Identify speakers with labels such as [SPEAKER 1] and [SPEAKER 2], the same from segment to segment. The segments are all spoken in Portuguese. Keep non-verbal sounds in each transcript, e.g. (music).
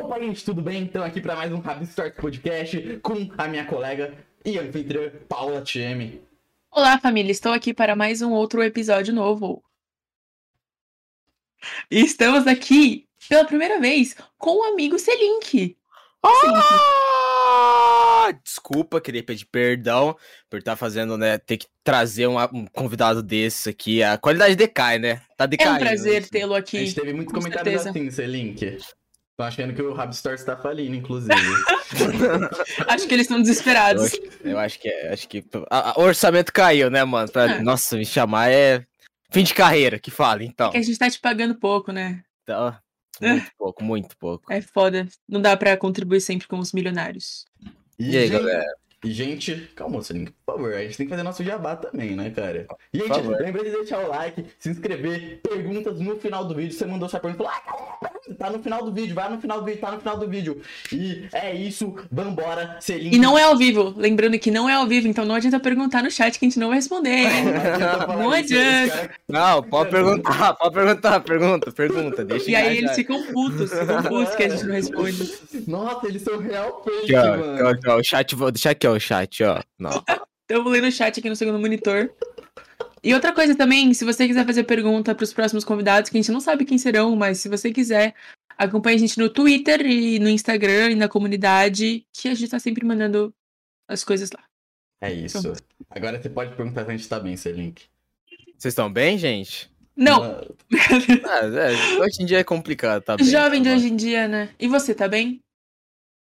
[SPEAKER 1] Opa, gente, tudo bem? Então aqui para mais um Rabin Start Podcast com a minha colega e anfitriã Paula Tieme.
[SPEAKER 2] Olá, família. Estou aqui para mais um outro episódio novo. E estamos aqui pela primeira vez com o amigo Selink.
[SPEAKER 3] Ah! Desculpa, queria pedir perdão por estar fazendo, né? Ter que trazer uma- um convidado desse aqui. A qualidade decai, né? Tá
[SPEAKER 2] É
[SPEAKER 3] decaindo.
[SPEAKER 2] um prazer
[SPEAKER 3] isso.
[SPEAKER 2] tê-lo
[SPEAKER 1] A gente
[SPEAKER 2] aqui.
[SPEAKER 1] teve muitos
[SPEAKER 2] com
[SPEAKER 1] comentários
[SPEAKER 2] certeza.
[SPEAKER 1] assim, Selink. Tô achando que o Rab Store está falindo, inclusive.
[SPEAKER 2] Acho que eles estão desesperados. assim,
[SPEAKER 3] Eu acho que é. Acho que. a- a- o orçamento caiu, né, mano? Pra-
[SPEAKER 2] É.
[SPEAKER 3] Nossa, me chamar é. Fim de carreira, que fala, então.
[SPEAKER 2] Que a gente tá te pagando pouco, né?
[SPEAKER 3] Então, Muito pouco, muito pouco.
[SPEAKER 2] É foda. Não dá pra contribuir sempre com os milionários.
[SPEAKER 3] (laughs) E aí,
[SPEAKER 1] gente-
[SPEAKER 3] galera?
[SPEAKER 1] E, gente, calma, Selink, por favor, a gente tem que fazer nosso jabá também, né, cara? E,
[SPEAKER 3] Por
[SPEAKER 1] gente,
[SPEAKER 3] favor.
[SPEAKER 1] lembra de deixar o like, se inscrever, perguntas no final do vídeo. Você mandou sua pergunta, falou, ah, cara, pergunta, tá no final do vídeo, vai no final do vídeo, tá no final do vídeo. E é isso, vambora, Selink. (laughs)
[SPEAKER 2] E não é ao vivo. Lembrando que não é ao vivo, então não adianta perguntar no chat que a gente não vai responder. hein? (laughs) Não adianta.
[SPEAKER 3] Não, pode perguntar, (laughs) pode perguntar, pergunta, pergunta. Deixa
[SPEAKER 2] E aí
[SPEAKER 3] engajar.
[SPEAKER 2] eles ficam putos, ficam putos que a gente não responde.
[SPEAKER 1] Nossa, eles são real fake,
[SPEAKER 3] Aqui, ó, aqui, ó,
[SPEAKER 1] mano.
[SPEAKER 3] aqui, ó, o chat, vou deixar aqui, ó, o chat, ó. Não.
[SPEAKER 2] Eu vou ler no chat aqui no segundo monitor. E outra coisa também, se você quiser fazer pergunta para os próximos convidados, que a gente não sabe quem serão, mas se você quiser, acompanhe a gente no Twitter e no Instagram e na comunidade, que a gente tá sempre mandando as coisas lá.
[SPEAKER 1] É isso. Agora você pode perguntar se a gente tá bem, Selink.
[SPEAKER 3] Vocês estão bem, gente?
[SPEAKER 2] Não,
[SPEAKER 1] Mano,
[SPEAKER 3] Ah, é, hoje em dia é complicado, tá bem?
[SPEAKER 2] jovem
[SPEAKER 3] tá
[SPEAKER 2] de
[SPEAKER 3] bom.
[SPEAKER 2] hoje em dia, né? E você, tá bem?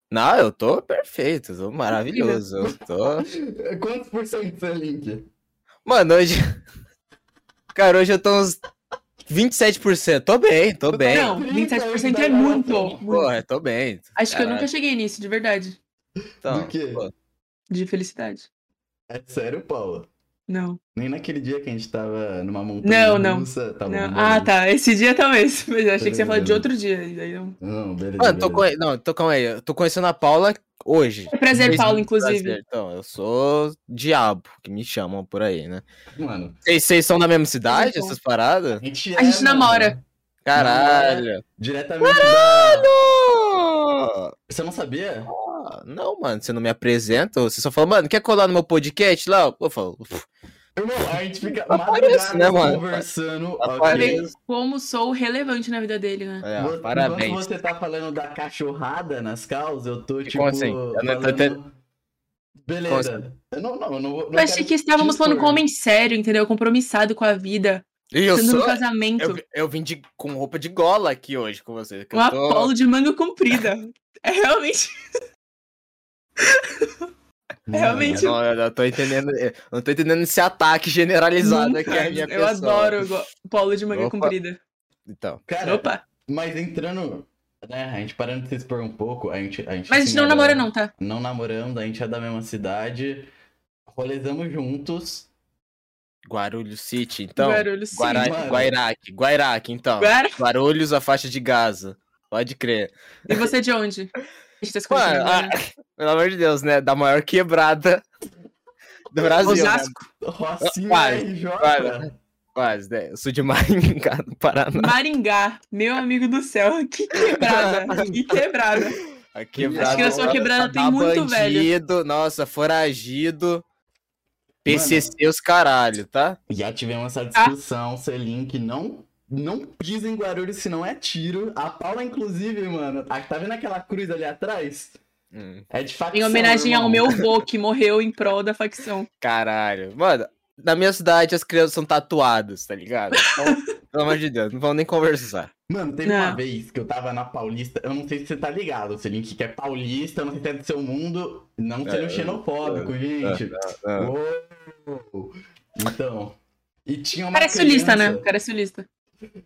[SPEAKER 3] Não, eu tô perfeito, tô maravilhoso. Eu tô...
[SPEAKER 1] Quantos por cento, Selink?
[SPEAKER 3] Mano, hoje. (laughs) Cara, hoje eu tô uns 27%. Tô bem, tô bem.
[SPEAKER 2] Não, 27% é muito. muito.
[SPEAKER 3] Porra, tô bem.
[SPEAKER 2] Acho que eu
[SPEAKER 3] Caralho,
[SPEAKER 2] nunca cheguei nisso, de verdade.
[SPEAKER 3] então,
[SPEAKER 1] Do quê?
[SPEAKER 3] pô.
[SPEAKER 2] De felicidade.
[SPEAKER 1] É sério, Paula?
[SPEAKER 2] Não.
[SPEAKER 1] Nem naquele dia que a gente tava numa montanha
[SPEAKER 2] Não, não.
[SPEAKER 1] russa. Tá bom,
[SPEAKER 2] não.
[SPEAKER 1] beleza.
[SPEAKER 2] Ah, tá. Esse dia talvez. (laughs) Mas eu achei que você ia falar de
[SPEAKER 1] Beleza.
[SPEAKER 2] outro dia. e Daí não...
[SPEAKER 1] Não, beleza.
[SPEAKER 3] Mano, tô
[SPEAKER 1] beleza.
[SPEAKER 3] conhe- Não, tô calma aí. Eu tô conhecendo a Paula hoje.
[SPEAKER 2] É prazer,
[SPEAKER 3] Fez
[SPEAKER 2] Paulo,
[SPEAKER 3] muito
[SPEAKER 2] inclusive.
[SPEAKER 3] prazer. Então, eu sou diabo, que me chamam por aí, né?
[SPEAKER 1] Mano,
[SPEAKER 3] Vocês vocês são da mesma cidade,
[SPEAKER 2] sou.
[SPEAKER 3] essas paradas?
[SPEAKER 1] a gente,
[SPEAKER 2] A
[SPEAKER 1] é,
[SPEAKER 2] gente
[SPEAKER 1] mano,
[SPEAKER 2] namora.
[SPEAKER 3] Caralho.
[SPEAKER 1] Diretamente da...
[SPEAKER 3] Não!
[SPEAKER 1] Você não sabia?
[SPEAKER 3] Ah, Não, mano, você não me apresenta. Você só fala, mano, quer colar no meu podcast lá? Eu falo, "Pff,
[SPEAKER 1] Irmão, a gente fica
[SPEAKER 3] Aparece, né,
[SPEAKER 1] madrugada
[SPEAKER 3] mano?
[SPEAKER 1] conversando.
[SPEAKER 3] Aparece.
[SPEAKER 1] ok?
[SPEAKER 2] Como sou relevante na vida dele, né?
[SPEAKER 3] é,
[SPEAKER 1] Enquanto
[SPEAKER 3] parabéns.
[SPEAKER 1] você tá falando da cachorrada nas causas, eu tô tipo.
[SPEAKER 3] Como assim? Eu não tô
[SPEAKER 1] falando-
[SPEAKER 3] entendendo.
[SPEAKER 1] Beleza.
[SPEAKER 3] Como assim?
[SPEAKER 1] Eu Não, não, eu não vou.
[SPEAKER 2] Eu achei que estávamos falando com um
[SPEAKER 1] como
[SPEAKER 2] homem sério, entendeu? Compromissado com a vida.
[SPEAKER 3] E eu
[SPEAKER 2] Sendo
[SPEAKER 3] sou.
[SPEAKER 2] no casamento.
[SPEAKER 3] Eu, vi- eu vim de, com roupa de gola aqui hoje com você. que
[SPEAKER 2] Um
[SPEAKER 3] eu tô-
[SPEAKER 2] Apolo de manga comprida. É
[SPEAKER 3] (laughs)
[SPEAKER 2] realmente. realmente-
[SPEAKER 3] Não, eu não tô entendendo. eu não tô entendendo esse ataque generalizado
[SPEAKER 2] Nunca.
[SPEAKER 3] aqui à minha
[SPEAKER 2] eu
[SPEAKER 3] pessoa.
[SPEAKER 2] adoro go- polo de manga
[SPEAKER 3] Opa.
[SPEAKER 2] comprida.
[SPEAKER 3] Então.
[SPEAKER 1] Cara,
[SPEAKER 2] Opa.
[SPEAKER 1] mas entrando. Né, a gente parando de se expor um pouco, a gente. A gente
[SPEAKER 2] Mas a
[SPEAKER 1] se
[SPEAKER 2] gente não namora, não, tá?
[SPEAKER 1] Não namoramos, a gente é da mesma cidade. Rolezamos juntos.
[SPEAKER 3] Guarulhos City, então.
[SPEAKER 2] Guarulhos, sim.
[SPEAKER 3] Guara...
[SPEAKER 1] Mano.
[SPEAKER 3] Guairaque, Guairaque, então.
[SPEAKER 2] Guara-
[SPEAKER 3] Guarulhos, a faixa de Gaza. Pode crer.
[SPEAKER 2] E você de onde? A gente tá se
[SPEAKER 3] Mano,
[SPEAKER 2] conhecendo agora.
[SPEAKER 3] Pelo amor de Deus, né? Da maior quebrada do Brasil. né?
[SPEAKER 2] Osasco,
[SPEAKER 1] Rocinha
[SPEAKER 3] Quase,
[SPEAKER 1] RJ.
[SPEAKER 3] quase. Quase, né? Eu sou de (laughs) Maringá, no Paraná.
[SPEAKER 2] Maringá. Meu amigo do céu. (laughs) Que quebrada. Que quebrada.
[SPEAKER 3] A
[SPEAKER 1] Acho que na
[SPEAKER 2] sua quebrada
[SPEAKER 3] tá
[SPEAKER 2] tem muito velho.
[SPEAKER 3] bandido, Nossa, foragido. PCC os caralho, tá?
[SPEAKER 1] Já tivemos
[SPEAKER 2] Ah.
[SPEAKER 1] essa discussão, Selink não não pisa em Guarulhos se não é tiro. A Paula, inclusive, mano, a- tá vendo aquela cruz ali atrás?
[SPEAKER 3] Hum,
[SPEAKER 1] É de facção,
[SPEAKER 2] Em homenagem ao
[SPEAKER 1] irmão.
[SPEAKER 2] meu vô que morreu em prol da facção.
[SPEAKER 3] caralho. Mano, na minha cidade as crianças são tatuadas, tá ligado? Então, pelo amor de Deus, não vão nem conversar.
[SPEAKER 1] Mano, teve uma
[SPEAKER 2] Não.
[SPEAKER 1] vez que eu tava na Paulista, eu não sei se você tá ligado, Selink, que é paulista, eu não sei se é do seu mundo, não sendo
[SPEAKER 3] É,
[SPEAKER 1] xenofóbico, gente. Uou. Então, e tinha uma
[SPEAKER 2] Parece sulista, né?
[SPEAKER 1] criança-
[SPEAKER 2] Parece sulista.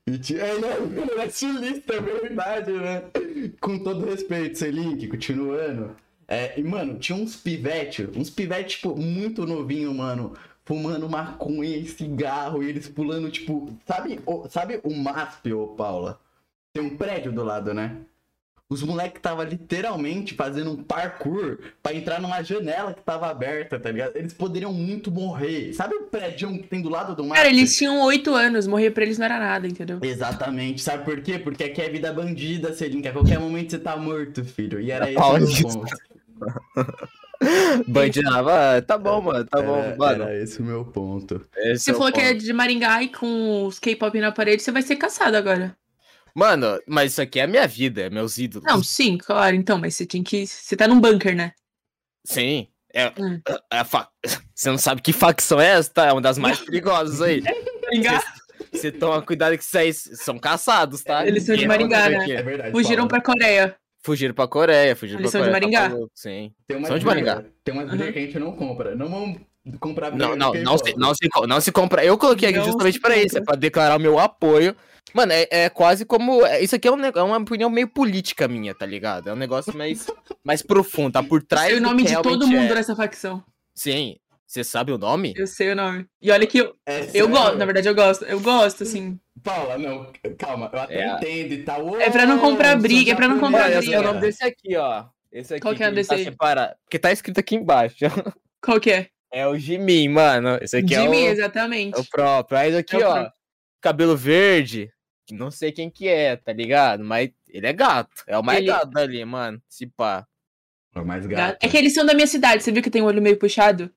[SPEAKER 1] E tinha... É, não, (laughs) ele era sulista, é verdade, né? Com todo respeito, Selink, continuando. É, e, mano, tinha uns pivete, uns pivete, tipo, muito novinho, mano. Fumando maconha e cigarro, e eles pulando, tipo... Sabe o, sabe o MASP, ô Paula? Tem um prédio do lado, né? Os moleques tava literalmente fazendo um parkour pra entrar numa janela que tava aberta, tá ligado? Eles poderiam muito morrer. Sabe o prédio que tem do lado do mar?
[SPEAKER 2] Cara, eles tinham oito anos, morrer pra eles não era nada, entendeu?
[SPEAKER 1] Exatamente. Sabe por quê? Porque aqui é vida bandida, Selinka. A qualquer momento você tá morto, filho. E
[SPEAKER 3] (laughs)
[SPEAKER 1] era esse o meu
[SPEAKER 3] Paulista.
[SPEAKER 1] ponto.
[SPEAKER 3] Bandinava, tá bom, mano, tá bom,
[SPEAKER 1] Era-
[SPEAKER 3] mano.
[SPEAKER 1] Era esse o meu ponto.
[SPEAKER 3] Esse
[SPEAKER 2] Você
[SPEAKER 3] é o
[SPEAKER 2] falou que é
[SPEAKER 3] ponto.
[SPEAKER 2] de Maringá e com os K-pop na parede, você vai ser caçado agora.
[SPEAKER 3] Mano, mas isso aqui é a minha vida, é meus ídolos.
[SPEAKER 2] Não, sim, claro, então, mas você tinha que. Você tá num bunker, né?
[SPEAKER 3] Sim. É,
[SPEAKER 2] Hum.
[SPEAKER 3] é a fa- Você não sabe que facção é essa, tá? É uma das
[SPEAKER 2] (laughs)
[SPEAKER 3] mais perigosas aí.
[SPEAKER 2] Maringá.
[SPEAKER 3] Você toma cuidado que isso aí são caçados, tá?
[SPEAKER 2] Eles são de
[SPEAKER 3] Ninguém
[SPEAKER 2] Maringá,
[SPEAKER 3] vai saber
[SPEAKER 2] né?
[SPEAKER 3] que é.
[SPEAKER 1] verdade.
[SPEAKER 2] Fugiram pra Coreia.
[SPEAKER 3] Fugiram pra Coreia, fugiram
[SPEAKER 2] Eles
[SPEAKER 3] pra
[SPEAKER 2] são de
[SPEAKER 3] Coreia. tá
[SPEAKER 2] Maringá?
[SPEAKER 3] maluco, sim.
[SPEAKER 1] Tem uma
[SPEAKER 3] São de
[SPEAKER 1] briga-
[SPEAKER 3] Maringá.
[SPEAKER 1] Tem uma briga
[SPEAKER 2] Uhum.
[SPEAKER 1] que a gente não compra. Não vamos comprar briga
[SPEAKER 3] Não,
[SPEAKER 1] de
[SPEAKER 3] não, não
[SPEAKER 1] K-pop.
[SPEAKER 3] se, não, se, co- não se compra. Eu coloquei aqui
[SPEAKER 2] Não
[SPEAKER 3] justamente
[SPEAKER 2] se
[SPEAKER 3] pra isso, é
[SPEAKER 2] compra.
[SPEAKER 3] pra declarar o meu apoio. Mano, é, é quase como. é- Isso aqui é, um, ne- é uma opinião meio política minha, tá ligado? É um negócio (laughs) mais, mais profundo, tá por trás.
[SPEAKER 2] Sei o
[SPEAKER 3] do
[SPEAKER 2] nome
[SPEAKER 3] que
[SPEAKER 2] de todo
[SPEAKER 3] realmente
[SPEAKER 2] mundo
[SPEAKER 3] é.
[SPEAKER 2] dessa facção.
[SPEAKER 3] Sim. Você sabe o nome?
[SPEAKER 2] Eu sei o nome. E olha que eu,
[SPEAKER 1] É
[SPEAKER 2] eu
[SPEAKER 1] sério?
[SPEAKER 2] gosto, na verdade eu gosto. Eu gosto, assim.
[SPEAKER 1] Paula, não, calma, eu até
[SPEAKER 3] É a-
[SPEAKER 1] entendo e tal.
[SPEAKER 2] É pra não comprar
[SPEAKER 1] Ô,
[SPEAKER 2] briga, é pra não
[SPEAKER 1] sou
[SPEAKER 2] comprar
[SPEAKER 1] japonesa.
[SPEAKER 3] Olha, esse é o
[SPEAKER 2] briga.
[SPEAKER 3] nome desse aqui, ó. Esse aqui
[SPEAKER 2] Qual que é o
[SPEAKER 3] ele
[SPEAKER 2] desse
[SPEAKER 3] tá
[SPEAKER 2] aí?
[SPEAKER 3] separado. Porque tá escrito aqui embaixo. (laughs)
[SPEAKER 2] Qual que é?
[SPEAKER 3] É o Jimin, mano. Esse aqui
[SPEAKER 2] Jimmy,
[SPEAKER 3] é o,
[SPEAKER 2] exatamente.
[SPEAKER 3] é o próprio. Aí aqui,
[SPEAKER 2] É o
[SPEAKER 3] ó.
[SPEAKER 2] próprio.
[SPEAKER 3] Cabelo verde. que Não sei quem que é, tá ligado? Mas ele é gato. É o mais
[SPEAKER 2] Ele-
[SPEAKER 3] gato dali, mano. Se pá.
[SPEAKER 1] É mais gato.
[SPEAKER 2] É que eles são da minha cidade, você viu que tem o olho meio puxado?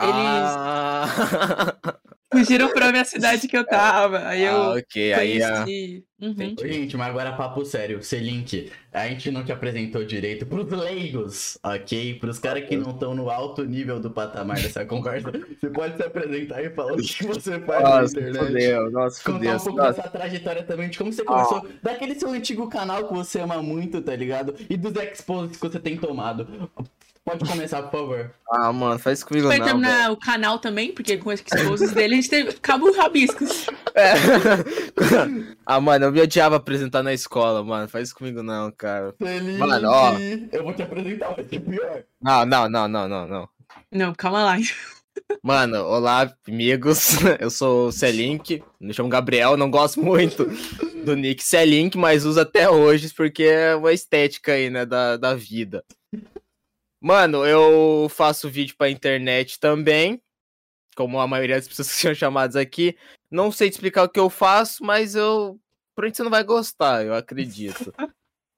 [SPEAKER 2] Eles-
[SPEAKER 3] Ah, (laughs)
[SPEAKER 2] Fugiram pra minha cidade que eu tava. Aí
[SPEAKER 3] ah,
[SPEAKER 2] eu
[SPEAKER 3] ok. Aí, ah,
[SPEAKER 2] conheci. Uhum.
[SPEAKER 1] Ô, Gente, mas agora é papo sério, Selink, a gente não te apresentou direito pros leigos, ok? Pros caras que não estão no alto nível do patamar dessa (laughs) conversa, você pode se apresentar e falar o que você faz
[SPEAKER 3] ah. nossa,
[SPEAKER 1] na internet.
[SPEAKER 3] fudeu. Nossa, fudeu.
[SPEAKER 1] Contar um pouco
[SPEAKER 3] nossa. Ah.
[SPEAKER 1] dessa trajetória também, de como você começou, daquele seu antigo canal que você ama muito, tá ligado? E dos expos que você tem tomado. Pode começar, por favor.
[SPEAKER 3] Ah, mano, faz comigo
[SPEAKER 2] Vai
[SPEAKER 3] não, velho.
[SPEAKER 2] terminar o canal também, porque com as esposas dele a gente teve. Acabou rabiscos.
[SPEAKER 3] É. (laughs) ah, mano, eu me odiava apresentar na escola, mano. Faz comigo não, cara.
[SPEAKER 1] Selink,
[SPEAKER 3] Mano, ó.
[SPEAKER 1] eu vou te apresentar, mas é pior.
[SPEAKER 3] Não, não, não, não, não, não.
[SPEAKER 2] Não, calma lá.
[SPEAKER 3] Mano, olá, amigos. (laughs) Eu sou o Celink. Me chamo Gabriel. Não gosto muito do nick Celink, mas uso até hoje porque é uma estética aí, né? Da, da vida. Mano, eu faço vídeo pra internet também. Como a maioria das pessoas que (laughs) são chamadas aqui. Não sei te explicar o que eu faço, mas eu. Por você não vai gostar,
[SPEAKER 2] (laughs)
[SPEAKER 3] eu acredito.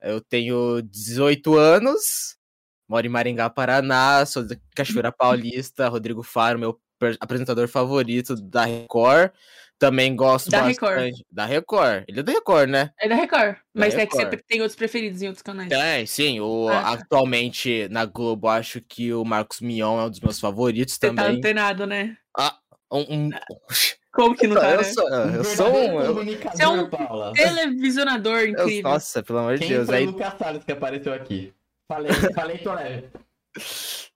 [SPEAKER 3] Eu tenho 18 anos. Moro em Maringá, Paraná, sou da Cachoeira Paulista, Rodrigo Faro, meu per- apresentador favorito da Record. Também gosto
[SPEAKER 2] Da Record.
[SPEAKER 3] bastante. Da Record. Ele é da Record, né?
[SPEAKER 2] É da Record. Mas é que você
[SPEAKER 3] Record.
[SPEAKER 2] tem outros preferidos em outros canais.
[SPEAKER 3] Tem, É, sim. O,
[SPEAKER 2] Ah, tá.
[SPEAKER 3] Atualmente na Globo, acho que o Marcos Mion é um dos meus favoritos
[SPEAKER 2] Você tá
[SPEAKER 3] também.
[SPEAKER 2] antenado, né?
[SPEAKER 3] Um- um-
[SPEAKER 2] Como que não tá,
[SPEAKER 3] eu
[SPEAKER 2] né?
[SPEAKER 3] sou, eu
[SPEAKER 1] Um
[SPEAKER 3] sou
[SPEAKER 1] verdadeiro
[SPEAKER 3] um. eu-
[SPEAKER 1] comunicador,
[SPEAKER 2] Você é um-
[SPEAKER 1] Paula.
[SPEAKER 2] Televisionador
[SPEAKER 3] eu- assim.
[SPEAKER 2] incrível.
[SPEAKER 3] nossa, pelo amor de
[SPEAKER 1] Quem
[SPEAKER 3] Deus.
[SPEAKER 1] foi
[SPEAKER 3] Aí,
[SPEAKER 1] o Lucas Salles que apareceu aqui? Falei, falei, tô leve.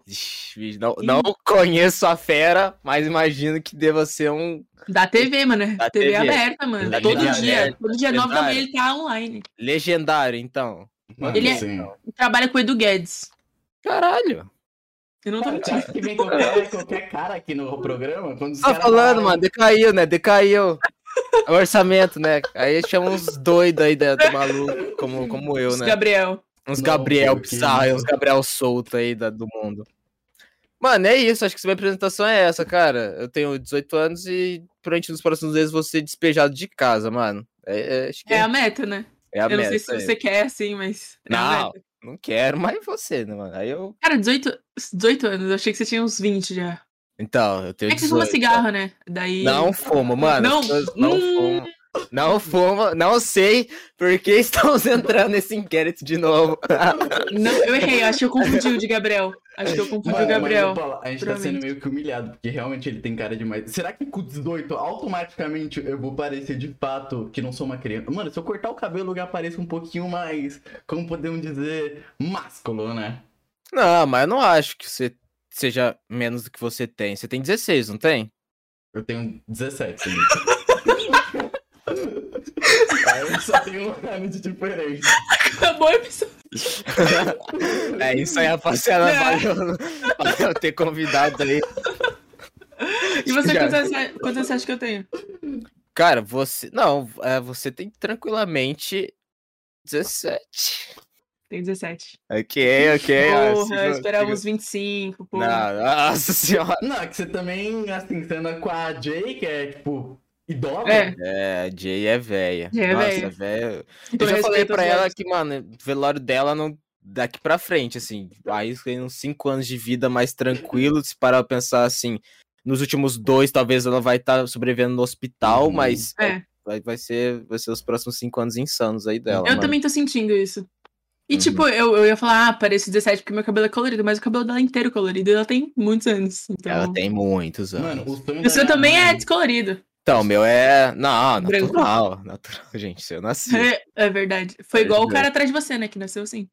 [SPEAKER 3] Ixi, bicho, não, não conheço a fera, mas imagino que deva ser um
[SPEAKER 2] Da TV, mano.
[SPEAKER 3] Da
[SPEAKER 2] TV,
[SPEAKER 3] TV.
[SPEAKER 2] aberta, mano.
[SPEAKER 3] Da
[SPEAKER 2] todo
[SPEAKER 1] TV
[SPEAKER 2] dia.
[SPEAKER 3] aberta,
[SPEAKER 2] Todo dia, nove da manhã,
[SPEAKER 3] lendário.
[SPEAKER 2] ele tá online.
[SPEAKER 3] legendário, então.
[SPEAKER 1] Mano,
[SPEAKER 2] Ele é-
[SPEAKER 1] assim,
[SPEAKER 2] Trabalha com o Edu Guedes.
[SPEAKER 3] Caralho.
[SPEAKER 2] Eu
[SPEAKER 3] Tá,
[SPEAKER 2] não tô
[SPEAKER 1] Cara,
[SPEAKER 2] mentindo.
[SPEAKER 1] acho que vem qualquer, qualquer cara aqui no programa. Quando os
[SPEAKER 3] Tá
[SPEAKER 1] caras
[SPEAKER 3] falando,
[SPEAKER 1] falarem-
[SPEAKER 3] mano, decaiu, né? Decaiu. O orçamento, né? Aí chama uns doidos aí da- do maluco, como, como eu, né?
[SPEAKER 2] Gabriel.
[SPEAKER 3] Uns
[SPEAKER 1] Não,
[SPEAKER 3] Gabriel
[SPEAKER 1] porque-
[SPEAKER 3] Pizarro, e uns Gabriel solto aí da- do mundo. Mano, é isso. Acho que minha apresentação é essa, cara. Eu tenho 18 anos e durante os próximos meses vou ser despejado de casa, mano. É, é- acho que
[SPEAKER 2] É
[SPEAKER 3] é,
[SPEAKER 2] a meta, né?
[SPEAKER 3] é a
[SPEAKER 2] eu não
[SPEAKER 3] meta.
[SPEAKER 2] sei se
[SPEAKER 3] aí.
[SPEAKER 2] você quer, assim, mas. é a
[SPEAKER 3] Não.
[SPEAKER 2] meta.
[SPEAKER 3] Não quero, mas você, né, mano? Aí eu.
[SPEAKER 2] Cara, 18, 18 anos. Eu achei que você tinha uns 20 já.
[SPEAKER 3] Então, eu
[SPEAKER 2] É
[SPEAKER 3] tenho
[SPEAKER 2] que você fuma
[SPEAKER 3] 18.
[SPEAKER 2] cigarro, né? Daí.
[SPEAKER 3] Não fumo, mano.
[SPEAKER 2] Não?
[SPEAKER 3] As pessoas Não
[SPEAKER 2] Hum.
[SPEAKER 3] fumo. Não fumo. Não sei por que (laughs) estamos entrando nesse inquérito de novo.
[SPEAKER 2] Não, eu errei. eu Acho que eu confundi o de Gabriel. Acho que eu confundi
[SPEAKER 1] Mano,
[SPEAKER 2] o
[SPEAKER 1] mas,
[SPEAKER 2] Gabriel.
[SPEAKER 1] Paula, a gente tá sendo
[SPEAKER 2] Provavelmente.
[SPEAKER 1] meio que humilhado, porque realmente ele tem cara demais. Será que com 18, automaticamente eu vou parecer de fato que não sou uma criança? Mano, se eu cortar o cabelo, eu já pareço um pouquinho mais, como podemos dizer, másculo, né?
[SPEAKER 3] Não, mas eu não acho que você seja menos do que você tem. Você tem 16, não tem?
[SPEAKER 1] Eu tenho 17. né? (laughs) Aí eu só tenho um ano de diferença.
[SPEAKER 2] (laughs) Acabou o um episódio.
[SPEAKER 3] É isso aí,
[SPEAKER 2] (laughs)
[SPEAKER 3] rapaziada.
[SPEAKER 2] É.
[SPEAKER 3] Valeu, valeu ter convidado aí.
[SPEAKER 2] E você,
[SPEAKER 3] Já.
[SPEAKER 2] quantos anos você- quantos anos você acha que eu tenho?
[SPEAKER 3] Cara, você. Não, é, você tem tranquilamente 17.
[SPEAKER 2] Tenho 17.
[SPEAKER 3] Ok, ok. ó,
[SPEAKER 2] Porra, um
[SPEAKER 3] siga-
[SPEAKER 2] eu esperava
[SPEAKER 3] siga-
[SPEAKER 2] uns 25,
[SPEAKER 3] Não,
[SPEAKER 2] porra.
[SPEAKER 3] Nossa senhora.
[SPEAKER 1] Não, é que você também, assim, você anda com a Jay, que é, tipo, idosa.
[SPEAKER 2] É,
[SPEAKER 3] É, a Jay é velha.
[SPEAKER 2] Jay é
[SPEAKER 3] Nossa,
[SPEAKER 2] véia.
[SPEAKER 3] velha.
[SPEAKER 2] com então,
[SPEAKER 3] Eu já falei
[SPEAKER 2] respeito
[SPEAKER 3] pra
[SPEAKER 2] aos
[SPEAKER 3] ela
[SPEAKER 2] velhos.
[SPEAKER 3] que, mano, o velório dela não. Daqui pra frente, assim. Aí tem uns 5 anos de vida mais tranquilo. Se parar pra pensar assim, nos últimos dois, talvez ela vai estar sobrevivendo no hospital,
[SPEAKER 1] Uhum.
[SPEAKER 3] mas
[SPEAKER 2] É.
[SPEAKER 3] vai, vai ser, vai ser os próximos 5 anos insanos aí dela.
[SPEAKER 2] Eu
[SPEAKER 3] mano.
[SPEAKER 2] também tô sentindo isso. E,
[SPEAKER 3] Uhum.
[SPEAKER 2] tipo, eu, eu ia falar, ah, parece 17 porque meu cabelo é colorido, mas o cabelo dela é inteiro colorido e ela tem muitos anos. Então.
[SPEAKER 3] Ela tem muitos anos.
[SPEAKER 1] Mano, o tá sonho
[SPEAKER 2] O seu
[SPEAKER 1] minha
[SPEAKER 2] também é
[SPEAKER 1] mãe-
[SPEAKER 2] descolorido.
[SPEAKER 3] Então, o meu é. Não,
[SPEAKER 2] Branco.
[SPEAKER 3] natural. Natural, (laughs) gente. Eu nasci.
[SPEAKER 2] É, é verdade. Foi igual o
[SPEAKER 3] Verdade.
[SPEAKER 2] cara atrás de você, né? Que nasceu assim.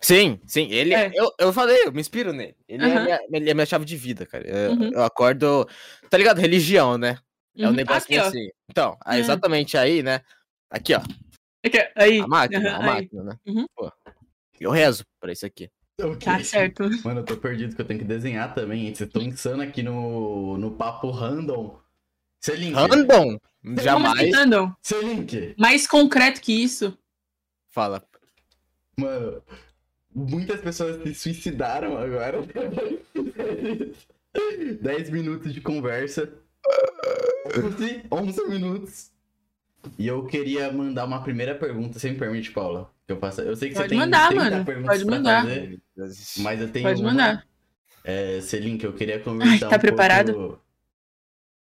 [SPEAKER 3] Sim, sim, ele.
[SPEAKER 2] É.
[SPEAKER 3] Eu, eu falei, eu me inspiro nele. Ele, é,
[SPEAKER 2] Aham.
[SPEAKER 3] minha, ele é minha chave de vida, cara. Eu,
[SPEAKER 2] Uhum.
[SPEAKER 3] eu acordo. Tá ligado? Religião, né? É um
[SPEAKER 2] Uhum.
[SPEAKER 3] negócio
[SPEAKER 2] Aqui, ó.
[SPEAKER 3] assim. Então, aí,
[SPEAKER 2] É.
[SPEAKER 3] exatamente aí, né? Aqui, ó.
[SPEAKER 2] Aqui, ó. Aí.
[SPEAKER 3] A máquina,
[SPEAKER 2] Aham,
[SPEAKER 3] a
[SPEAKER 2] aí.
[SPEAKER 3] máquina, né?
[SPEAKER 2] Uhum.
[SPEAKER 3] Pô, eu rezo pra isso aqui.
[SPEAKER 1] Ok.
[SPEAKER 2] Tá certo.
[SPEAKER 1] Mano, eu tô perdido que eu tenho que desenhar também. gente. Vocês estão insano aqui no, no papo random. Seu link.
[SPEAKER 3] Random!
[SPEAKER 2] Vamos
[SPEAKER 3] Jamais
[SPEAKER 2] tentando.
[SPEAKER 1] Seu link.
[SPEAKER 2] Mais concreto que isso.
[SPEAKER 3] fala.
[SPEAKER 1] Mano, muitas pessoas se suicidaram agora. (laughs) 10 minutos de conversa. 11, 11 minutos. E eu queria mandar uma primeira pergunta, se me permite, Paula. Que eu, faça. eu sei que você
[SPEAKER 2] Pode
[SPEAKER 1] tem
[SPEAKER 2] mandar,
[SPEAKER 1] 30
[SPEAKER 2] mano.
[SPEAKER 1] perguntas
[SPEAKER 2] Pode
[SPEAKER 1] pra
[SPEAKER 2] mandar.
[SPEAKER 1] fazer, mas eu tenho
[SPEAKER 2] Pode
[SPEAKER 1] uma.
[SPEAKER 2] mandar.
[SPEAKER 1] É, Celin, que eu queria conversar
[SPEAKER 2] Ai, tá
[SPEAKER 1] um
[SPEAKER 2] preparado?
[SPEAKER 1] pouco...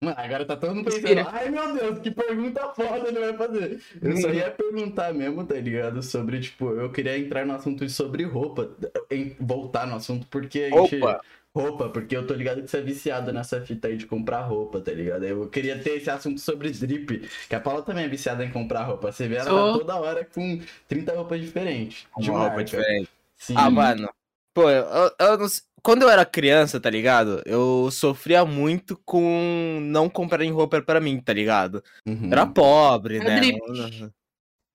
[SPEAKER 1] Mano, agora tá todo mundo pensando,
[SPEAKER 2] Respira.
[SPEAKER 1] ai meu Deus, que pergunta foda ele vai fazer. Eu
[SPEAKER 3] Uhum.
[SPEAKER 1] só ia perguntar mesmo, tá ligado? Sobre, tipo, eu queria entrar no assunto sobre roupa, em- voltar no assunto, porque a gente...
[SPEAKER 3] Opa!
[SPEAKER 1] Roupa, porque eu tô ligado que você é viciado nessa fita aí de comprar roupa, tá ligado? Eu queria ter esse assunto sobre drip, que a Paula também é viciada em comprar roupa. Você vê ela tá
[SPEAKER 2] Sou.
[SPEAKER 1] toda hora com 30 roupas diferentes. De é.
[SPEAKER 3] Uma roupa
[SPEAKER 1] marca.
[SPEAKER 3] diferente.
[SPEAKER 1] Sim.
[SPEAKER 2] Uhum.
[SPEAKER 3] Ah, mano. Pô, eu, eu- eu não sei- Quando eu era criança, tá ligado? Eu sofria muito com não comprarem roupa pra mim, tá ligado?
[SPEAKER 1] Uhum.
[SPEAKER 3] Era pobre,
[SPEAKER 2] Era
[SPEAKER 3] né?
[SPEAKER 2] drip.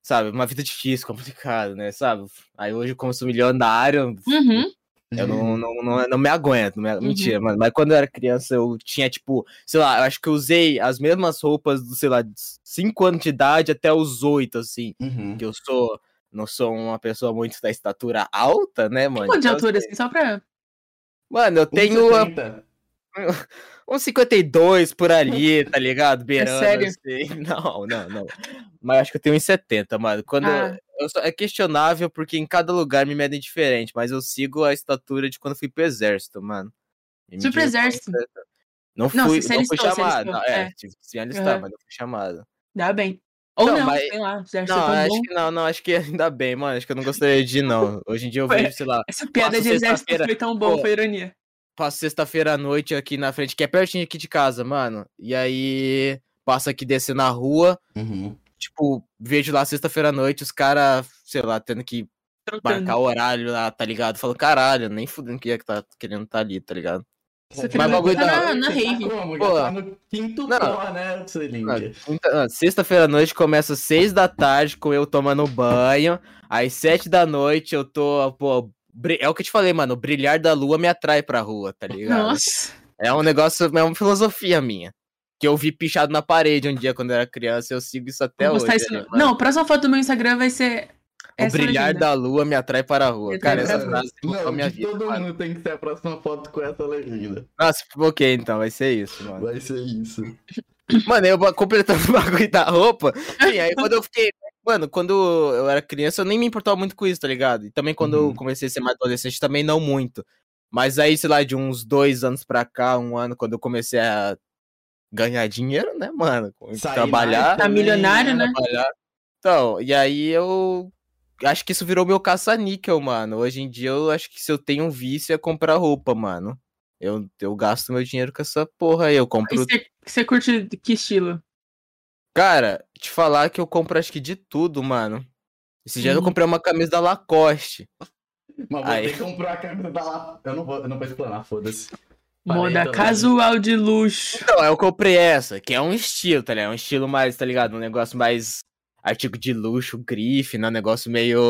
[SPEAKER 3] Sabe, uma vida difícil, complicada, né? Sabe? Aí hoje, como sou milionário,
[SPEAKER 2] Uhum.
[SPEAKER 3] eu não, não, não, não me aguento. não me-
[SPEAKER 2] Uhum.
[SPEAKER 3] Mentira, mano. Mas quando eu era criança, eu tinha, tipo, sei lá, eu acho que eu usei as mesmas roupas, do, sei lá, 5 anos de idade até os 8, assim.
[SPEAKER 1] Uhum.
[SPEAKER 3] Que eu sou. Não sou uma pessoa muito da estatura alta, né, mano?
[SPEAKER 2] Quanto de
[SPEAKER 3] Então,
[SPEAKER 2] altura, Um assim, só pra.
[SPEAKER 3] Mano, eu tenho ah,
[SPEAKER 1] 1,70.
[SPEAKER 3] uns 52
[SPEAKER 2] (laughs)
[SPEAKER 3] por ali, tá ligado? Beirando,
[SPEAKER 2] É sério?
[SPEAKER 3] assim. (laughs) Não, não, não. Mas acho que eu tenho uns 70, mano. Quando
[SPEAKER 2] Ah.
[SPEAKER 3] eu só- é questionável porque em cada lugar me medem diferente, mas eu sigo a estatura de quando fui pro exército, mano. Me
[SPEAKER 2] Fui pro
[SPEAKER 3] mediram como
[SPEAKER 2] exército.
[SPEAKER 3] Não fui,
[SPEAKER 2] Não,
[SPEAKER 3] não,
[SPEAKER 2] você se
[SPEAKER 3] fui
[SPEAKER 2] alistou, você
[SPEAKER 3] chamado.
[SPEAKER 2] alistou,
[SPEAKER 3] Não, é,
[SPEAKER 2] é.
[SPEAKER 3] tive que se alistar,
[SPEAKER 2] Aham.
[SPEAKER 3] mas não fui chamado.
[SPEAKER 2] Dá bem. Ou
[SPEAKER 3] Não,
[SPEAKER 2] não,
[SPEAKER 3] mas-
[SPEAKER 2] sei lá. Já achou
[SPEAKER 3] Não,
[SPEAKER 2] tão
[SPEAKER 3] acho
[SPEAKER 2] bom.
[SPEAKER 3] que não, não, acho que (laughs) ainda bem, mano. Acho que eu não gostaria de ir, não. Hoje em dia eu
[SPEAKER 2] Ué.
[SPEAKER 3] vejo, sei lá,
[SPEAKER 2] Essa piada
[SPEAKER 3] Nossa,
[SPEAKER 2] de exército
[SPEAKER 3] sexta-feira-
[SPEAKER 2] foi tão bom,
[SPEAKER 3] Pô.
[SPEAKER 2] foi ironia.
[SPEAKER 3] passo sexta-feira à noite aqui na frente, que é pertinho aqui de casa, mano. E aí passo aqui descer na rua,
[SPEAKER 1] Uhum.
[SPEAKER 3] tipo, vejo lá sexta-feira à noite os caras, sei lá, tendo que marcar
[SPEAKER 2] Trocando.
[SPEAKER 3] o horário lá, tá ligado? Falo, caralho, nem fudendo que ia que tá querendo tá ali, tá ligado?
[SPEAKER 2] Você
[SPEAKER 3] Mas o bagulho
[SPEAKER 2] tá
[SPEAKER 3] da-
[SPEAKER 2] na, na
[SPEAKER 1] Você
[SPEAKER 2] rave.
[SPEAKER 1] Tá como? Já
[SPEAKER 3] Pô.
[SPEAKER 1] tá no quinto
[SPEAKER 3] Não.
[SPEAKER 1] pó, né, Celink?
[SPEAKER 3] Mano, quinta- ah, Sexta-feira à noite começa às seis da tarde com eu tomando banho. Às sete da noite eu tô, pô. bri- É o que eu te falei, mano. O brilhar da lua me atrai pra rua, tá ligado?
[SPEAKER 2] Nossa.
[SPEAKER 3] É um negócio, é uma filosofia minha. Que eu vi pichado na parede um dia quando eu era criança, eu sigo isso até
[SPEAKER 2] Vou
[SPEAKER 3] hoje.
[SPEAKER 2] postar isso
[SPEAKER 3] né,
[SPEAKER 2] no-
[SPEAKER 3] mano?
[SPEAKER 2] Não, a próxima foto do meu Instagram vai ser.
[SPEAKER 3] o brilhar
[SPEAKER 2] legenda.
[SPEAKER 3] da lua me atrai para a rua.
[SPEAKER 2] Me
[SPEAKER 3] Cara,
[SPEAKER 2] atrai
[SPEAKER 3] essa
[SPEAKER 2] pra
[SPEAKER 3] frase mudou
[SPEAKER 1] Não,
[SPEAKER 3] minha
[SPEAKER 1] de
[SPEAKER 3] vida.
[SPEAKER 1] todo
[SPEAKER 3] mano.
[SPEAKER 1] mundo tem que ser a próxima foto com essa legenda.
[SPEAKER 3] Nossa, ok, então, vai ser isso, mano.
[SPEAKER 1] Vai ser isso.
[SPEAKER 3] Mano, eu ba- completando (laughs) o bagulho da roupa. Sim, aí quando eu fiquei. Mano, quando eu era criança, eu nem me importava muito com isso, tá ligado? E também quando
[SPEAKER 1] Uhum.
[SPEAKER 3] eu comecei a ser mais adolescente, também não muito. Mas aí, sei lá, de uns dois anos pra cá, um ano, quando eu comecei a ganhar dinheiro, né, mano?
[SPEAKER 1] Sair
[SPEAKER 3] Trabalhar.
[SPEAKER 1] mais também,
[SPEAKER 2] milionário, né?
[SPEAKER 3] trabalhar. Então, e aí eu acho que isso virou meu caça-níquel, mano. Hoje em dia eu acho que se eu tenho um vício é comprar roupa, mano. Eu, eu gasto meu dinheiro com essa porra aí. Eu
[SPEAKER 2] E
[SPEAKER 3] compro.
[SPEAKER 2] você- Você curte de que estilo?
[SPEAKER 3] Cara, te falar que eu compro acho que de tudo, mano. Esse dia eu
[SPEAKER 2] Hum.
[SPEAKER 3] comprei uma camisa da Lacoste.
[SPEAKER 1] Mas
[SPEAKER 3] Aí.
[SPEAKER 1] você comprou a camisa da lá. Eu não vou, eu não vou explanar, foda-se. Parei
[SPEAKER 2] Moda
[SPEAKER 1] também.
[SPEAKER 2] casual de luxo.
[SPEAKER 3] Então, eu comprei essa, que é um estilo, tá ligado? É um estilo mais, tá ligado? Um negócio mais artigo de luxo, grife, né? Um negócio meio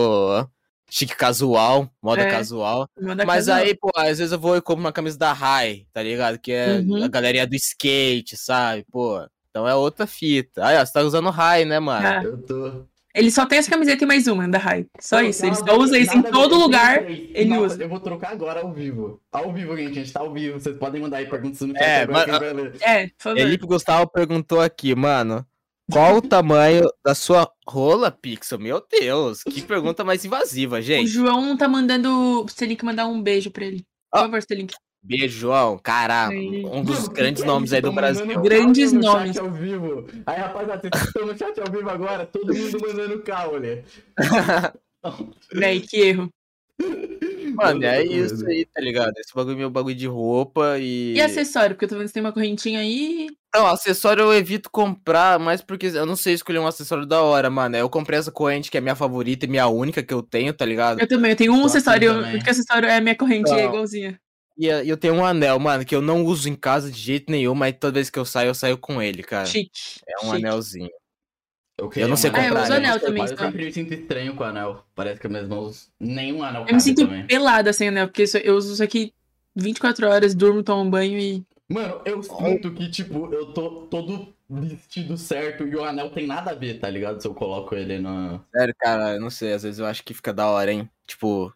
[SPEAKER 3] chique casual, moda
[SPEAKER 2] É.
[SPEAKER 3] casual.
[SPEAKER 2] Moda
[SPEAKER 3] Mas
[SPEAKER 2] casual.
[SPEAKER 3] aí, pô, às vezes eu vou e compro uma camisa da Rai, tá ligado? Que é
[SPEAKER 2] Uhum.
[SPEAKER 3] a galeria do skate, sabe? Pô, então é outra fita. Aí, ó, você tá usando Rai, né, mano?
[SPEAKER 2] Ah,
[SPEAKER 1] Eu tô.
[SPEAKER 2] Ele só tem essa camiseta e mais uma da Rai. Só
[SPEAKER 1] Não,
[SPEAKER 2] isso. Ele
[SPEAKER 1] nada
[SPEAKER 2] só
[SPEAKER 1] a ver-
[SPEAKER 2] usa isso em
[SPEAKER 1] nada a ver,
[SPEAKER 2] todo
[SPEAKER 1] tem
[SPEAKER 2] lugar.
[SPEAKER 1] três.
[SPEAKER 2] ele
[SPEAKER 1] Não,
[SPEAKER 2] usa.
[SPEAKER 1] Eu vou trocar agora ao vivo. Ao vivo, gente. A gente tá ao vivo. Vocês podem mandar aí perguntas no chat
[SPEAKER 3] É,
[SPEAKER 1] agora quem
[SPEAKER 3] mas-
[SPEAKER 1] vai ler.
[SPEAKER 2] É, por favor.
[SPEAKER 3] Felipe Gustavo perguntou aqui, mano. Qual o tamanho da sua rola, Pixel? Meu Deus, que pergunta mais invasiva,
[SPEAKER 2] O
[SPEAKER 3] gente.
[SPEAKER 2] João tá mandando. Você tem que mandar um beijo pra ele. Por
[SPEAKER 3] Ah.
[SPEAKER 2] favor, Stelink.
[SPEAKER 3] Beijo, João. Cara,
[SPEAKER 2] Sim.
[SPEAKER 3] um dos
[SPEAKER 1] Mano,
[SPEAKER 3] grandes
[SPEAKER 1] que
[SPEAKER 3] nomes
[SPEAKER 1] é isso?
[SPEAKER 3] aí do
[SPEAKER 1] Tão
[SPEAKER 3] Brasil.
[SPEAKER 1] mandando
[SPEAKER 2] Grandes
[SPEAKER 1] caule no
[SPEAKER 2] nomes.
[SPEAKER 1] Chat ao vivo. Aí, rapaziada, vocês estão no chat ao vivo agora, todo mundo mandando caule.
[SPEAKER 3] (laughs)
[SPEAKER 2] Véi, que erro.
[SPEAKER 3] Mano, é isso aí, tá ligado? Esse bagulho é meu bagulho de roupa e.
[SPEAKER 2] E acessório, porque eu tô vendo que tem uma correntinha aí.
[SPEAKER 3] Não, acessório eu evito comprar, mas porque eu não sei escolher um acessório da hora, mano. Eu comprei essa corrente que é minha favorita e minha única que eu tenho, tá ligado?
[SPEAKER 2] Eu também, eu tenho um
[SPEAKER 1] Tô assim
[SPEAKER 2] acessório.
[SPEAKER 1] também.
[SPEAKER 2] Porque acessório é a minha corrente é
[SPEAKER 3] Então.
[SPEAKER 2] igualzinha.
[SPEAKER 3] E eh, eu tenho um anel, mano, que eu não uso em casa de jeito nenhum, mas toda vez que eu saio, eu saio com ele, cara.
[SPEAKER 2] Chique.
[SPEAKER 3] É um
[SPEAKER 2] chique.
[SPEAKER 3] anelzinho.
[SPEAKER 1] queria
[SPEAKER 3] Eu não sei
[SPEAKER 1] um anel.
[SPEAKER 3] comprar, Ah, eu uso né?
[SPEAKER 2] anel também,
[SPEAKER 1] Mas eu
[SPEAKER 2] então.
[SPEAKER 1] sempre me sinto estranho com o anel. Parece que as minhas mãos. Nenhum anel
[SPEAKER 2] Eu me
[SPEAKER 1] cabe
[SPEAKER 2] sinto
[SPEAKER 1] Tá também.
[SPEAKER 2] pelada sem anel, porque isso- eu uso isso aqui 24 horas, durmo, tomo um banho e.
[SPEAKER 1] Mano, eu sinto que, tipo, eu tô todo vestido certo e o anel tem nada a ver, tá ligado? Se eu coloco ele na.
[SPEAKER 3] Sério, cara, eu não sei, às vezes eu acho que fica da hora, hein? Tipo.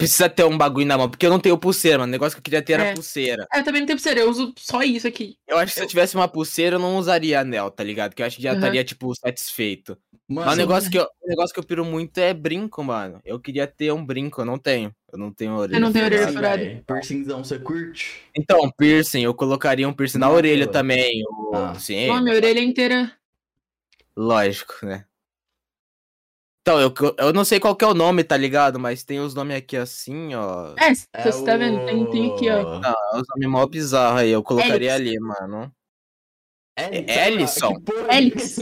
[SPEAKER 3] Precisa ter um bagulho na mão, porque eu não tenho pulseira, mano. O negócio que eu queria ter era
[SPEAKER 2] É.
[SPEAKER 3] pulseira.
[SPEAKER 2] Ah, eu também não tenho pulseira, eu uso só isso aqui.
[SPEAKER 3] Eu acho que se eu tivesse uma pulseira, eu não usaria anel, tá ligado? Que eu acho que já
[SPEAKER 2] Aham.
[SPEAKER 3] estaria, tipo, satisfeito.
[SPEAKER 1] Mano,
[SPEAKER 3] Mas o negócio, que eu, o negócio que eu piro muito é brinco, mano. Eu queria ter um brinco, eu não tenho. Eu não tenho orelha.
[SPEAKER 2] Eu não tenho
[SPEAKER 1] sei lá,
[SPEAKER 2] orelha furada.
[SPEAKER 1] véi, Piercingzão, você curte?
[SPEAKER 3] Então, piercing, eu colocaria um piercing na
[SPEAKER 1] Não,
[SPEAKER 3] orelha
[SPEAKER 1] eu-
[SPEAKER 3] também. ou-
[SPEAKER 1] Ah.
[SPEAKER 3] Sim,
[SPEAKER 2] Ó, minha orelha inteira.
[SPEAKER 3] lógico, né? Então, eu, eu não sei qual que é o nome, tá ligado? Mas tem os nomes aqui assim, ó.
[SPEAKER 2] É, se você tá vendo? Tem, tem aqui, ó.
[SPEAKER 1] o-
[SPEAKER 3] Ah, os nomes mó bizarros aí. Eu
[SPEAKER 2] Helix.
[SPEAKER 3] colocaria ali, mano.
[SPEAKER 1] Ellison.
[SPEAKER 3] Ellison.
[SPEAKER 1] É Que porra é
[SPEAKER 2] Helix.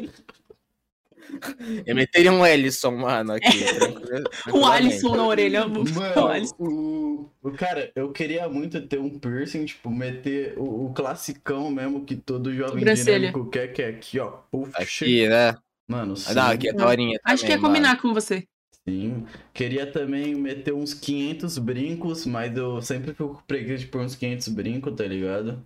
[SPEAKER 3] Eu meteria um Ellison, mano,
[SPEAKER 2] (laughs)
[SPEAKER 3] aqui. tranquila-
[SPEAKER 2] O
[SPEAKER 3] tranquilamente.
[SPEAKER 2] Um Alisson na orelha. (laughs) O
[SPEAKER 1] Mano,
[SPEAKER 2] Alisson.
[SPEAKER 1] o, o cara, eu queria muito ter um piercing, tipo, meter o, o classicão mesmo que todo jovem
[SPEAKER 2] Sobrancelha.
[SPEAKER 1] dinâmico quer, que é aqui, ó. Puff,
[SPEAKER 3] Aqui, né?
[SPEAKER 1] Mano,
[SPEAKER 3] Ah,
[SPEAKER 1] sim,
[SPEAKER 3] Não, aqui é
[SPEAKER 2] Sim.
[SPEAKER 3] daorinha
[SPEAKER 2] Acho que ia
[SPEAKER 3] também, É mano.
[SPEAKER 2] combinar com você.
[SPEAKER 1] sim. Queria também meter uns 500 brincos, mas eu sempre fico com preguiça de pôr uns 500 brincos, tá ligado?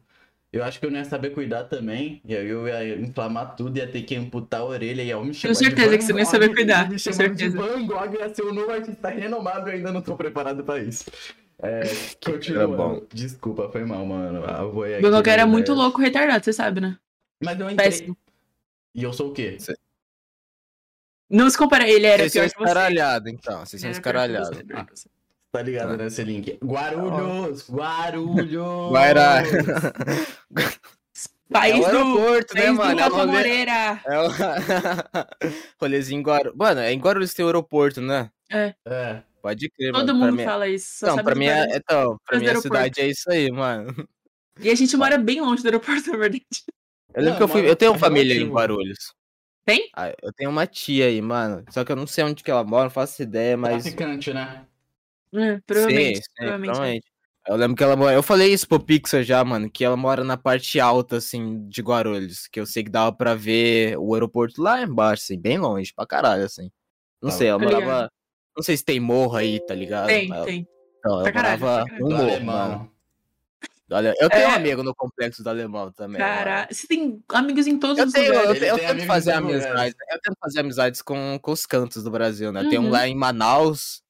[SPEAKER 1] Eu acho que eu não ia saber cuidar também, e aí eu ia inflamar tudo, ia ter que amputar a orelha, e ao me chamar de
[SPEAKER 2] certeza que
[SPEAKER 1] Van
[SPEAKER 2] você não ia
[SPEAKER 1] Gogh,
[SPEAKER 2] saber cuidar,
[SPEAKER 1] Me
[SPEAKER 2] com
[SPEAKER 1] chamando de
[SPEAKER 2] certeza.
[SPEAKER 1] Van Gogh, ia ser um novo artista renomado, eu ainda não tô preparado pra isso. É, continua.
[SPEAKER 3] bom.
[SPEAKER 1] Desculpa, foi mal, mano. A voia aqui,
[SPEAKER 2] Van Gogh era
[SPEAKER 1] né?
[SPEAKER 2] é
[SPEAKER 3] é.
[SPEAKER 2] muito louco, retardado, você sabe, né?
[SPEAKER 1] Mas eu entrei.
[SPEAKER 2] Péssimo.
[SPEAKER 1] E eu sou o quê?
[SPEAKER 2] Não se compara, ele era
[SPEAKER 3] Vocês são
[SPEAKER 2] é pior que você.
[SPEAKER 3] escaralhado, então. Vocês são
[SPEAKER 2] Ele era pior que você,
[SPEAKER 3] escaralhados.
[SPEAKER 2] pior que você.
[SPEAKER 1] Tá ligado,
[SPEAKER 3] Ah.
[SPEAKER 1] né, Selink? Guarulhos! Guarulhos!
[SPEAKER 3] Guará. É
[SPEAKER 2] País
[SPEAKER 3] o
[SPEAKER 2] do.
[SPEAKER 3] aeroporto, né,
[SPEAKER 2] País do
[SPEAKER 3] mano? É o
[SPEAKER 2] Rafa
[SPEAKER 3] rolê-
[SPEAKER 2] Moreira.
[SPEAKER 3] É o... (laughs) Rolezinho em Guarulhos. Mano, é em Guarulhos que tem o aeroporto, né?
[SPEAKER 1] (laughs) É.
[SPEAKER 3] Pode crer, mano.
[SPEAKER 2] Todo
[SPEAKER 3] pra
[SPEAKER 2] mundo
[SPEAKER 3] mim... é-
[SPEAKER 2] fala isso. Só
[SPEAKER 3] Não,
[SPEAKER 2] sabe
[SPEAKER 3] pra
[SPEAKER 2] de
[SPEAKER 3] mim é...
[SPEAKER 2] Guarulhos.
[SPEAKER 3] Então, pra
[SPEAKER 2] Mas
[SPEAKER 3] minha
[SPEAKER 2] aeroporto.
[SPEAKER 3] cidade é isso aí, mano.
[SPEAKER 2] E a gente mora bem longe do aeroporto, na verdade.
[SPEAKER 3] Eu lembro
[SPEAKER 1] Não,
[SPEAKER 3] que eu fui...
[SPEAKER 1] mas
[SPEAKER 3] Eu tenho
[SPEAKER 1] é
[SPEAKER 3] família em
[SPEAKER 1] relativo.
[SPEAKER 3] Guarulhos.
[SPEAKER 2] Tem?
[SPEAKER 3] Ah, eu tenho uma tia aí, mano. Só que eu não sei onde que ela mora, não faço ideia, mas... Sim,
[SPEAKER 1] Traficante, né?
[SPEAKER 2] É, provavelmente. né?
[SPEAKER 3] sim,
[SPEAKER 2] provavelmente.
[SPEAKER 3] provavelmente. Eu lembro que ela mora... Eu falei isso pro Pixel já, mano, que ela mora na parte alta, assim, de Guarulhos. Que eu sei que dava pra ver o aeroporto lá embaixo, assim, bem longe, pra caralho, assim. Não
[SPEAKER 1] Tá.
[SPEAKER 3] sei, ela
[SPEAKER 2] Tô ligado.
[SPEAKER 3] morava... Não sei se tem morro aí, tá ligado?
[SPEAKER 2] Tem,
[SPEAKER 3] Ela-
[SPEAKER 2] tem.
[SPEAKER 3] Não,
[SPEAKER 2] Pra
[SPEAKER 3] eu
[SPEAKER 2] caralho,
[SPEAKER 3] morava
[SPEAKER 2] pra caralho.
[SPEAKER 3] num
[SPEAKER 1] Do
[SPEAKER 3] morro, mano.
[SPEAKER 1] alemão.
[SPEAKER 3] Do ale- Eu tenho
[SPEAKER 2] É.
[SPEAKER 3] um amigo no complexo do alemão também. mano.
[SPEAKER 2] Caralho. Você tem amigos em todos
[SPEAKER 3] Eu
[SPEAKER 2] os
[SPEAKER 3] tenho, eu,
[SPEAKER 2] lugares.
[SPEAKER 1] Ele
[SPEAKER 3] eu
[SPEAKER 1] tem amigos
[SPEAKER 3] tento
[SPEAKER 1] em
[SPEAKER 3] fazer
[SPEAKER 1] todo lugar.
[SPEAKER 3] amizades. Eu tento fazer amizades com, com os cantos do Brasil, né? Tem um
[SPEAKER 2] Uhum.
[SPEAKER 3] lá em Manaus.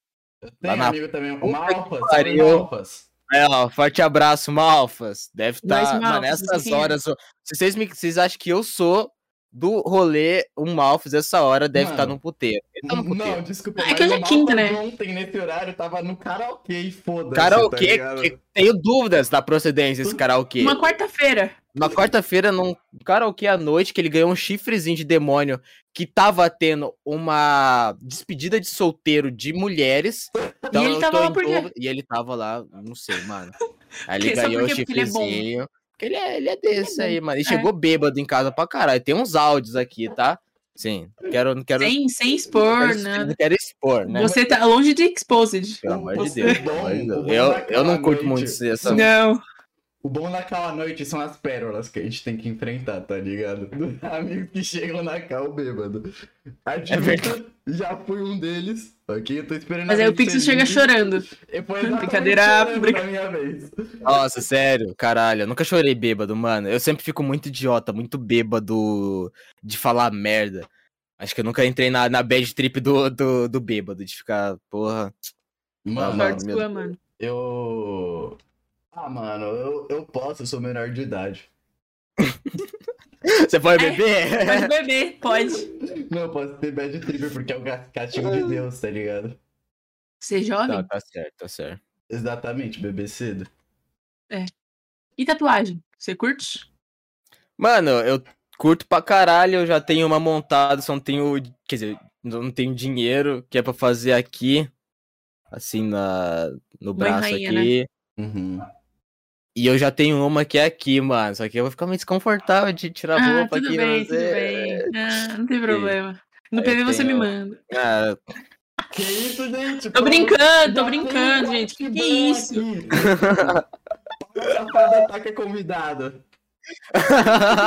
[SPEAKER 1] Tem
[SPEAKER 3] Lá na-
[SPEAKER 1] amigo também.
[SPEAKER 3] Puta
[SPEAKER 1] O Malfas.
[SPEAKER 3] que
[SPEAKER 1] sabe o
[SPEAKER 3] pariu.
[SPEAKER 1] Malfas?
[SPEAKER 3] É, ó, forte abraço, Malfas. Deve
[SPEAKER 2] Nós,
[SPEAKER 3] estar. mano,
[SPEAKER 2] Malfas, assim,
[SPEAKER 3] nessas
[SPEAKER 2] sim.
[SPEAKER 3] horas. eu- Se vocês, me, vocês acham que eu sou do rolê, um Malfas, essa hora deve estar
[SPEAKER 1] Mano.
[SPEAKER 3] num puteiro. Ele tá no puteiro.
[SPEAKER 1] Não, desculpa.
[SPEAKER 2] É
[SPEAKER 1] mas
[SPEAKER 2] que hoje
[SPEAKER 1] o
[SPEAKER 2] é quinta,
[SPEAKER 1] Malfas
[SPEAKER 2] né?
[SPEAKER 1] Ontem, nesse horário, tava no karaokê e foda-se.
[SPEAKER 3] Karaokê,
[SPEAKER 1] tá
[SPEAKER 3] que-
[SPEAKER 1] ligado?
[SPEAKER 3] tenho dúvidas da procedência desse karaokê.
[SPEAKER 2] Uma quarta-feira.
[SPEAKER 3] Na quarta-feira, num karaokê à noite, que ele ganhou um chifrezinho de demônio que tava tendo uma despedida de solteiro de mulheres. Então
[SPEAKER 2] ele
[SPEAKER 3] eu
[SPEAKER 2] tava
[SPEAKER 3] tô
[SPEAKER 2] lá
[SPEAKER 3] em
[SPEAKER 2] por quê?
[SPEAKER 3] dúvida- E ele tava lá, não sei, mano. Aí ele
[SPEAKER 2] Que- só
[SPEAKER 3] ganhou o
[SPEAKER 2] porque- porque ele é bom.
[SPEAKER 3] chifrezinho. Porque ele é, ele é desse
[SPEAKER 2] bom,
[SPEAKER 3] aí, mano. E chegou bêbado em casa pra caralho. Tem uns áudios aqui, tá? Sim. não Quero, não quero,
[SPEAKER 2] Sem, sem
[SPEAKER 3] não
[SPEAKER 2] expor,
[SPEAKER 3] quero,
[SPEAKER 2] nada.
[SPEAKER 3] não quero expor, né?
[SPEAKER 2] Você tá longe de exposed.
[SPEAKER 3] Pelo amor de
[SPEAKER 1] Você
[SPEAKER 3] Deus.
[SPEAKER 1] é
[SPEAKER 3] pelo amor de
[SPEAKER 1] bom,
[SPEAKER 3] Deus.
[SPEAKER 1] o
[SPEAKER 3] Eu,
[SPEAKER 1] bom
[SPEAKER 3] eu não
[SPEAKER 1] daquela
[SPEAKER 3] curto muito
[SPEAKER 1] noite.
[SPEAKER 3] essa.
[SPEAKER 2] Não.
[SPEAKER 1] O bom na cal à noite são as pérolas que a gente tem que enfrentar, tá ligado? Amigos que chegam na cal bêbado. Admito,
[SPEAKER 3] É verdade.
[SPEAKER 1] Já fui um deles. Ok, eu tô esperando
[SPEAKER 2] Mas aí o Pixel
[SPEAKER 1] Pixel
[SPEAKER 2] chega chorando. Brincadeira, brinca-
[SPEAKER 1] brincadeira. minha vez.
[SPEAKER 3] Tá Nossa, sério, caralho, eu nunca chorei bêbado, mano. Eu sempre fico muito idiota, muito bêbado de falar merda. Acho que eu nunca entrei na, na bad trip do, do, do bêbado, de ficar, porra. (laughs)
[SPEAKER 1] Mano,
[SPEAKER 3] Não,
[SPEAKER 2] Sorte
[SPEAKER 3] Tá meu
[SPEAKER 2] sua, mano.
[SPEAKER 1] eu. Ah, mano, eu, eu posso, eu sou menor de idade.
[SPEAKER 3] Você
[SPEAKER 2] (laughs)
[SPEAKER 3] pode beber?
[SPEAKER 2] Pode beber,
[SPEAKER 3] (laughs)
[SPEAKER 2] pode.
[SPEAKER 1] Não, eu posso ter bad trip porque é o ca- castigo de Deus, tá ligado?
[SPEAKER 2] Ser jovem.
[SPEAKER 3] tá, tá certo, tá certo.
[SPEAKER 1] Exatamente, bebê cedo.
[SPEAKER 2] E tatuagem? Você curte?
[SPEAKER 3] Mano, eu curto pra caralho, eu já tenho uma montada, só não tenho. Quer dizer, não tenho dinheiro que é pra fazer aqui. Assim, na,
[SPEAKER 2] Mãe
[SPEAKER 3] no braço
[SPEAKER 2] rainha, né?
[SPEAKER 3] aqui.
[SPEAKER 1] Uhum.
[SPEAKER 3] E eu já tenho uma que é aqui, mano. Só que eu vou ficar meio desconfortável de tirar a
[SPEAKER 2] Ah,
[SPEAKER 3] roupa
[SPEAKER 2] tudo
[SPEAKER 3] aqui.
[SPEAKER 2] bem,
[SPEAKER 3] mas
[SPEAKER 2] tudo
[SPEAKER 3] é-
[SPEAKER 2] bem. Ah, não
[SPEAKER 3] (laughs)
[SPEAKER 2] tem problema. No
[SPEAKER 3] Aí
[SPEAKER 2] PV
[SPEAKER 3] eu
[SPEAKER 2] você me
[SPEAKER 3] tenho-
[SPEAKER 2] manda.
[SPEAKER 3] Ah,
[SPEAKER 1] Que isso, gente?
[SPEAKER 2] Tô
[SPEAKER 1] Pô,
[SPEAKER 2] brincando, tô
[SPEAKER 1] já tem
[SPEAKER 2] brincando,
[SPEAKER 1] um
[SPEAKER 2] gente. Que
[SPEAKER 1] bate-bola
[SPEAKER 2] isso?
[SPEAKER 1] aqui. Pau safado ataca convidado.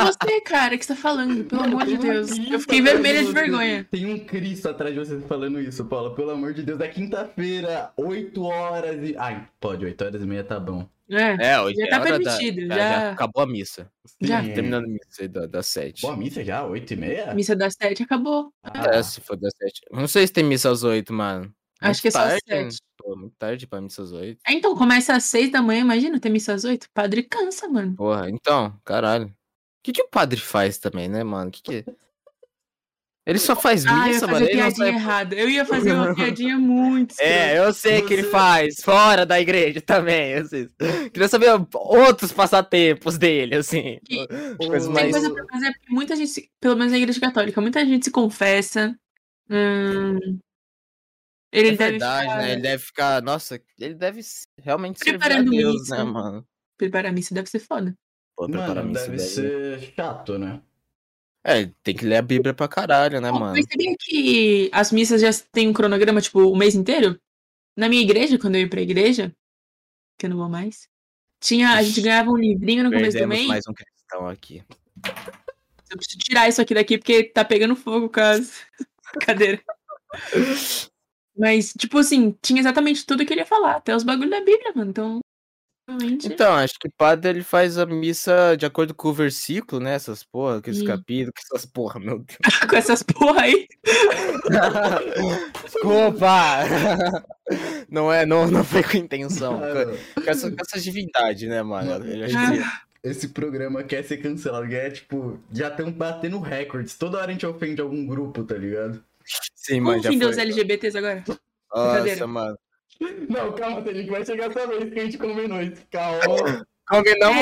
[SPEAKER 2] Você, cara, que você tá falando, pelo amor
[SPEAKER 1] Tem
[SPEAKER 2] de
[SPEAKER 1] um
[SPEAKER 2] Deus.
[SPEAKER 1] Cristo
[SPEAKER 2] Eu fiquei
[SPEAKER 1] atrás
[SPEAKER 2] vermelha de
[SPEAKER 1] você.
[SPEAKER 2] vergonha.
[SPEAKER 1] Tem um Cristo atrás de você falando isso, Paula. Pelo amor de Deus, é quinta-feira, 8 horas e. Ai, pode, 8 horas e meia tá bom.
[SPEAKER 2] É,
[SPEAKER 3] (laughs) é, hoje
[SPEAKER 2] Já
[SPEAKER 3] é
[SPEAKER 2] tá
[SPEAKER 3] hora da-
[SPEAKER 2] permitido,
[SPEAKER 3] já,
[SPEAKER 2] já-
[SPEAKER 3] já acabou a missa. Tá
[SPEAKER 2] Já.
[SPEAKER 1] Sim.
[SPEAKER 3] Terminando a missa aí da, das sete.
[SPEAKER 1] É. Boa missa já? 8 e meia?
[SPEAKER 2] missa das sete acabou.
[SPEAKER 1] Ah,
[SPEAKER 3] É, se for das sete. Não sei se tem missa às oito, mano.
[SPEAKER 2] Acho que é só às
[SPEAKER 3] tarde, hein?
[SPEAKER 2] sete.
[SPEAKER 3] Pô, muito tarde pra missa às oito.
[SPEAKER 2] Ah, Então, começa às seis da manhã, imagina, ter missa às oito. Padre cansa, mano.
[SPEAKER 3] Porra, então, caralho. O que, que o padre faz também, né, mano? O que, que... Ele só faz
[SPEAKER 2] Ah, eu ia
[SPEAKER 3] missa, mano.
[SPEAKER 2] fazer
[SPEAKER 3] Ele não
[SPEAKER 2] piadinha
[SPEAKER 3] sai...
[SPEAKER 2] errada. Eu ia fazer
[SPEAKER 3] (laughs)
[SPEAKER 2] uma piadinha muito.
[SPEAKER 3] É, eu sei que ele
[SPEAKER 1] Você-
[SPEAKER 3] faz, fora da igreja também, eu sei. Queria saber outros passatempos dele, assim.
[SPEAKER 2] Que-
[SPEAKER 3] Coisas
[SPEAKER 1] Tem
[SPEAKER 2] Tem
[SPEAKER 3] mais...
[SPEAKER 2] coisa pra fazer, porque muita gente, se- pelo menos na igreja católica, muita gente se confessa. Hum, ele
[SPEAKER 3] É
[SPEAKER 2] deve
[SPEAKER 3] verdade,
[SPEAKER 2] ficar,
[SPEAKER 3] né? Ele deve ficar. Nossa, ele deve s- realmente servir a
[SPEAKER 2] Preparando
[SPEAKER 3] Deus,
[SPEAKER 2] missa.
[SPEAKER 3] né, mano?
[SPEAKER 2] Preparar a missa deve ser foda.
[SPEAKER 3] Pô, preparar
[SPEAKER 1] Mano,
[SPEAKER 3] missa
[SPEAKER 1] deve
[SPEAKER 3] daí, né?
[SPEAKER 1] ser chato, né?
[SPEAKER 3] É, ele tem que ler a Bíblia pra caralho, né,
[SPEAKER 2] Bom,
[SPEAKER 3] mano?
[SPEAKER 2] Mas sabia que as missas já têm um cronograma, tipo, o mês inteiro? Na minha igreja, quando eu ia pra igreja, que eu não vou mais, tinha, a gente ganhava um livrinho no começo do
[SPEAKER 3] Perdemos
[SPEAKER 2] mês.
[SPEAKER 3] mais um cristão aqui.
[SPEAKER 2] Eu preciso tirar isso aqui daqui porque tá pegando fogo o caso. (laughs) Cadeira. Mas, tipo assim, tinha exatamente tudo que ele ia falar, até os bagulhos da Bíblia, mano. Então, realmente.
[SPEAKER 3] Então, acho que o padre ele faz a missa de acordo com o versículo, né? Essas porra, aqueles
[SPEAKER 2] Hum.
[SPEAKER 3] capítulos, essas porra,
[SPEAKER 1] (laughs)
[SPEAKER 3] meu Deus.
[SPEAKER 2] com essas porra aí.
[SPEAKER 3] Desculpa! (laughs) Não é, não, não foi com intenção.
[SPEAKER 1] Cara,
[SPEAKER 3] Com essa, com essa divindade, né, mano? Ele
[SPEAKER 2] Ah,
[SPEAKER 3] acho que-
[SPEAKER 1] esse programa quer ser cancelado. que É tipo, já estão batendo recordes. Toda hora a gente ofende algum grupo, tá ligado?
[SPEAKER 3] Sim, mano, assim, já
[SPEAKER 2] Confundem dos
[SPEAKER 3] foi.
[SPEAKER 2] LGBTs agora.
[SPEAKER 3] Nossa,
[SPEAKER 2] é Brincadeira.
[SPEAKER 3] mano.
[SPEAKER 1] Não, calma, Felipe, vai chegar essa vez que a gente combinou isso. Calma.
[SPEAKER 3] Combinamos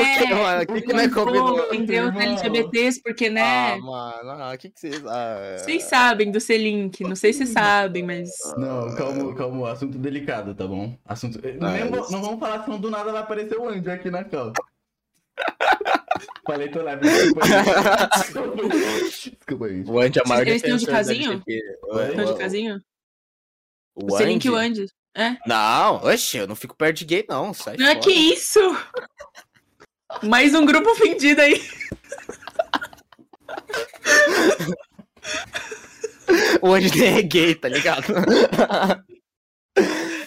[SPEAKER 2] É,
[SPEAKER 3] o quê, mano? O que, que não é combinou?
[SPEAKER 2] Entre os
[SPEAKER 1] irmão.
[SPEAKER 2] LGBTs, porque, né?
[SPEAKER 3] Ah, mano, ah, o que, que vocês. Ah,
[SPEAKER 2] Vocês sabem do C-Link, não sei se sabem, mas.
[SPEAKER 1] Não, calma, calma. Assunto delicado, tá bom? Assunto.
[SPEAKER 3] Ah,
[SPEAKER 1] Nem vou-
[SPEAKER 3] isso.
[SPEAKER 1] não vamos falar, senão do nada vai aparecer o anjo aqui na calma. Falei, tô leve. Desculpa, (laughs) gente. Desculpa, gente.
[SPEAKER 3] O Andy é a maior
[SPEAKER 2] Eles têm o de
[SPEAKER 3] defensor da
[SPEAKER 2] casinho?
[SPEAKER 3] LGBT. O-
[SPEAKER 1] Eles
[SPEAKER 2] Estão
[SPEAKER 3] o-
[SPEAKER 2] de casinho?
[SPEAKER 3] o
[SPEAKER 2] O C-Link e o
[SPEAKER 3] Andy?
[SPEAKER 2] Andes.
[SPEAKER 3] Não, oxe, eu não fico perto de gay, não. Sai
[SPEAKER 2] Ah,
[SPEAKER 3] fora.
[SPEAKER 2] que
[SPEAKER 3] (laughs)
[SPEAKER 2] isso! Mais um grupo ofendido aí.
[SPEAKER 3] O Andy nem é gay, tá ligado?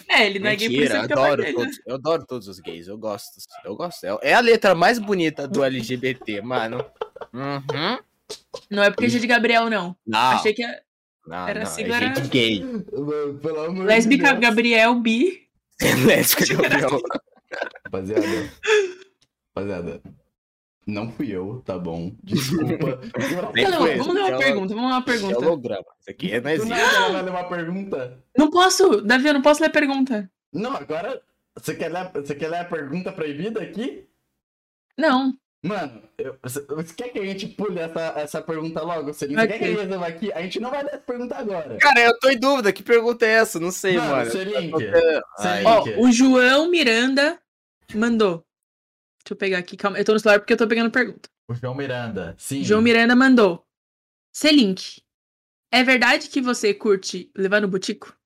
[SPEAKER 2] É, ele não é gay por isso
[SPEAKER 3] Mentira,
[SPEAKER 2] que eu
[SPEAKER 3] adoro
[SPEAKER 2] falei, né?
[SPEAKER 3] todos, eu adoro todos os gays, eu gosto, eu gosto. É- É a letra mais bonita do LGBT, mano. Uhum.
[SPEAKER 2] Não é porque é de Gabriel, não.
[SPEAKER 3] Não,
[SPEAKER 2] Achei que é
[SPEAKER 3] não,
[SPEAKER 2] era
[SPEAKER 3] não,
[SPEAKER 2] sigla,
[SPEAKER 3] é gente
[SPEAKER 2] era-
[SPEAKER 3] gay. (laughs)
[SPEAKER 1] Mano, pelo amor de
[SPEAKER 2] lésbica
[SPEAKER 1] Deus.
[SPEAKER 2] Gabriel bi.
[SPEAKER 3] É, Lésbica,
[SPEAKER 2] assim
[SPEAKER 3] Gabriel.
[SPEAKER 1] Rapaziada. Rapaziada. Não fui eu, tá bom? Desculpa. (laughs)
[SPEAKER 3] Nem
[SPEAKER 2] Não,
[SPEAKER 3] foi,
[SPEAKER 2] vamos ler uma
[SPEAKER 3] é o-
[SPEAKER 2] pergunta, vamos ler uma
[SPEAKER 3] É
[SPEAKER 2] pergunta.
[SPEAKER 3] holograma, isso aqui é
[SPEAKER 1] Do
[SPEAKER 3] existe.
[SPEAKER 1] nada ela vai ler uma pergunta?
[SPEAKER 2] Não posso, Davi, eu não posso ler pergunta.
[SPEAKER 1] Não, agora. Você quer ler, você quer ler a pergunta proibida aqui?
[SPEAKER 2] Não.
[SPEAKER 1] Mano, eu- você, você quer que a gente pule essa, essa pergunta logo? Você não quer
[SPEAKER 2] Ok.
[SPEAKER 1] que eu resolva aqui? A gente não vai ler essa pergunta agora.
[SPEAKER 3] Cara, eu tô em dúvida, que pergunta é essa? Não sei,
[SPEAKER 1] Mano, tá
[SPEAKER 3] mano.
[SPEAKER 1] você link.
[SPEAKER 3] é. Ai,
[SPEAKER 1] Você
[SPEAKER 2] Ó,
[SPEAKER 1] Ok.
[SPEAKER 2] o João Miranda mandou. Deixa eu pegar aqui, calma. Eu tô no celular porque eu tô pegando pergunta.
[SPEAKER 1] O João Miranda, sim.
[SPEAKER 2] João Miranda mandou. C-Link. É verdade que você curte levar no butico?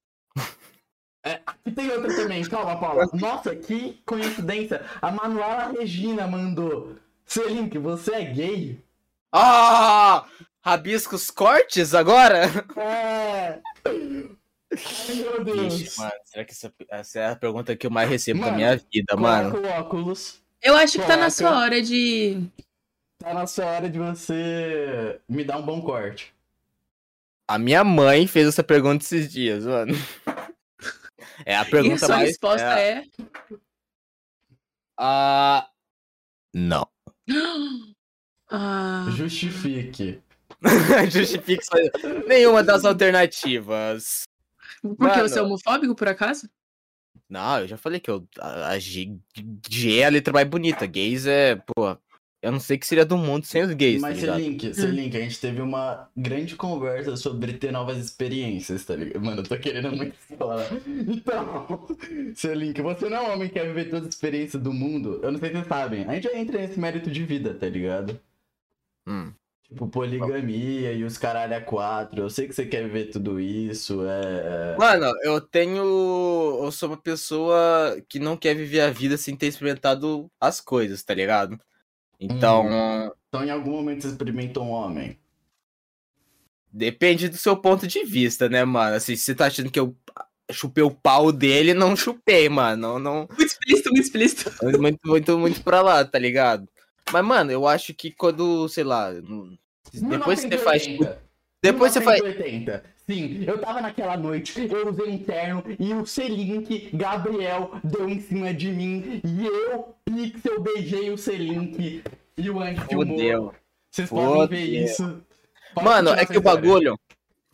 [SPEAKER 1] E tem outra também, calma, Paula. Nossa, que coincidência. A Manuela Regina mandou. Selink, você é gay?
[SPEAKER 3] Ah! Rabiscos cortes agora?
[SPEAKER 1] É. Ai, meu Deus.
[SPEAKER 3] Ixi, mano, será que essa, essa é a pergunta que eu mais recebo
[SPEAKER 1] Mano,
[SPEAKER 3] da minha vida, mano?
[SPEAKER 1] Coloca o óculos.
[SPEAKER 2] Eu acho que tá na
[SPEAKER 1] Caraca.
[SPEAKER 2] sua hora de.
[SPEAKER 1] Tá na sua hora de você me dar um bom corte.
[SPEAKER 3] A minha mãe fez essa pergunta esses dias, mano. É a
[SPEAKER 2] E a
[SPEAKER 3] pergunta
[SPEAKER 2] sua
[SPEAKER 3] mais.
[SPEAKER 2] resposta é...
[SPEAKER 3] Ah. Não. (laughs)
[SPEAKER 2] Ah,
[SPEAKER 1] Justifique.
[SPEAKER 3] Justifique só nenhuma das
[SPEAKER 2] Uhum.
[SPEAKER 3] alternativas.
[SPEAKER 2] porque você é
[SPEAKER 3] Mano.
[SPEAKER 2] homofóbico, por acaso?
[SPEAKER 3] Não, eu já falei que eu, a, a G, G é a letra mais bonita. Gays é, pô. Eu não sei o que seria do mundo sem os gays,
[SPEAKER 1] Mas
[SPEAKER 3] tá ligado?
[SPEAKER 1] Selink, Selink, a gente teve uma grande conversa sobre ter novas experiências, tá ligado? Mano, eu tô querendo muito (laughs) falar. Então, Selink, você não é um homem que quer viver todas as experiências do mundo. Eu não sei se vocês sabem. A gente entra nesse mérito de vida, tá ligado?
[SPEAKER 3] Hum.
[SPEAKER 1] Tipo, poligamia e os caralho a quatro. Eu sei que você quer viver tudo isso, é.
[SPEAKER 3] Mano, eu tenho. Eu sou uma pessoa que não quer viver a vida sem ter experimentado as coisas, tá ligado? Então,
[SPEAKER 1] Então, em algum momento você experimentou um homem.
[SPEAKER 3] depende do seu ponto de vista, né, mano? Assim, se você tá achando que eu chupei o pau dele, não chupei, mano. Não, não,
[SPEAKER 2] Muito explícito, muito explícito.
[SPEAKER 3] muito, muito, muito pra lá, tá ligado? Mas, mano, eu acho que quando, sei lá. não- Depois você faz.
[SPEAKER 1] 1980.
[SPEAKER 3] Depois você faz.
[SPEAKER 1] 1980. Sim, eu tava naquela noite, eu usei um terno e o Selink, Gabriel, deu em cima de mim e eu, Pixel, beijei o Selink e o Anjo filmou.
[SPEAKER 3] Fudeu.
[SPEAKER 1] Vocês podem ver
[SPEAKER 3] Fudeu.
[SPEAKER 1] isso. Pode
[SPEAKER 3] Mano,
[SPEAKER 1] continuar
[SPEAKER 3] é
[SPEAKER 1] essa
[SPEAKER 3] que o
[SPEAKER 1] história.
[SPEAKER 3] bagulho.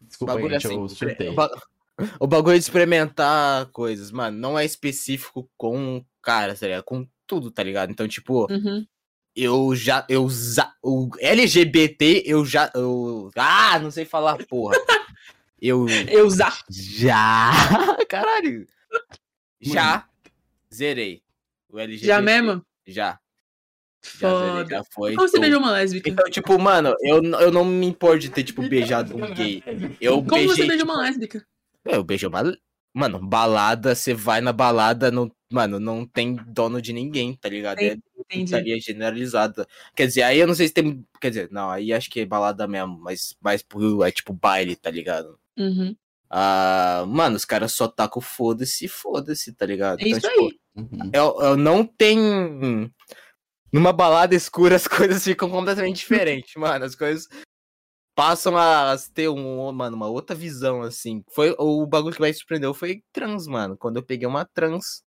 [SPEAKER 1] Desculpa,
[SPEAKER 3] bagulho
[SPEAKER 1] gente,
[SPEAKER 3] assim,
[SPEAKER 1] tipo, eu surtei.
[SPEAKER 3] O, ba- (laughs) o bagulho de experimentar coisas, mano, não é específico com caras, tá ligado? Com tudo, tá ligado? Então, tipo,
[SPEAKER 2] Uhum.
[SPEAKER 3] eu já. Eu za- o LGBT, eu já. Eu, ah, não sei falar, porra. Eu
[SPEAKER 2] Eu usar.
[SPEAKER 3] já. (laughs) Caralho. Já zerei. O LGBT.
[SPEAKER 2] Já mesmo?
[SPEAKER 3] Já. Já zerei,
[SPEAKER 2] Foda.
[SPEAKER 3] já foi.
[SPEAKER 2] Como você
[SPEAKER 3] tudo.
[SPEAKER 2] beijou uma lésbica?
[SPEAKER 3] Então, tipo, mano, eu, n- eu não me importo de ter, tipo, beijado um gay. Eu
[SPEAKER 2] Então, Como
[SPEAKER 3] beijei,
[SPEAKER 2] você beijou
[SPEAKER 3] tipo,
[SPEAKER 2] uma lésbica?
[SPEAKER 3] é, Eu beijo bal... Mano, balada, você vai na balada, não... mano, não tem dono de ninguém, tá ligado? É
[SPEAKER 2] Entendi.
[SPEAKER 3] putaria generalizada. Quer dizer, aí eu não sei se tem. Quer dizer, não, aí acho que é balada mesmo, mas mais pro é tipo baile, tá ligado?
[SPEAKER 2] Uhum.
[SPEAKER 3] Ah, mano, os caras só tacam foda-se, foda-se, tá ligado?
[SPEAKER 2] É isso
[SPEAKER 3] tipo,
[SPEAKER 2] aí.
[SPEAKER 1] Uhum.
[SPEAKER 3] Eu, eu não tenho. Numa balada escura as (laughs) coisas ficam
[SPEAKER 2] (laughs)
[SPEAKER 3] completamente diferentes, mano. As coisas passam a a ter um, mano, uma outra visão, assim. Foi o bagulho que mais surpreendeu foi trans, mano. Quando eu peguei uma trans.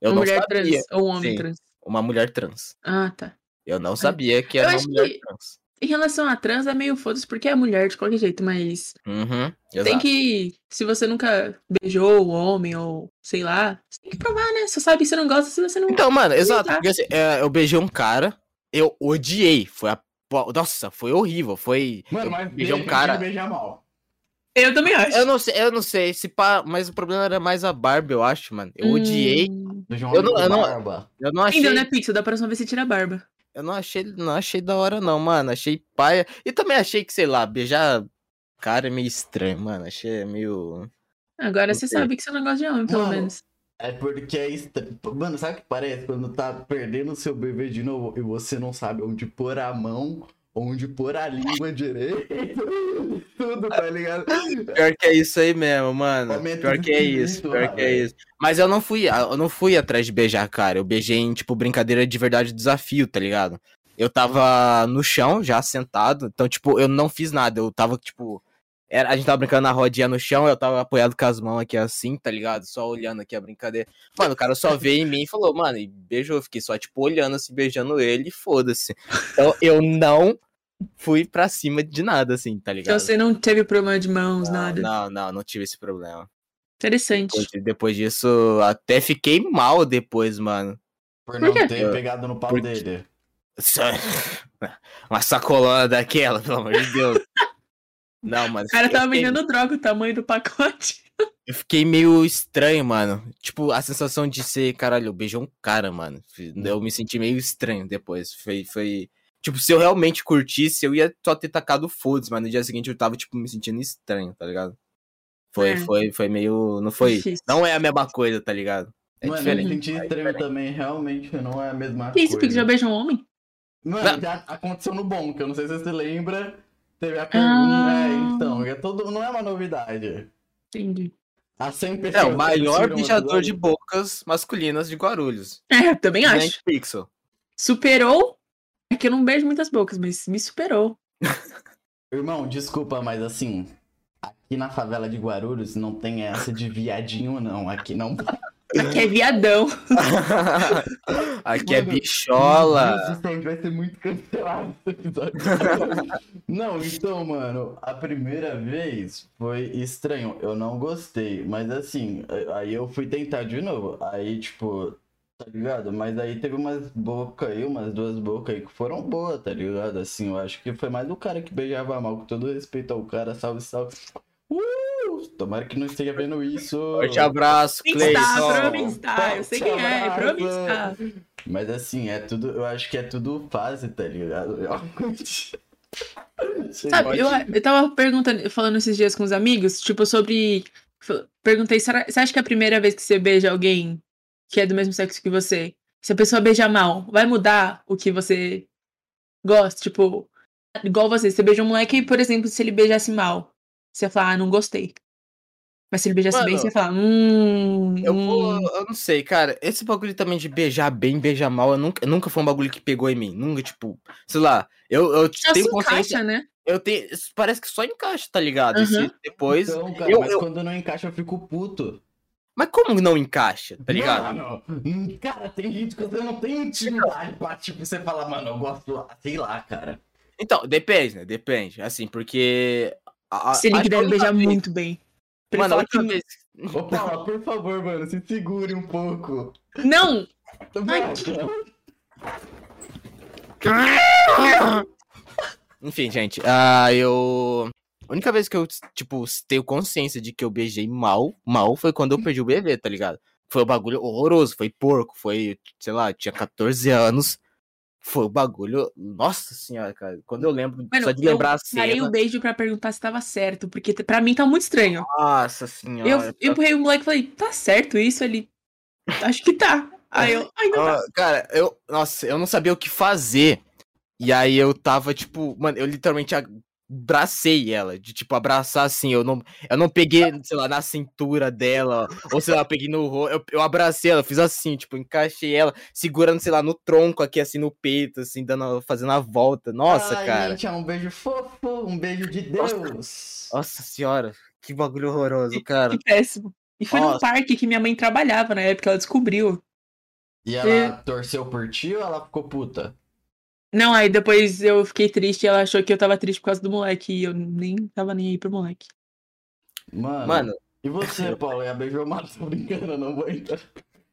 [SPEAKER 3] Eu
[SPEAKER 2] uma
[SPEAKER 3] não
[SPEAKER 2] mulher
[SPEAKER 3] sabia.
[SPEAKER 2] trans ou um homem
[SPEAKER 3] Sim.
[SPEAKER 2] trans.
[SPEAKER 3] Uma mulher trans.
[SPEAKER 2] Ah, tá.
[SPEAKER 3] Eu não sabia que era
[SPEAKER 2] Eu
[SPEAKER 3] uma
[SPEAKER 2] acho
[SPEAKER 3] mulher
[SPEAKER 2] que-
[SPEAKER 3] trans.
[SPEAKER 2] Em relação a trans, é meio foda-se porque é mulher de qualquer jeito, mas
[SPEAKER 3] Uhum.
[SPEAKER 2] tem
[SPEAKER 3] Exato.
[SPEAKER 2] que. Se você nunca beijou o homem ou sei lá, você tem que provar, né? Você sabe que você não gosta se você não.
[SPEAKER 3] Então, mano, exato.
[SPEAKER 2] dá.
[SPEAKER 3] Porque, assim, é, eu beijei um cara, eu odiei. Foi a. po- Nossa, foi horrível. Foi.
[SPEAKER 1] Mano,
[SPEAKER 3] eu
[SPEAKER 1] mas
[SPEAKER 3] beijei um
[SPEAKER 1] beijo-
[SPEAKER 3] cara.
[SPEAKER 1] beijar mal.
[SPEAKER 2] Eu também acho.
[SPEAKER 3] Eu não sei, eu não sei. Se pá, mas o problema era mais a barba, eu acho, mano. Eu odiei.
[SPEAKER 2] Hum.
[SPEAKER 1] Beijar
[SPEAKER 3] Eu não-
[SPEAKER 1] um homem
[SPEAKER 3] eu
[SPEAKER 1] com
[SPEAKER 3] não-
[SPEAKER 1] barba.
[SPEAKER 3] Eu não achei.
[SPEAKER 2] Entendeu, né, Pixel? Da próxima vez você tira a barba.
[SPEAKER 3] Eu não achei, não achei da hora, não, mano. Achei paia. E também achei que, sei lá, beijar cara é meio estranho, mano. Achei meio.
[SPEAKER 2] Agora
[SPEAKER 3] Não
[SPEAKER 2] você
[SPEAKER 3] sei.
[SPEAKER 2] sabe que você não gosta de homem, pelo
[SPEAKER 1] Mano,
[SPEAKER 2] menos.
[SPEAKER 1] É porque é estra... Mano, sabe o que parece? Quando tá perdendo o seu bebê de novo e você não sabe onde pôr a mão, onde pôr a língua direito. (laughs) Tudo, tá ligado?
[SPEAKER 3] Pior que é isso aí mesmo, mano.
[SPEAKER 1] Momento
[SPEAKER 3] Pior que é
[SPEAKER 1] infinito,
[SPEAKER 3] isso, pior que é
[SPEAKER 1] mano.
[SPEAKER 3] isso. Mas eu não fui, eu não fui atrás de beijar cara. Eu beijei em, tipo, brincadeira de verdade desafio, tá ligado? Eu tava no chão, já sentado. Então, tipo, eu não fiz nada. Eu tava, tipo. era- a gente tava brincando na rodinha no chão, eu tava apoiado com as mãos aqui assim, tá ligado? Só olhando aqui a brincadeira. Mano, o cara só veio em mim e falou, mano, e beijou. Eu fiquei só, tipo, olhando, assim, beijando ele e foda-se. Então, eu não fui pra cima de nada, assim, tá ligado?
[SPEAKER 2] Então você não teve problema de mãos,
[SPEAKER 3] Não,
[SPEAKER 2] nada.
[SPEAKER 3] Não, não, não tive esse problema.
[SPEAKER 2] Interessante.
[SPEAKER 3] Depois, depois disso, até fiquei mal depois, mano. (laughs)
[SPEAKER 1] Por
[SPEAKER 2] Por
[SPEAKER 1] não
[SPEAKER 2] quê?
[SPEAKER 1] ter pegado no pau
[SPEAKER 3] Por-
[SPEAKER 1] dele.
[SPEAKER 3] Só- Uma sacolona daquela, pelo amor de Deus. Não, mano.
[SPEAKER 2] O cara
[SPEAKER 3] eu
[SPEAKER 2] tava
[SPEAKER 3] fiquei-
[SPEAKER 2] vendendo droga, o tamanho do pacote. (laughs)
[SPEAKER 3] Eu fiquei meio estranho, mano. Tipo, a sensação de ser, caralho, eu beijei um cara, mano.
[SPEAKER 2] Hum.
[SPEAKER 3] Eu me senti meio estranho depois. Foi. foi... Tipo, se eu realmente curtisse, eu ia só ter tacado foda-se, mas no dia seguinte eu tava, tipo, me sentindo estranho, tá ligado? Foi,
[SPEAKER 2] É.
[SPEAKER 3] foi, foi meio. Não
[SPEAKER 2] (laughs)
[SPEAKER 3] foi.
[SPEAKER 2] Difícil.
[SPEAKER 3] Não é a mesma coisa, tá ligado? É
[SPEAKER 1] Mano, eu me
[SPEAKER 3] diferente.
[SPEAKER 1] senti estranho também, realmente não é a mesma
[SPEAKER 2] Que isso, Pix? Já
[SPEAKER 1] coisa.
[SPEAKER 2] beijou um homem?
[SPEAKER 1] Mano,
[SPEAKER 3] Não.
[SPEAKER 1] já aconteceu no bom, que eu não sei se você lembra. Teve a pergunta.
[SPEAKER 2] Ah.
[SPEAKER 1] É, então, é todo... não é uma novidade.
[SPEAKER 2] Entendi.
[SPEAKER 1] Há 100
[SPEAKER 3] É,
[SPEAKER 1] pessoas
[SPEAKER 3] o
[SPEAKER 1] que
[SPEAKER 3] maior
[SPEAKER 1] assistiram
[SPEAKER 3] beijador de
[SPEAKER 1] episódio.
[SPEAKER 3] bocas masculinas de Guarulhos.
[SPEAKER 2] É, eu também acho.
[SPEAKER 3] Frank
[SPEAKER 2] (laughs)
[SPEAKER 3] Pixel.
[SPEAKER 2] Superou. É
[SPEAKER 3] (laughs)
[SPEAKER 2] que eu não beijo muitas bocas, mas me superou.
[SPEAKER 1] Irmão, desculpa, mas assim, Aqui na favela de Guarulhos não tem essa de viadinho, não. Aqui não.
[SPEAKER 2] Aqui é viadão.
[SPEAKER 3] Aqui é
[SPEAKER 1] Mano, Meu
[SPEAKER 3] bichola.
[SPEAKER 1] Deus do céu, a gente vai ser muito cancelado esse episódio. não, então, mano, a primeira vez foi estranho. Eu não gostei. Mas assim, aí eu fui tentar de novo. Aí, tipo, tá ligado? Mas aí teve umas bocas aí, umas duas bocas aí que foram boas, tá ligado? Assim, eu acho que foi mais o cara que beijava mal, com todo respeito ao cara, salve, salve. Uh! Tomara que não esteja vendo isso.
[SPEAKER 3] Forte abraço,
[SPEAKER 2] Promistar,
[SPEAKER 3] Cleiton.
[SPEAKER 2] promistar. é Eu sei quem é, promistar.
[SPEAKER 1] Mas assim, é tudo. Eu acho que é tudo fase, tá ligado? Realmente. Sei lá.
[SPEAKER 2] Sabe, eu, eu tava perguntando, falando esses dias com os amigos, tipo, sobre. f- Perguntei, será, você acha que é a primeira vez que você beija alguém que é do mesmo sexo que você, se a pessoa beijar mal, vai mudar o que você gosta? Tipo, igual você, você beija um moleque e, por exemplo, se ele beijasse mal, você ia falar, ah, não gostei. Mas se ele beijasse bem,
[SPEAKER 3] Mano,
[SPEAKER 2] você ia falar, hum.
[SPEAKER 3] Eu
[SPEAKER 2] hum.
[SPEAKER 3] vou. Eu não sei, cara. Esse bagulho também de beijar bem, beijar mal, eu nunca, nunca foi um bagulho que pegou em mim. Nunca, tipo, sei lá, eu, eu
[SPEAKER 2] Já se
[SPEAKER 3] tenho consciência.
[SPEAKER 2] encaixa, né?
[SPEAKER 3] Eu tenho. isso Parece que só encaixa, tá ligado? E se
[SPEAKER 2] Uhum.
[SPEAKER 3] depois.
[SPEAKER 1] Então, cara,
[SPEAKER 3] eu-
[SPEAKER 1] mas
[SPEAKER 3] eu-
[SPEAKER 1] quando não encaixa, eu fico puto.
[SPEAKER 3] Mas como não encaixa, tá ligado?
[SPEAKER 1] Mano, hum, cara, tem gente que você não tem intimidade pra, tipo, você falar, mano, eu gosto, sei lá, cara.
[SPEAKER 3] Então, depende, né? Depende. Assim, porque. a- a-
[SPEAKER 2] Se ele
[SPEAKER 3] acho que a
[SPEAKER 2] deve
[SPEAKER 3] única
[SPEAKER 2] beijar
[SPEAKER 3] vez-
[SPEAKER 2] muito bem. Pra ele
[SPEAKER 3] Mano, a
[SPEAKER 2] falar que
[SPEAKER 3] última vez.
[SPEAKER 1] Ô, Paula, por favor, mano, se segure um pouco.
[SPEAKER 2] Não!
[SPEAKER 1] Mano,
[SPEAKER 3] (laughs) Enfim, gente, ah, eu. A única vez que eu, tipo, tenho consciência de que eu beijei mal, mal foi quando eu perdi o bebê, tá ligado? Foi um bagulho horroroso, foi porco, foi, sei lá, eu tinha 14 anos. Foi um bagulho. Nossa senhora, cara. Quando eu lembro,
[SPEAKER 2] Mano,
[SPEAKER 3] só de
[SPEAKER 2] eu
[SPEAKER 3] lembrar a
[SPEAKER 2] Parei
[SPEAKER 3] cena.
[SPEAKER 2] o um beijo pra perguntar se tava certo, porque t- pra mim tá muito estranho.
[SPEAKER 3] Ah, Nossa senhora.
[SPEAKER 2] Eu, eu empurrei o moleque e falei, tá certo isso? Ele, acho que tá. Aí eu, ainda tá.
[SPEAKER 3] Ah, cara, eu. Nossa, eu não sabia o que fazer. E aí eu tava, tipo, mano, eu literalmente abracei ela. De tipo, abraçar assim. Eu não, eu não peguei, sei lá, na cintura dela. Ou sei lá, eu peguei no rosto. Eu, eu abracei ela, fiz assim, tipo, encaixei ela, segurando, sei lá, no tronco aqui, assim, no peito, assim, dando, fazendo a volta. Nossa,
[SPEAKER 1] ai,
[SPEAKER 3] cara.
[SPEAKER 1] Gente, é um beijo fofo, um beijo de Deus.
[SPEAKER 3] Nossa senhora, que bagulho horroroso, cara.
[SPEAKER 2] (laughs) Que péssimo. E foi num
[SPEAKER 3] Nossa.
[SPEAKER 2] parque que minha mãe trabalhava na época, ela descobriu.
[SPEAKER 1] E ela torceu por ti ou ela ficou puta?
[SPEAKER 2] Não, aí depois eu fiquei triste e ela achou que eu tava triste por causa do moleque. E eu nem tava nem aí pro moleque.
[SPEAKER 1] Mano,
[SPEAKER 3] Mano, (laughs)
[SPEAKER 1] e
[SPEAKER 2] (laughs)
[SPEAKER 1] você, Paulo? É Já beijou o mato? Tô brincando, eu não vou entrar.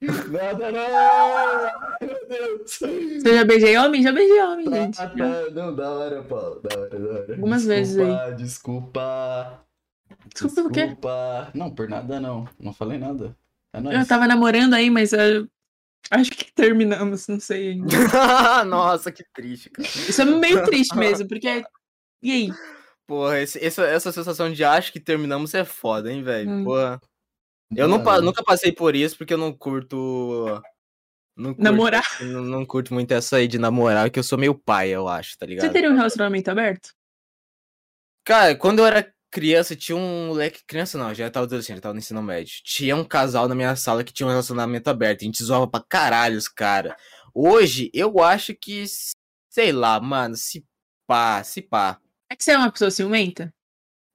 [SPEAKER 1] Nada,
[SPEAKER 2] (laughs)
[SPEAKER 1] não! Meu Deus!
[SPEAKER 2] Você já beijei homem? Já beijei homem, gente.
[SPEAKER 1] Ah, tá. Não, da hora, Paulo. Da hora, da hora.
[SPEAKER 2] Algumas
[SPEAKER 1] desculpa,
[SPEAKER 2] vezes aí.
[SPEAKER 1] Desculpa.
[SPEAKER 2] Desculpa o quê?
[SPEAKER 1] Desculpa. Não, por nada não. Não falei nada. É nóis.
[SPEAKER 2] Eu tava namorando aí, mas eu acho que terminamos, não sei ainda.
[SPEAKER 3] nossa, que triste, cara.
[SPEAKER 2] Isso é meio triste mesmo, porque. E aí?
[SPEAKER 3] Porra, esse- essa, essa sensação de acho que terminamos é foda, hein, velho?
[SPEAKER 2] Hum.
[SPEAKER 3] Porra. Eu não, pa-
[SPEAKER 1] Mano,
[SPEAKER 3] nunca passei por isso porque eu não curto. Não curto,
[SPEAKER 2] Namorar?
[SPEAKER 3] Não, não curto muito essa aí de namorar, que eu sou meio pai, eu acho, tá ligado?
[SPEAKER 2] Você teria um relacionamento aberto?
[SPEAKER 3] Cara, quando eu era criança, tinha um moleque. Criança não, já tava adolescente, já tava no ensino médio. Tinha um casal na minha sala que tinha um relacionamento aberto. A gente zoava pra caralho os cara. Hoje, eu acho que. s- Sei lá, mano, se pá, se pá.
[SPEAKER 2] É que você é uma pessoa ciumenta?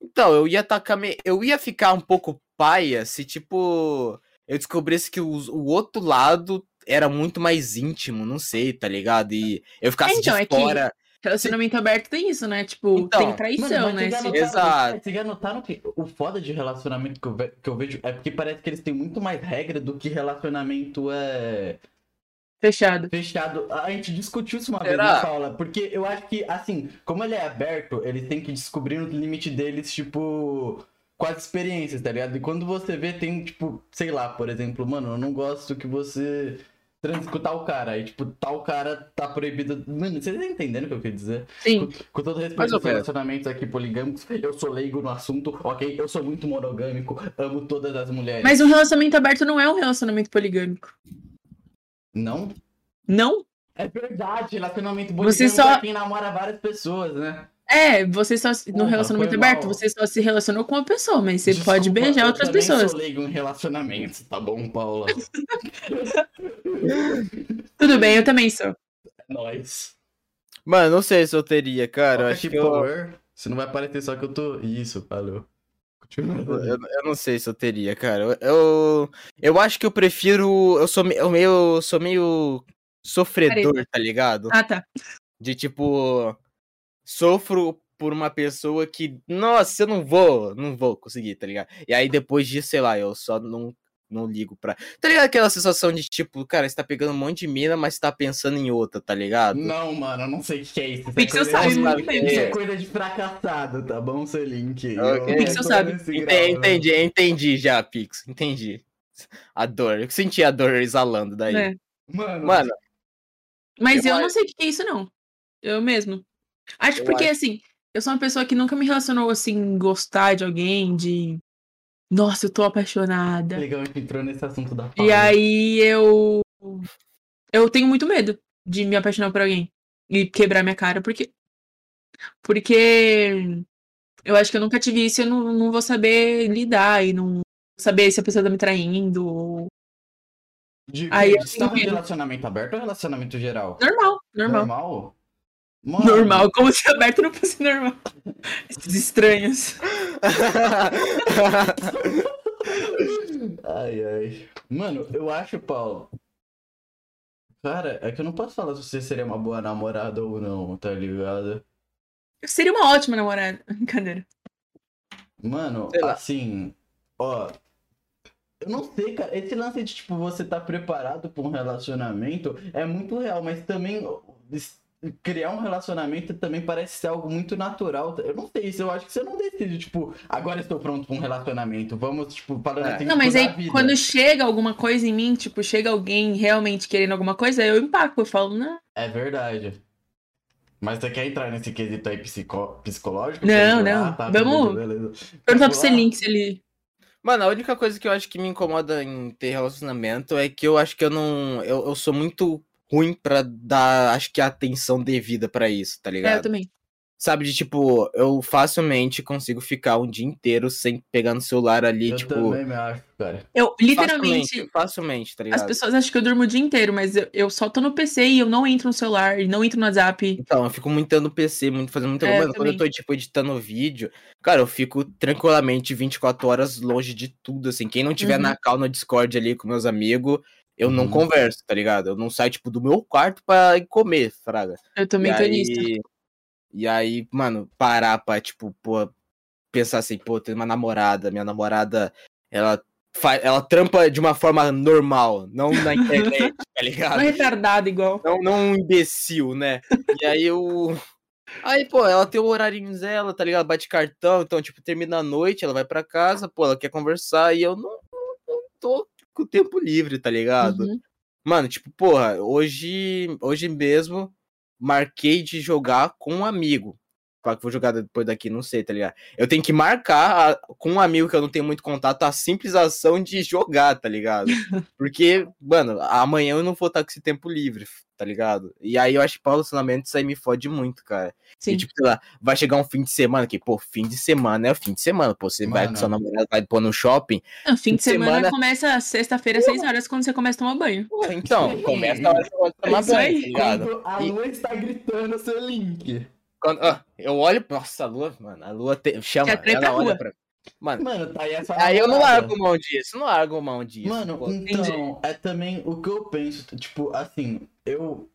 [SPEAKER 3] Então, eu ia tacar me... eu ia ficar um pouco paia se tipo eu descobrisse que os- o outro lado era muito mais íntimo, não sei, tá ligado? E eu ficasse
[SPEAKER 2] então, é
[SPEAKER 3] de
[SPEAKER 2] que-
[SPEAKER 3] fora.
[SPEAKER 2] Relacionamento aberto tem isso, né? Tipo,
[SPEAKER 3] Então,
[SPEAKER 2] tem traição,
[SPEAKER 1] mas Vocês
[SPEAKER 2] né?
[SPEAKER 1] já
[SPEAKER 2] Se-
[SPEAKER 1] notaram-
[SPEAKER 3] Exato.
[SPEAKER 1] vocês já notaram que o foda de relacionamento que eu, ve- que eu vejo é porque parece que eles têm muito mais regra do que relacionamento é
[SPEAKER 2] Fechado.
[SPEAKER 1] fechado. A gente discutiu isso uma vez,
[SPEAKER 3] Será?
[SPEAKER 1] né, Paula? Porque eu acho que, assim, como ele é aberto, eles têm que descobrir o limite deles, tipo, com as experiências, tá ligado? E quando você vê, tem, tipo, sei lá, por exemplo, mano, eu não gosto que você transe com tal cara. E, tipo, tal cara tá proibido. Mano, vocês entenderam o que eu quis dizer?
[SPEAKER 2] Sim.
[SPEAKER 1] Com todo respeito
[SPEAKER 3] Mais ou
[SPEAKER 1] aos
[SPEAKER 3] menos.
[SPEAKER 1] relacionamentos aqui poligâmicos, eu sou leigo no assunto, ok? Eu sou muito monogâmico, amo todas as mulheres.
[SPEAKER 2] Mas um relacionamento aberto não é um relacionamento poligâmico.
[SPEAKER 1] Não?
[SPEAKER 2] Não?
[SPEAKER 1] É verdade, relacionamento bonito
[SPEAKER 2] Você só-
[SPEAKER 1] é quem namora várias pessoas, né?
[SPEAKER 2] É, você só. se-
[SPEAKER 1] Porra,
[SPEAKER 2] no relacionamento
[SPEAKER 1] foi
[SPEAKER 2] aberto,
[SPEAKER 1] mal.
[SPEAKER 2] você só se relacionou com uma pessoa, mas você pode
[SPEAKER 1] Desculpa,
[SPEAKER 2] beijar outras
[SPEAKER 1] Eu também
[SPEAKER 2] pessoas.
[SPEAKER 1] sou leigo em relacionamento, tá bom, Paula?
[SPEAKER 2] Tudo bem, eu também sou.
[SPEAKER 1] É nóis.
[SPEAKER 3] Mano, não sei se eu teria, cara. Eu
[SPEAKER 1] Toca
[SPEAKER 3] acho
[SPEAKER 1] aqui,
[SPEAKER 3] que eu...
[SPEAKER 1] Power. Você não vai parecer só que eu tô... Isso, valeu.
[SPEAKER 3] Eu, eu não sei se eu teria, cara. Eu, eu, eu acho que eu prefiro. Eu sou, me- eu meio, sou meio sofredor,
[SPEAKER 2] Careta.
[SPEAKER 3] tá ligado?
[SPEAKER 2] Ah, tá.
[SPEAKER 3] De tipo, sofro por uma pessoa que, nossa, eu não vou, não vou conseguir, tá ligado? E aí depois disso, sei lá, eu só não, não ligo pra. Tá ligado aquela sensação de tipo, cara, você tá pegando um monte de mina, mas você tá pensando em outra, tá ligado?
[SPEAKER 1] Não, mano, eu não sei o que que é isso. Isso é
[SPEAKER 2] Pixel
[SPEAKER 1] coisa
[SPEAKER 2] sabe
[SPEAKER 1] de-
[SPEAKER 2] muito bem.
[SPEAKER 1] Isso é coisa de fracassado, tá bom, seu Link?
[SPEAKER 3] Ok.
[SPEAKER 2] Pixel sabe.
[SPEAKER 1] né?
[SPEAKER 3] Entendi, entendi, entendi já, Pix, entendi. A dor, eu senti a dor exalando daí.
[SPEAKER 2] É.
[SPEAKER 1] Mano,
[SPEAKER 3] Mano, (laughs)
[SPEAKER 2] Mas
[SPEAKER 3] Eu
[SPEAKER 2] eu, não sei o que é isso, não. Eu mesmo. Acho
[SPEAKER 3] Eu
[SPEAKER 2] porque, assim, eu sou uma pessoa que nunca me relacionou, assim, gostar de alguém, de. Nossa, eu tô apaixonada.
[SPEAKER 1] legal que entrou nesse assunto da
[SPEAKER 2] E aí eu. Eu tenho muito medo de me apaixonar por alguém e quebrar minha cara, porque. Porque. Eu acho que eu nunca tive isso e eu não, não vou saber lidar e não saber se a pessoa tá me traindo. Ou...
[SPEAKER 1] De,
[SPEAKER 2] aí eu
[SPEAKER 1] você tava em
[SPEAKER 2] entendi.
[SPEAKER 1] relacionamento aberto ou relacionamento geral?
[SPEAKER 2] Normal, normal.
[SPEAKER 1] Normal? Mano,
[SPEAKER 2] Normal, como se aberto não fosse normal. Esses estranhos.
[SPEAKER 1] Ai, ai. Mano, eu acho, Paulo. Cara, é que eu não posso falar se você seria uma boa namorada ou não, tá ligado?
[SPEAKER 2] Eu seria uma ótima namorada. (laughs) Brincadeira.
[SPEAKER 1] Mano,
[SPEAKER 3] Sei lá.
[SPEAKER 1] assim, ó. Eu não sei, cara. Esse lance de, tipo, você tá preparado pra um relacionamento é muito real, mas também ó, es- criar um relacionamento também parece ser algo muito natural. tá? Eu não sei isso, eu acho que você não decide, tipo, agora eu estou pronto pra um relacionamento. Vamos, tipo, falando
[SPEAKER 3] É.
[SPEAKER 1] assim.
[SPEAKER 2] Não, mas
[SPEAKER 1] tipo,
[SPEAKER 2] aí
[SPEAKER 1] na vida.
[SPEAKER 2] quando chega alguma coisa em mim, tipo, chega alguém realmente querendo alguma coisa, eu empaco, eu falo, não.
[SPEAKER 1] É verdade. Mas você quer entrar nesse quesito aí psico- psicológico?
[SPEAKER 2] Não,
[SPEAKER 1] Sei lá,
[SPEAKER 2] não.
[SPEAKER 1] tá,
[SPEAKER 2] Vamos-
[SPEAKER 1] beleza, beleza.
[SPEAKER 2] Perguntar
[SPEAKER 1] Vamos
[SPEAKER 2] pro
[SPEAKER 1] lá.
[SPEAKER 2] Selink se ele.
[SPEAKER 3] Mano, a única coisa que eu acho que me incomoda em ter relacionamento é que eu acho que eu não. Eu, eu sou muito ruim pra dar, acho que, a atenção devida pra isso, tá
[SPEAKER 2] É, eu
[SPEAKER 3] ligado?
[SPEAKER 2] também.
[SPEAKER 3] Sabe, de tipo, eu facilmente consigo ficar um dia inteiro sem pegar no celular ali,
[SPEAKER 1] Eu
[SPEAKER 3] tipo.
[SPEAKER 1] também me acho, cara.
[SPEAKER 2] Eu, literalmente,
[SPEAKER 3] Facilmente, facilmente, tá ligado?
[SPEAKER 2] as pessoas acham que eu durmo o dia inteiro, mas eu, eu só tô no PC e eu não entro no celular, e não entro no WhatsApp.
[SPEAKER 3] Então, eu fico montando o PC, muito, fazendo muita
[SPEAKER 2] É,
[SPEAKER 3] coisa.
[SPEAKER 2] eu
[SPEAKER 3] Mano, quando eu tô, tipo, editando vídeo, cara, eu fico tranquilamente 24 horas longe de tudo, assim. Quem não
[SPEAKER 2] Uhum.
[SPEAKER 3] tiver na cal no Discord ali com meus amigos, eu não
[SPEAKER 1] Uhum.
[SPEAKER 3] converso, tá ligado? Eu não saio, tipo, do meu quarto pra ir comer, fraga.
[SPEAKER 2] Eu também
[SPEAKER 3] e
[SPEAKER 2] tô
[SPEAKER 3] aí... (laughs)
[SPEAKER 2] nisso.
[SPEAKER 3] E aí, mano, parar pra, tipo, pô, pensar assim, pô, tem uma namorada, minha namorada, ela, fa... ela trampa de uma forma normal, não
[SPEAKER 2] (laughs)
[SPEAKER 3] na internet, tá
[SPEAKER 2] Tô
[SPEAKER 3] ligado?
[SPEAKER 2] retardado igual.
[SPEAKER 3] Não, não um imbecil, né? E aí eu. (laughs) Aí, pô, ela tem o horário dela, tá ligado? Bate cartão, então, tipo, termina a noite, ela vai pra casa, pô, ela quer conversar e eu não, não- não tô com o tempo livre, tá ligado?
[SPEAKER 2] Uhum.
[SPEAKER 3] Mano, tipo, porra, hoje, hoje mesmo marquei de jogar com um amigo. Claro que vou jogar depois daqui, não sei, tá ligado? Eu tenho que marcar a- com um amigo que eu não tenho muito contato a simples ação de jogar,
[SPEAKER 2] (laughs)
[SPEAKER 3] tá ligado? Porque, mano, amanhã eu não vou estar com esse tempo livre, tá ligado? E aí eu acho que pra relacionamento isso aí me fode muito, cara.
[SPEAKER 2] Sim.
[SPEAKER 3] E tipo, sei lá, vai chegar um fim de semana que, pô, fim de semana é o fim de semana, pô, você vai com
[SPEAKER 1] Mano.
[SPEAKER 3] sua namorada, vai pôr no shopping.
[SPEAKER 2] Não, fim de semana,
[SPEAKER 3] semana- Uh!
[SPEAKER 2] começa sexta-feira, às seis horas, quando você começa a tomar banho.
[SPEAKER 3] Pô, então, começa a hora que eu vou tomar
[SPEAKER 2] É Isso
[SPEAKER 3] banho,
[SPEAKER 2] aí.
[SPEAKER 3] tá ligado?
[SPEAKER 1] Quando a
[SPEAKER 3] E-
[SPEAKER 1] lua está gritando, seu Link.
[SPEAKER 3] Quando, ó, eu olho. Nossa, a lua, mano. A lua te- chama.
[SPEAKER 2] Te atrai
[SPEAKER 3] ela
[SPEAKER 2] pra
[SPEAKER 3] olha
[SPEAKER 2] rua.
[SPEAKER 3] pra mim. Mano,
[SPEAKER 1] Mano, tá aí essa.
[SPEAKER 3] aí eu não
[SPEAKER 1] namorada.
[SPEAKER 3] largo mão disso. Não largo mão disso.
[SPEAKER 1] Mano,
[SPEAKER 3] pô.
[SPEAKER 1] então, é também o que eu penso. Tipo, assim, eu.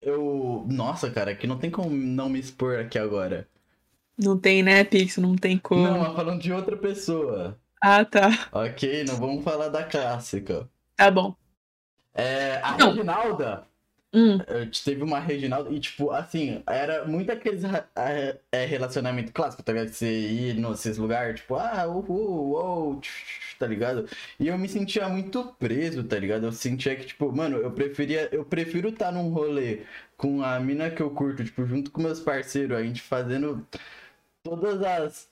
[SPEAKER 1] Eu. Nossa, cara, que não tem como não me expor aqui agora.
[SPEAKER 2] Não tem, né, Pixel? Não tem como.
[SPEAKER 1] Não, mas falando de outra pessoa.
[SPEAKER 2] Ah, tá.
[SPEAKER 1] Ok, não vamos falar da clássica.
[SPEAKER 2] Tá bom.
[SPEAKER 1] É, a
[SPEAKER 2] Não.
[SPEAKER 1] Reginalda.
[SPEAKER 2] Hum,
[SPEAKER 1] Eu te- teve uma Reginalda e, tipo, assim, era muito aqueles ra- é, é, relacionamento clássico, tá ligado? Você ir nesses lugares, tipo, ah, uhul, uou, tch, tch, tá ligado? E eu me sentia muito preso, tá ligado? Eu sentia que, tipo, mano, eu preferia, eu prefiro estar num rolê com a mina que eu curto, tipo, junto com meus parceiros, a gente fazendo todas as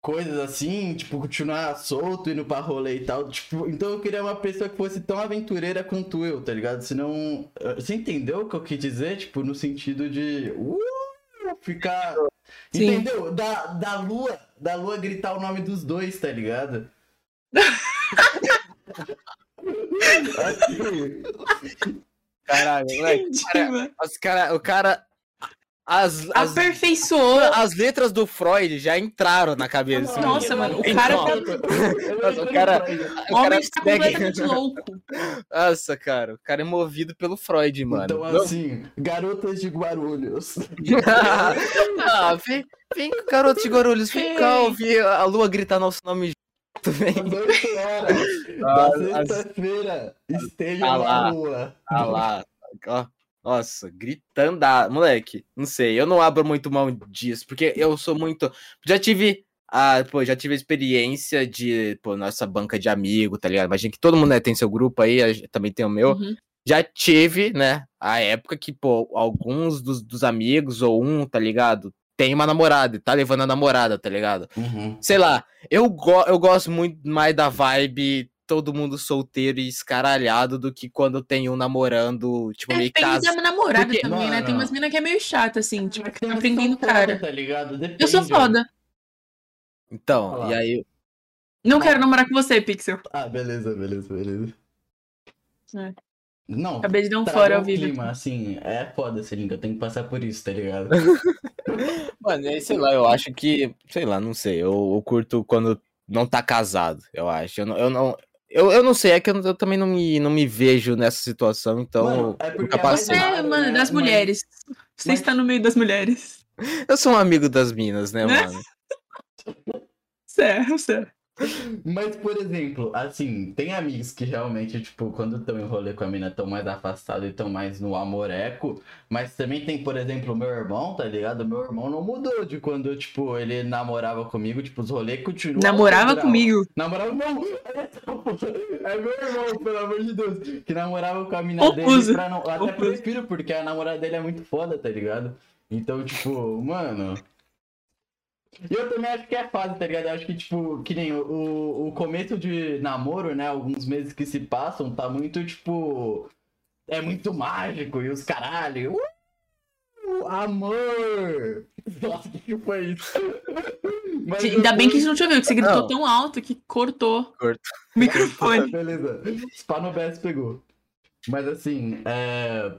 [SPEAKER 1] coisas assim, tipo, continuar solto, indo pra rolê e tal. Tipo, então eu queria uma pessoa que fosse tão aventureira quanto eu, tá ligado? Senão. eh, Você entendeu o que eu quis dizer? Tipo, no sentido de. uh, ficar.
[SPEAKER 2] Sim.
[SPEAKER 1] Entendeu? Da, da lua. Da lua gritar o nome dos dois, tá ligado? Assim,
[SPEAKER 3] Caralho, moleque.
[SPEAKER 2] entendi,
[SPEAKER 3] cara-
[SPEAKER 2] mano. (laughs)
[SPEAKER 3] os cara, o cara As, as,
[SPEAKER 2] Aperfeiçoou.
[SPEAKER 3] as letras do Freud já entraram na cabeça.
[SPEAKER 2] Nossa, mano, o
[SPEAKER 3] Então,
[SPEAKER 2] cara tá.
[SPEAKER 3] (laughs)
[SPEAKER 1] Nossa,
[SPEAKER 3] o cara-
[SPEAKER 2] O homem
[SPEAKER 3] cara
[SPEAKER 2] está
[SPEAKER 3] segue-
[SPEAKER 2] completamente louco.
[SPEAKER 3] Nossa, cara, o cara é movido pelo Freud, mano.
[SPEAKER 1] Então,
[SPEAKER 2] (laughs)
[SPEAKER 3] Não-
[SPEAKER 1] assim, garotas de Guarulhos.
[SPEAKER 3] (laughs)
[SPEAKER 1] (laughs)
[SPEAKER 3] ah, vem, vem, garoto de Guarulhos, vem cá ouvir a lua gritar nosso nome junto, (laughs) vem.
[SPEAKER 1] Às 8 horas
[SPEAKER 3] Ah,
[SPEAKER 1] da
[SPEAKER 3] as-
[SPEAKER 1] sexta-feira, estejam
[SPEAKER 3] Ah lá.
[SPEAKER 1] na rua.
[SPEAKER 3] Ah lá, ó. Nossa, gritando, moleque, não sei, eu não abro muito mão disso, porque eu sou muito, já tive, ah, pô, já tive a experiência de, pô, nossa banca de amigo, tá ligado? Imagina que todo mundo, né, tem seu grupo aí, a gente também tem o meu,
[SPEAKER 2] Uhum.
[SPEAKER 3] já tive, né, a época que, pô, alguns dos, dos amigos ou um, tá ligado, tem uma namorada e tá levando a namorada, tá ligado? sei lá, eu, go eu gosto muito mais da vibe todo mundo solteiro e escaralhado do que quando tem um namorando,
[SPEAKER 2] É,
[SPEAKER 3] tipo, meio
[SPEAKER 2] Depende
[SPEAKER 3] casa.
[SPEAKER 2] da namorada
[SPEAKER 3] Porque-
[SPEAKER 2] também, né? Tem
[SPEAKER 1] Mano.
[SPEAKER 2] umas minas que é meio chata, assim, tipo, que tá
[SPEAKER 1] Elas
[SPEAKER 2] prendendo
[SPEAKER 1] são
[SPEAKER 2] o cara.
[SPEAKER 1] foda, Tá ligado? Depende.
[SPEAKER 2] Eu sou foda.
[SPEAKER 3] Então,
[SPEAKER 1] Olha lá.
[SPEAKER 3] e aí,
[SPEAKER 2] Não quero namorar com você, Pixel.
[SPEAKER 1] Ah, beleza, beleza, beleza.
[SPEAKER 2] É.
[SPEAKER 1] Não,
[SPEAKER 2] Acabei de dar um
[SPEAKER 3] tá,
[SPEAKER 1] travou
[SPEAKER 2] fora ao
[SPEAKER 1] o
[SPEAKER 2] vivo.
[SPEAKER 1] clima, assim, é foda, Selinga, eu tenho que passar por isso, tá ligado?
[SPEAKER 3] mano, e aí, sei lá, eu acho que, sei lá, não sei, eu, eu curto quando não tá casado, eu acho, eu não... Eu não eu, eu não sei, é que eu, eu também não me, não me vejo nessa situação, então
[SPEAKER 1] Mano, é
[SPEAKER 3] eu
[SPEAKER 1] porque
[SPEAKER 3] nunca
[SPEAKER 1] é mais
[SPEAKER 3] passei.
[SPEAKER 2] Você,
[SPEAKER 1] Claro,
[SPEAKER 2] mano,
[SPEAKER 1] né?
[SPEAKER 2] das
[SPEAKER 1] Mas-
[SPEAKER 2] mulheres. Você
[SPEAKER 1] mas-
[SPEAKER 2] está no meio das mulheres.
[SPEAKER 3] Eu sou um amigo das minas, né,
[SPEAKER 2] Né?
[SPEAKER 3] mano?
[SPEAKER 2] Certo, certo.
[SPEAKER 1] Mas, por exemplo, assim, tem amigos que realmente, tipo, quando estão em rolê com a mina, estão mais afastados e estão mais no amoreco. Mas também tem, por exemplo, o meu irmão, tá ligado? Meu irmão não mudou de quando, tipo, ele namorava comigo, tipo, os rolês continuam.
[SPEAKER 2] Namorava
[SPEAKER 1] natural.
[SPEAKER 2] comigo.
[SPEAKER 1] Namorava não. É meu irmão, pelo amor de Deus. Que namorava com a mina
[SPEAKER 2] Confuso.
[SPEAKER 1] dele pra não. eu Até
[SPEAKER 2] Confuso.
[SPEAKER 1] prefiro, porque a namorada dele é muito foda, tá ligado? Então, tipo, mano. E eu também acho que é fase, tá ligado? Eu acho que, tipo, que nem o- o, o começo de namoro, né? Alguns meses que se passam, tá muito, tipo. É muito mágico e os caralho. Uh, amor! Nossa, o que que foi isso? (laughs) Mas
[SPEAKER 2] Ainda bem que a
[SPEAKER 1] depois-
[SPEAKER 2] gente não te ouviu, que você gritou
[SPEAKER 3] Não.
[SPEAKER 2] tão alto que cortou
[SPEAKER 3] Cortou.
[SPEAKER 2] o
[SPEAKER 3] (laughs)
[SPEAKER 2] microfone.
[SPEAKER 1] Beleza. Spa no BS pegou. Mas assim, é...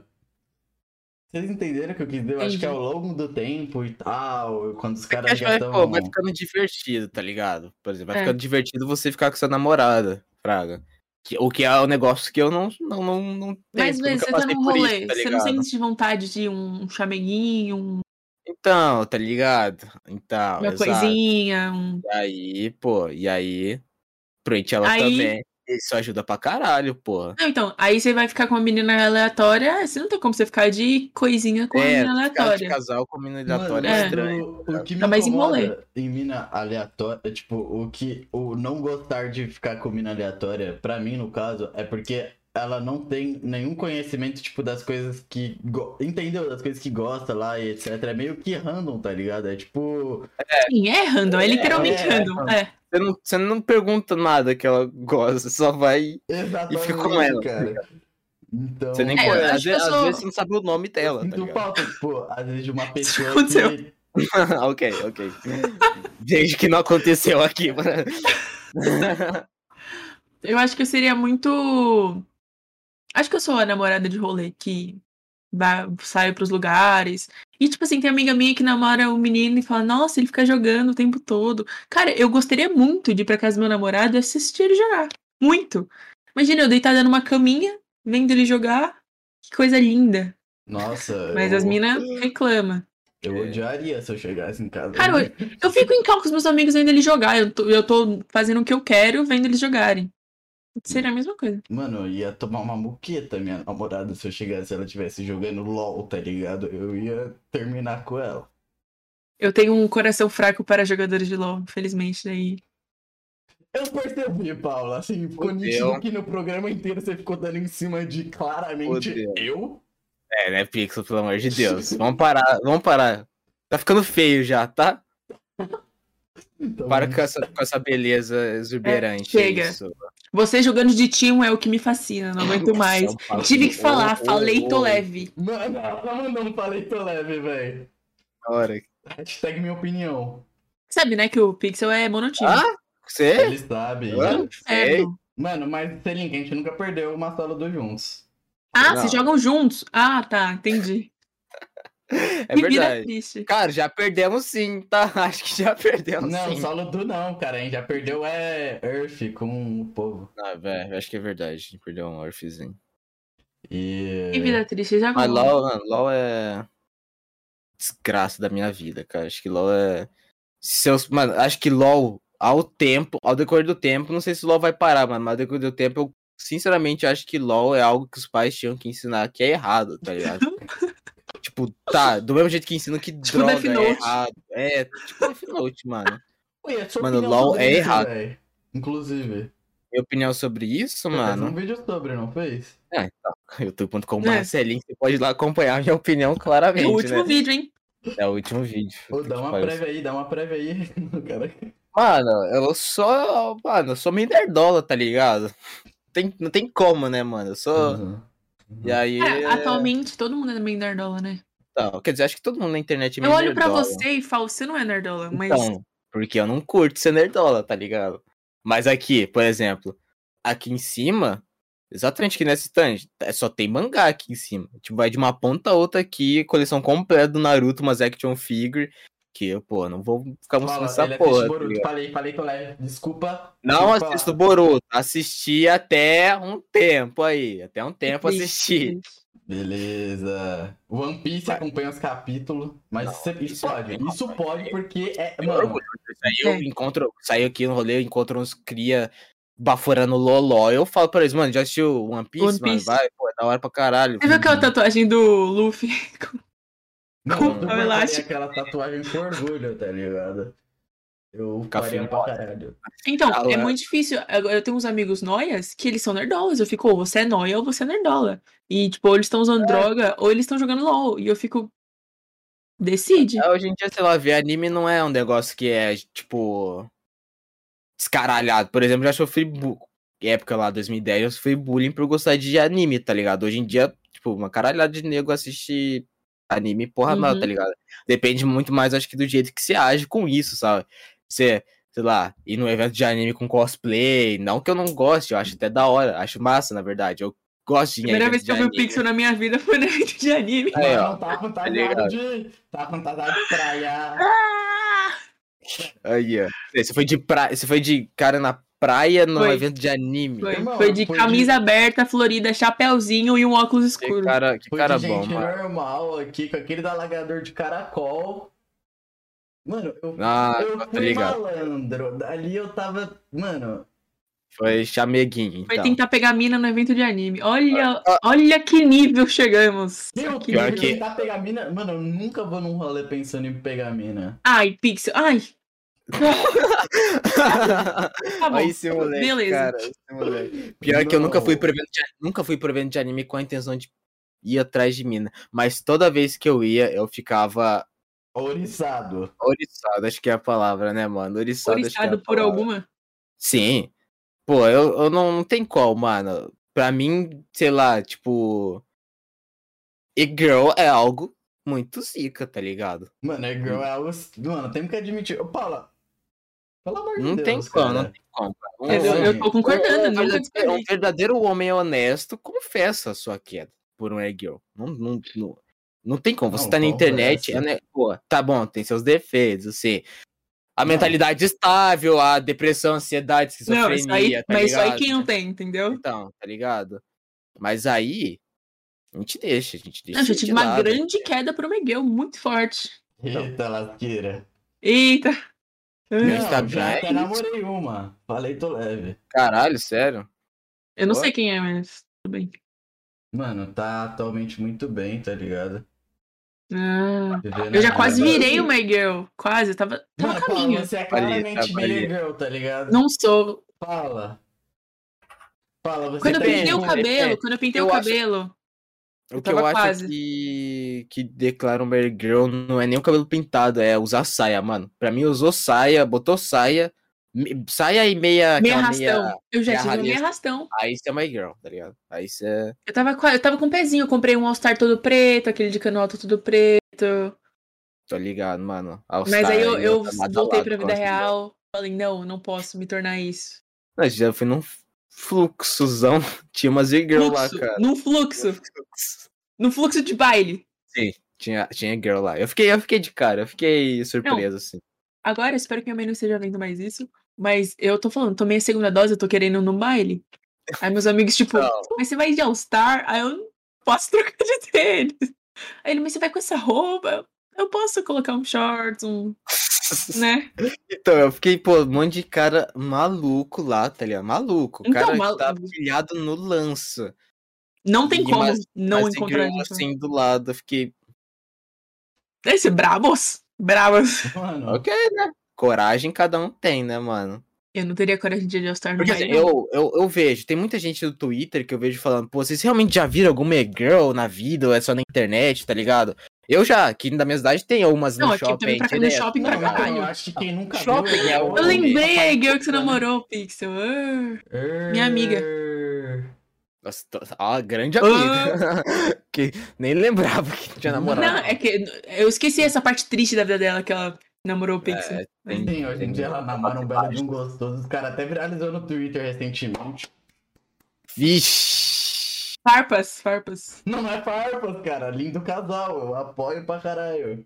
[SPEAKER 1] Vocês entenderam o que eu quis dizer? Eu acho
[SPEAKER 2] Entendi.
[SPEAKER 1] que é ao longo do tempo e tal, quando os
[SPEAKER 3] Porque
[SPEAKER 1] caras
[SPEAKER 3] acho É que
[SPEAKER 1] já
[SPEAKER 3] vai, pô,
[SPEAKER 1] estão...
[SPEAKER 3] vai ficando divertido, tá ligado? Por exemplo, vai
[SPEAKER 2] É.
[SPEAKER 3] ficando divertido você ficar com sua namorada, Fraga. Que, o que é um negócio que eu não, não, não, não
[SPEAKER 2] Mas,
[SPEAKER 3] tenho. porque eu
[SPEAKER 2] Luiz,
[SPEAKER 3] nunca
[SPEAKER 2] você tá
[SPEAKER 3] passei
[SPEAKER 2] num
[SPEAKER 3] por isso,
[SPEAKER 2] rolê.
[SPEAKER 3] tá
[SPEAKER 2] você não
[SPEAKER 3] ligado?
[SPEAKER 2] sente vontade de um chameguinho, um-
[SPEAKER 3] Então, tá ligado? Então,
[SPEAKER 2] uma
[SPEAKER 3] exato.
[SPEAKER 2] coisinha, um.
[SPEAKER 3] E aí, pô, e aí, prende ela
[SPEAKER 2] Aí-
[SPEAKER 3] também. Isso ajuda pra caralho, É, porra.
[SPEAKER 2] Não, então, aí você vai ficar com uma menina aleatória, ah, você não tem como você ficar de coisinha com uma
[SPEAKER 3] é,
[SPEAKER 2] menina
[SPEAKER 3] ficar de
[SPEAKER 2] aleatória.
[SPEAKER 3] casal com mina
[SPEAKER 2] Mano,
[SPEAKER 3] aleatória é
[SPEAKER 2] é.
[SPEAKER 3] estranho. Tá
[SPEAKER 1] O, o que me
[SPEAKER 2] Ainda mais em
[SPEAKER 1] incomoda
[SPEAKER 2] rolê.
[SPEAKER 1] em mina aleatória, é, tipo, o que o não gostar de ficar com mina aleatória, pra mim, no caso, é porque ela não tem nenhum conhecimento, tipo, das coisas que. go- Entendeu? Das coisas que gosta lá e etc. É meio que random, tá ligado? É tipo.
[SPEAKER 2] Sim, é random, é literalmente
[SPEAKER 1] é,
[SPEAKER 2] random. É.
[SPEAKER 3] Você não, você não pergunta nada que ela gosta, você só vai.
[SPEAKER 1] Exatamente.
[SPEAKER 3] E fica com ela.
[SPEAKER 1] Cara. Então.
[SPEAKER 3] Você nem
[SPEAKER 2] É, eu
[SPEAKER 3] conhece.
[SPEAKER 2] acho
[SPEAKER 3] Às,
[SPEAKER 2] que
[SPEAKER 3] ve-
[SPEAKER 2] eu
[SPEAKER 3] às
[SPEAKER 2] sou-
[SPEAKER 3] vezes você não sabe o nome
[SPEAKER 1] Eu
[SPEAKER 3] dela, tá
[SPEAKER 1] sinto
[SPEAKER 3] ligado?
[SPEAKER 1] falta, tipo, às vezes de uma pessoa
[SPEAKER 2] aconteceu.
[SPEAKER 1] que.
[SPEAKER 3] (laughs) ok, ok. Desde que não aconteceu aqui, (laughs) mano.
[SPEAKER 2] Eu acho que eu seria muito. Acho que eu sou a namorada de rolê que vai, sai pros lugares. E, tipo assim, tem amiga minha que namora um menino e fala, nossa, ele fica jogando o tempo todo. Cara, eu gostaria muito de ir pra casa do meu namorado e assistir ele jogar. Muito. Imagina, eu deitada numa caminha, vendo ele jogar. Que coisa linda.
[SPEAKER 1] Nossa.
[SPEAKER 2] Mas
[SPEAKER 1] eu,
[SPEAKER 2] as minas reclamam.
[SPEAKER 1] Eu odiaria se eu chegasse em casa.
[SPEAKER 2] Cara, eu, eu fico em cal com os meus amigos vendo eles jogar. Eu tô, eu tô fazendo o que eu quero, vendo eles jogarem. Seria a mesma coisa.
[SPEAKER 1] Mano, eu ia tomar uma muqueta, minha namorada, se eu chegasse e ela estivesse jogando LOL, tá ligado? Eu ia terminar com ela.
[SPEAKER 2] Eu tenho um coração fraco para jogadores de LoL, infelizmente. Daí.
[SPEAKER 1] Eu percebi, Paula, assim, ficou
[SPEAKER 3] Fudeu.
[SPEAKER 1] nítido que no programa inteiro você ficou dando em cima de claramente
[SPEAKER 3] Fudeu.
[SPEAKER 1] eu.
[SPEAKER 3] É, né, Pixel, pelo amor de Deus. Vamos parar, vamos parar. Tá ficando feio já, tá?
[SPEAKER 1] Então,
[SPEAKER 3] Para com essa, com essa beleza exuberante.
[SPEAKER 2] É, chega.
[SPEAKER 3] isso.
[SPEAKER 2] Você jogando de Timo é o que me fascina, não aguento mais.
[SPEAKER 3] São Paulo.
[SPEAKER 2] Tive que falar,
[SPEAKER 3] Ô, ô,
[SPEAKER 2] falei, tô
[SPEAKER 3] ô,
[SPEAKER 2] leve.
[SPEAKER 1] Mano, (laughs) ela mandou um falei tô leve, velho.
[SPEAKER 3] Hora.
[SPEAKER 1] Hashtag minha opinião.
[SPEAKER 2] Sabe, né, que o Pixel é monotipo.
[SPEAKER 3] Ah, você?
[SPEAKER 1] Ele sabe.
[SPEAKER 3] Hã?
[SPEAKER 2] É,
[SPEAKER 3] Ah, sei.
[SPEAKER 2] não.
[SPEAKER 1] Mano, mas Selinga, a gente nunca perdeu uma sala dos juntos.
[SPEAKER 2] Ah,
[SPEAKER 3] Não.
[SPEAKER 2] vocês jogam juntos? Ah, tá, entendi.
[SPEAKER 3] É
[SPEAKER 2] Me vira
[SPEAKER 3] verdade.
[SPEAKER 2] triste.
[SPEAKER 3] Cara, já perdemos sim, tá? (laughs) Acho que já perdemos
[SPEAKER 1] Não,
[SPEAKER 3] Ah, sim.
[SPEAKER 1] só Ludu não, cara. A gente já perdeu é Earth com o povo.
[SPEAKER 3] Ah, velho, acho que é verdade. A gente perdeu um Orphzinho.
[SPEAKER 1] E.
[SPEAKER 2] Que vida triste, já
[SPEAKER 3] É. Mas
[SPEAKER 2] vou.
[SPEAKER 3] LOL, mano, LOL é. Desgraça da minha vida, cara. Acho que LOL é. Seus... Mano, acho que LOL, ao tempo, ao decorrer do tempo, não sei se o LOL vai parar, mano, mas ao decorrer do tempo, eu sinceramente acho que LOL é algo que os pais tinham que ensinar que é errado, tá ligado?
[SPEAKER 2] (laughs)
[SPEAKER 3] tipo, tá, do mesmo jeito que ensinam que
[SPEAKER 2] Tipo
[SPEAKER 3] droga
[SPEAKER 2] Death
[SPEAKER 3] é
[SPEAKER 2] Note.
[SPEAKER 3] errado. É, tipo Death Note, mano.
[SPEAKER 1] Ui, a sua
[SPEAKER 3] Mano,
[SPEAKER 1] opinião
[SPEAKER 3] LOL
[SPEAKER 1] sobre
[SPEAKER 3] é
[SPEAKER 1] isso,
[SPEAKER 3] errado.
[SPEAKER 1] véi? Inclusive.
[SPEAKER 3] Minha opinião sobre isso,
[SPEAKER 2] Uhum.
[SPEAKER 1] Você fez um
[SPEAKER 3] mano.
[SPEAKER 1] vídeo sobre, não fez?
[SPEAKER 3] É, tá.
[SPEAKER 2] É.
[SPEAKER 3] youtube.com.br, você pode ir lá acompanhar a minha opinião claramente.
[SPEAKER 2] É o último
[SPEAKER 3] né?
[SPEAKER 2] vídeo, hein?
[SPEAKER 3] É o último vídeo.
[SPEAKER 1] Ô, dá
[SPEAKER 3] Que
[SPEAKER 1] uma
[SPEAKER 3] pariu.
[SPEAKER 1] prévia aí, dá uma prévia aí. (laughs) cara.
[SPEAKER 3] Mano, eu sou. Mano, eu sou meio nerdola, tá ligado? Tem, não tem como, né, mano? Eu sou.
[SPEAKER 1] Uhum.
[SPEAKER 3] E aí.
[SPEAKER 2] Cara, atualmente todo mundo é meio nerdola, né?
[SPEAKER 3] Então, quer dizer, acho que todo mundo na internet é
[SPEAKER 2] Eu
[SPEAKER 3] meio
[SPEAKER 2] olho pra
[SPEAKER 3] nerdola.
[SPEAKER 2] você e falo, você não é nerdola, mas.
[SPEAKER 3] Então, porque eu não curto ser nerdola, tá ligado? Mas aqui, por exemplo, aqui em cima, exatamente aqui nessa estante, é- só tem mangá aqui em cima. Tipo, vai de uma ponta a outra aqui, coleção completa do Naruto, umas action figure. Que, eu, pô, não vou ficar mostrando
[SPEAKER 1] Fala,
[SPEAKER 3] essa
[SPEAKER 1] ele é
[SPEAKER 3] porra.
[SPEAKER 1] assiste
[SPEAKER 3] tá
[SPEAKER 1] Boruto.
[SPEAKER 3] ligado?
[SPEAKER 1] falei, falei que eu levo. Desculpa.
[SPEAKER 3] Não
[SPEAKER 1] desculpa.
[SPEAKER 3] assisto Boruto, assisti até um tempo aí, até um tempo
[SPEAKER 2] Triste, né?
[SPEAKER 3] assisti.
[SPEAKER 2] triste.
[SPEAKER 1] Beleza. One Piece
[SPEAKER 3] Vai.
[SPEAKER 1] acompanha os capítulos, mas
[SPEAKER 3] Não,
[SPEAKER 1] isso, isso
[SPEAKER 3] isso é
[SPEAKER 1] pode.
[SPEAKER 3] legal,
[SPEAKER 1] isso
[SPEAKER 3] cara.
[SPEAKER 1] pode porque é.
[SPEAKER 3] Eu
[SPEAKER 1] Mano,
[SPEAKER 3] orgulho, Isso aí eu
[SPEAKER 2] É.
[SPEAKER 3] encontro, saio aqui no rolê, eu encontro uns cria baforando loló, eu falo pra eles, mano, já assistiu One Piece,
[SPEAKER 2] One
[SPEAKER 3] mano,
[SPEAKER 2] Piece.
[SPEAKER 3] vai, pô, é da hora pra caralho.
[SPEAKER 2] Você viu aquela tatuagem do Luffy? (laughs)
[SPEAKER 1] não,
[SPEAKER 2] com
[SPEAKER 3] um
[SPEAKER 1] eu
[SPEAKER 2] o
[SPEAKER 1] faria
[SPEAKER 2] elástico.
[SPEAKER 1] aquela tatuagem com orgulho, tá ligado? Eu
[SPEAKER 3] Café
[SPEAKER 1] faria pra
[SPEAKER 3] mole.
[SPEAKER 1] caralho.
[SPEAKER 2] Então,
[SPEAKER 3] Ah,
[SPEAKER 2] é
[SPEAKER 3] ué.
[SPEAKER 2] muito difícil. Agora, Eu tenho uns amigos noias que eles são nerdolas. Eu fico, ou você é noia ou você é nerdola. E, tipo, ou eles estão
[SPEAKER 3] É.
[SPEAKER 2] usando droga ou eles estão jogando LOL. E eu fico. Decide.
[SPEAKER 3] É, Hoje em dia, sei lá, ver anime não é um negócio que é, tipo, descaralhado. Por exemplo, já sofri, bu- época lá, 2010, eu sofri bullying por gostar de anime, tá ligado? Hoje em dia, tipo, uma caralhada de nego assiste anime, porra, não,
[SPEAKER 2] Uhum.
[SPEAKER 3] tá ligado? Depende muito mais, acho que, do jeito que você age com isso, sabe? Você, sei lá, ir num evento de anime com cosplay, não que eu não goste, eu acho até da hora, acho massa, na verdade, eu gosto de ir a
[SPEAKER 2] Uhum. Primeira
[SPEAKER 3] evento
[SPEAKER 2] vez que
[SPEAKER 3] de
[SPEAKER 2] eu vi o
[SPEAKER 3] anime.
[SPEAKER 2] Pixel na minha vida (laughs) foi no evento de anime.
[SPEAKER 3] Aí, ó,
[SPEAKER 1] Mano, tá fantasiado
[SPEAKER 3] ligado?
[SPEAKER 1] de. Tá fantasiado de praia.
[SPEAKER 3] Ah, Aí, ó. Você foi de praia. Você foi de cara na praia num
[SPEAKER 2] Foi.
[SPEAKER 3] evento de anime.
[SPEAKER 2] Foi,
[SPEAKER 1] Irmão,
[SPEAKER 2] foi de
[SPEAKER 1] foi de-
[SPEAKER 2] camisa aberta, florida, chapéuzinho e um óculos
[SPEAKER 3] Que
[SPEAKER 2] escuro.
[SPEAKER 3] cara, que
[SPEAKER 1] Foi
[SPEAKER 3] cara
[SPEAKER 1] de
[SPEAKER 3] bom,
[SPEAKER 2] né?
[SPEAKER 1] gente
[SPEAKER 3] mano.
[SPEAKER 1] normal aqui, com aquele alagador de caracol. Mano, eu,
[SPEAKER 3] Ah,
[SPEAKER 1] eu
[SPEAKER 3] tá
[SPEAKER 1] fui
[SPEAKER 3] ligado.
[SPEAKER 1] malandro. Ali eu tava. Mano,
[SPEAKER 3] Foi chameguinho,
[SPEAKER 2] Foi
[SPEAKER 3] então. Ah,
[SPEAKER 2] tentar pegar mina no evento de anime. Olha, olha que nível chegamos.
[SPEAKER 1] eu
[SPEAKER 2] Que-
[SPEAKER 3] pior
[SPEAKER 1] tenho que
[SPEAKER 3] que-
[SPEAKER 1] tentar pegar mina. Mano, eu nunca vou num rolê pensando em pegar mina.
[SPEAKER 2] Ai, Pixel. Ai,
[SPEAKER 3] (laughs)
[SPEAKER 2] tá bom.
[SPEAKER 3] Olha esse moleque,
[SPEAKER 2] Beleza.
[SPEAKER 3] cara. esse moleque. Pior que eu nunca fui pro evento de, nunca fui pro evento de anime com a intenção de ir atrás de mina. Mas toda vez que eu ia, eu ficava
[SPEAKER 1] Ouriçado.
[SPEAKER 3] oriçado, acho que é a palavra, né, mano? Oriçado, acho que é a
[SPEAKER 2] Oriçado por
[SPEAKER 3] palavra.
[SPEAKER 2] alguma?
[SPEAKER 3] Sim. Pô, eu, eu não, não tem qual, mano. Pra mim, sei lá, tipo. E-girl é algo muito zica, tá ligado?
[SPEAKER 1] Mano, é
[SPEAKER 3] Hum.
[SPEAKER 1] girl, é algo. Mano, temos que admitir. Ô, Paula. Pelo amor de
[SPEAKER 3] Não
[SPEAKER 1] Deus.
[SPEAKER 3] tem como, não
[SPEAKER 1] cara.
[SPEAKER 3] tem como. cara. Um
[SPEAKER 1] É,
[SPEAKER 2] Eu, eu
[SPEAKER 3] homem-
[SPEAKER 2] tô concordando,
[SPEAKER 3] um,
[SPEAKER 2] nunca
[SPEAKER 3] verdadeiro, um
[SPEAKER 2] descobri.
[SPEAKER 3] verdadeiro homem honesto confessa a sua queda por um e-girl. Não, não, não, não tem como. Você
[SPEAKER 1] Não,
[SPEAKER 3] tá na
[SPEAKER 1] confessa.
[SPEAKER 3] internet, é, né? pô, tá bom, tem seus defeitos, assim. A
[SPEAKER 1] Não.
[SPEAKER 3] mentalidade estável, a depressão,
[SPEAKER 2] Não,
[SPEAKER 3] ansiedade, esquizofrenia,
[SPEAKER 2] isso aí,
[SPEAKER 3] tá
[SPEAKER 2] mas isso aí
[SPEAKER 3] ligado?
[SPEAKER 2] quem não tem, entendeu?
[SPEAKER 3] Então, tá ligado? Mas aí, a gente deixa, a gente deixa.
[SPEAKER 2] Não, eu
[SPEAKER 3] de
[SPEAKER 2] tive uma
[SPEAKER 3] lado.
[SPEAKER 2] grande queda pro Miguel, muito forte.
[SPEAKER 1] Eita, lasqueira.
[SPEAKER 2] Eita!
[SPEAKER 3] Meu
[SPEAKER 1] Não,
[SPEAKER 3] Instagram
[SPEAKER 1] já
[SPEAKER 3] é
[SPEAKER 1] até
[SPEAKER 3] isso.
[SPEAKER 1] namorei uma. Falei, tô leve.
[SPEAKER 3] Caralho, sério?
[SPEAKER 2] Eu não
[SPEAKER 3] Ó.
[SPEAKER 2] sei quem é, mas tudo bem.
[SPEAKER 1] Mano, tá atualmente muito bem, tá ligado?
[SPEAKER 2] Ah,
[SPEAKER 1] Vivendo
[SPEAKER 2] eu
[SPEAKER 1] a
[SPEAKER 2] já quase
[SPEAKER 1] vida.
[SPEAKER 2] virei uma girl. Quase, eu tava, tava a
[SPEAKER 1] Mano, Paula,
[SPEAKER 2] caminho.
[SPEAKER 1] você é
[SPEAKER 3] Avalia,
[SPEAKER 1] claramente
[SPEAKER 3] avalia.
[SPEAKER 1] meio girl, tá ligado?
[SPEAKER 2] Não sou.
[SPEAKER 1] Fala. Fala, você
[SPEAKER 2] Quando eu
[SPEAKER 1] tem
[SPEAKER 2] pintei o
[SPEAKER 1] um-
[SPEAKER 3] é, é,
[SPEAKER 2] cabelo, quando eu pintei o
[SPEAKER 3] eu acho-
[SPEAKER 2] cabelo.
[SPEAKER 3] O que
[SPEAKER 2] tava
[SPEAKER 3] eu acho é
[SPEAKER 2] quase.
[SPEAKER 3] que, que declara um Bear Girl não é nem o cabelo pintado, é usar saia, mano. Pra mim, usou saia, botou saia, me- saia e meia.
[SPEAKER 2] Meia
[SPEAKER 3] aquela
[SPEAKER 2] arrastão. Eu já tive
[SPEAKER 3] meia
[SPEAKER 2] um meia
[SPEAKER 3] ralista.
[SPEAKER 2] arrastão.
[SPEAKER 3] Aí você é uma girl, tá ligado? Aí você é.
[SPEAKER 2] Eu tava, qua- eu tava com um pezinho, eu comprei um All-Star todo preto, aquele de cano alto todo preto.
[SPEAKER 3] Tô ligado, mano.
[SPEAKER 2] Mas aí eu, eu
[SPEAKER 3] voltei
[SPEAKER 2] voltei pra vida real. Falei, não, não posso me tornar isso.
[SPEAKER 3] Nós já fui num fluxozão. (laughs) Tinha umas e-girl lá,
[SPEAKER 2] Fluxo,
[SPEAKER 3] cara.
[SPEAKER 2] Num fluxo. Num fluxo de baile.
[SPEAKER 3] Tinha, tinha girl lá. Eu fiquei, eu fiquei de cara, eu fiquei surpreso, assim.
[SPEAKER 2] Agora, espero que minha mãe não esteja vendo mais isso. Mas eu tô falando, tomei a segunda dose, eu tô querendo ir num baile. Aí meus amigos, tipo,
[SPEAKER 3] Não.
[SPEAKER 2] mas você vai de All-Star? Aí eu não posso (laughs) trocar de tênis. Aí ele, mas você vai com essa roupa? Eu, Eu posso colocar um shorts, um. né?
[SPEAKER 3] Então, eu fiquei, pô, um monte de cara maluco lá, tá ligado? Maluco. O
[SPEAKER 2] Então,
[SPEAKER 3] cara
[SPEAKER 2] malu-
[SPEAKER 3] que tá pilhado no lança.
[SPEAKER 2] Não tem
[SPEAKER 3] E
[SPEAKER 2] como
[SPEAKER 3] mais-
[SPEAKER 2] não
[SPEAKER 3] Mas
[SPEAKER 2] encontrar
[SPEAKER 3] girl,
[SPEAKER 2] gente. né?
[SPEAKER 3] assim do lado, eu fiquei,
[SPEAKER 2] Esse brabos? Brabos.
[SPEAKER 1] Mano,
[SPEAKER 3] ok, né? Coragem cada um tem, né, mano?
[SPEAKER 2] Eu não teria coragem de ir de All-Star no
[SPEAKER 3] Porque assim,
[SPEAKER 2] baile. não.
[SPEAKER 3] eu, eu, eu vejo, tem muita gente no Twitter que eu vejo falando, pô, vocês realmente já viram alguma girl na vida ou é só na internet, tá ligado? Eu já, aqui da minha cidade tem algumas
[SPEAKER 2] Não,
[SPEAKER 3] no
[SPEAKER 2] aqui
[SPEAKER 3] shopping.
[SPEAKER 2] também pra cá no
[SPEAKER 3] direto.
[SPEAKER 2] shopping pra
[SPEAKER 1] não, então,
[SPEAKER 2] caralho.
[SPEAKER 1] eu acho que quem nunca
[SPEAKER 3] Shopping
[SPEAKER 1] viu,
[SPEAKER 3] é o-
[SPEAKER 2] Eu
[SPEAKER 3] eu
[SPEAKER 2] lembrei a
[SPEAKER 1] Papai
[SPEAKER 2] girl que você
[SPEAKER 1] Noel, né?
[SPEAKER 2] namorou, Pixel. Ah. Minha amiga.
[SPEAKER 3] Nossa, tô- ó, grande amiga. (laughs) que nem lembrava que tinha namorado.
[SPEAKER 2] Não, é que eu esqueci essa parte triste da vida dela que ela namorou o Pixel.
[SPEAKER 3] É,
[SPEAKER 1] Sim, hoje em dia ela namora um belo de um gostoso. Os caras até viralizou no Twitter recentemente.
[SPEAKER 3] Vixe.
[SPEAKER 2] Farpas, farpas.
[SPEAKER 1] Não é farpas, cara. Lindo casal. Eu apoio pra caralho.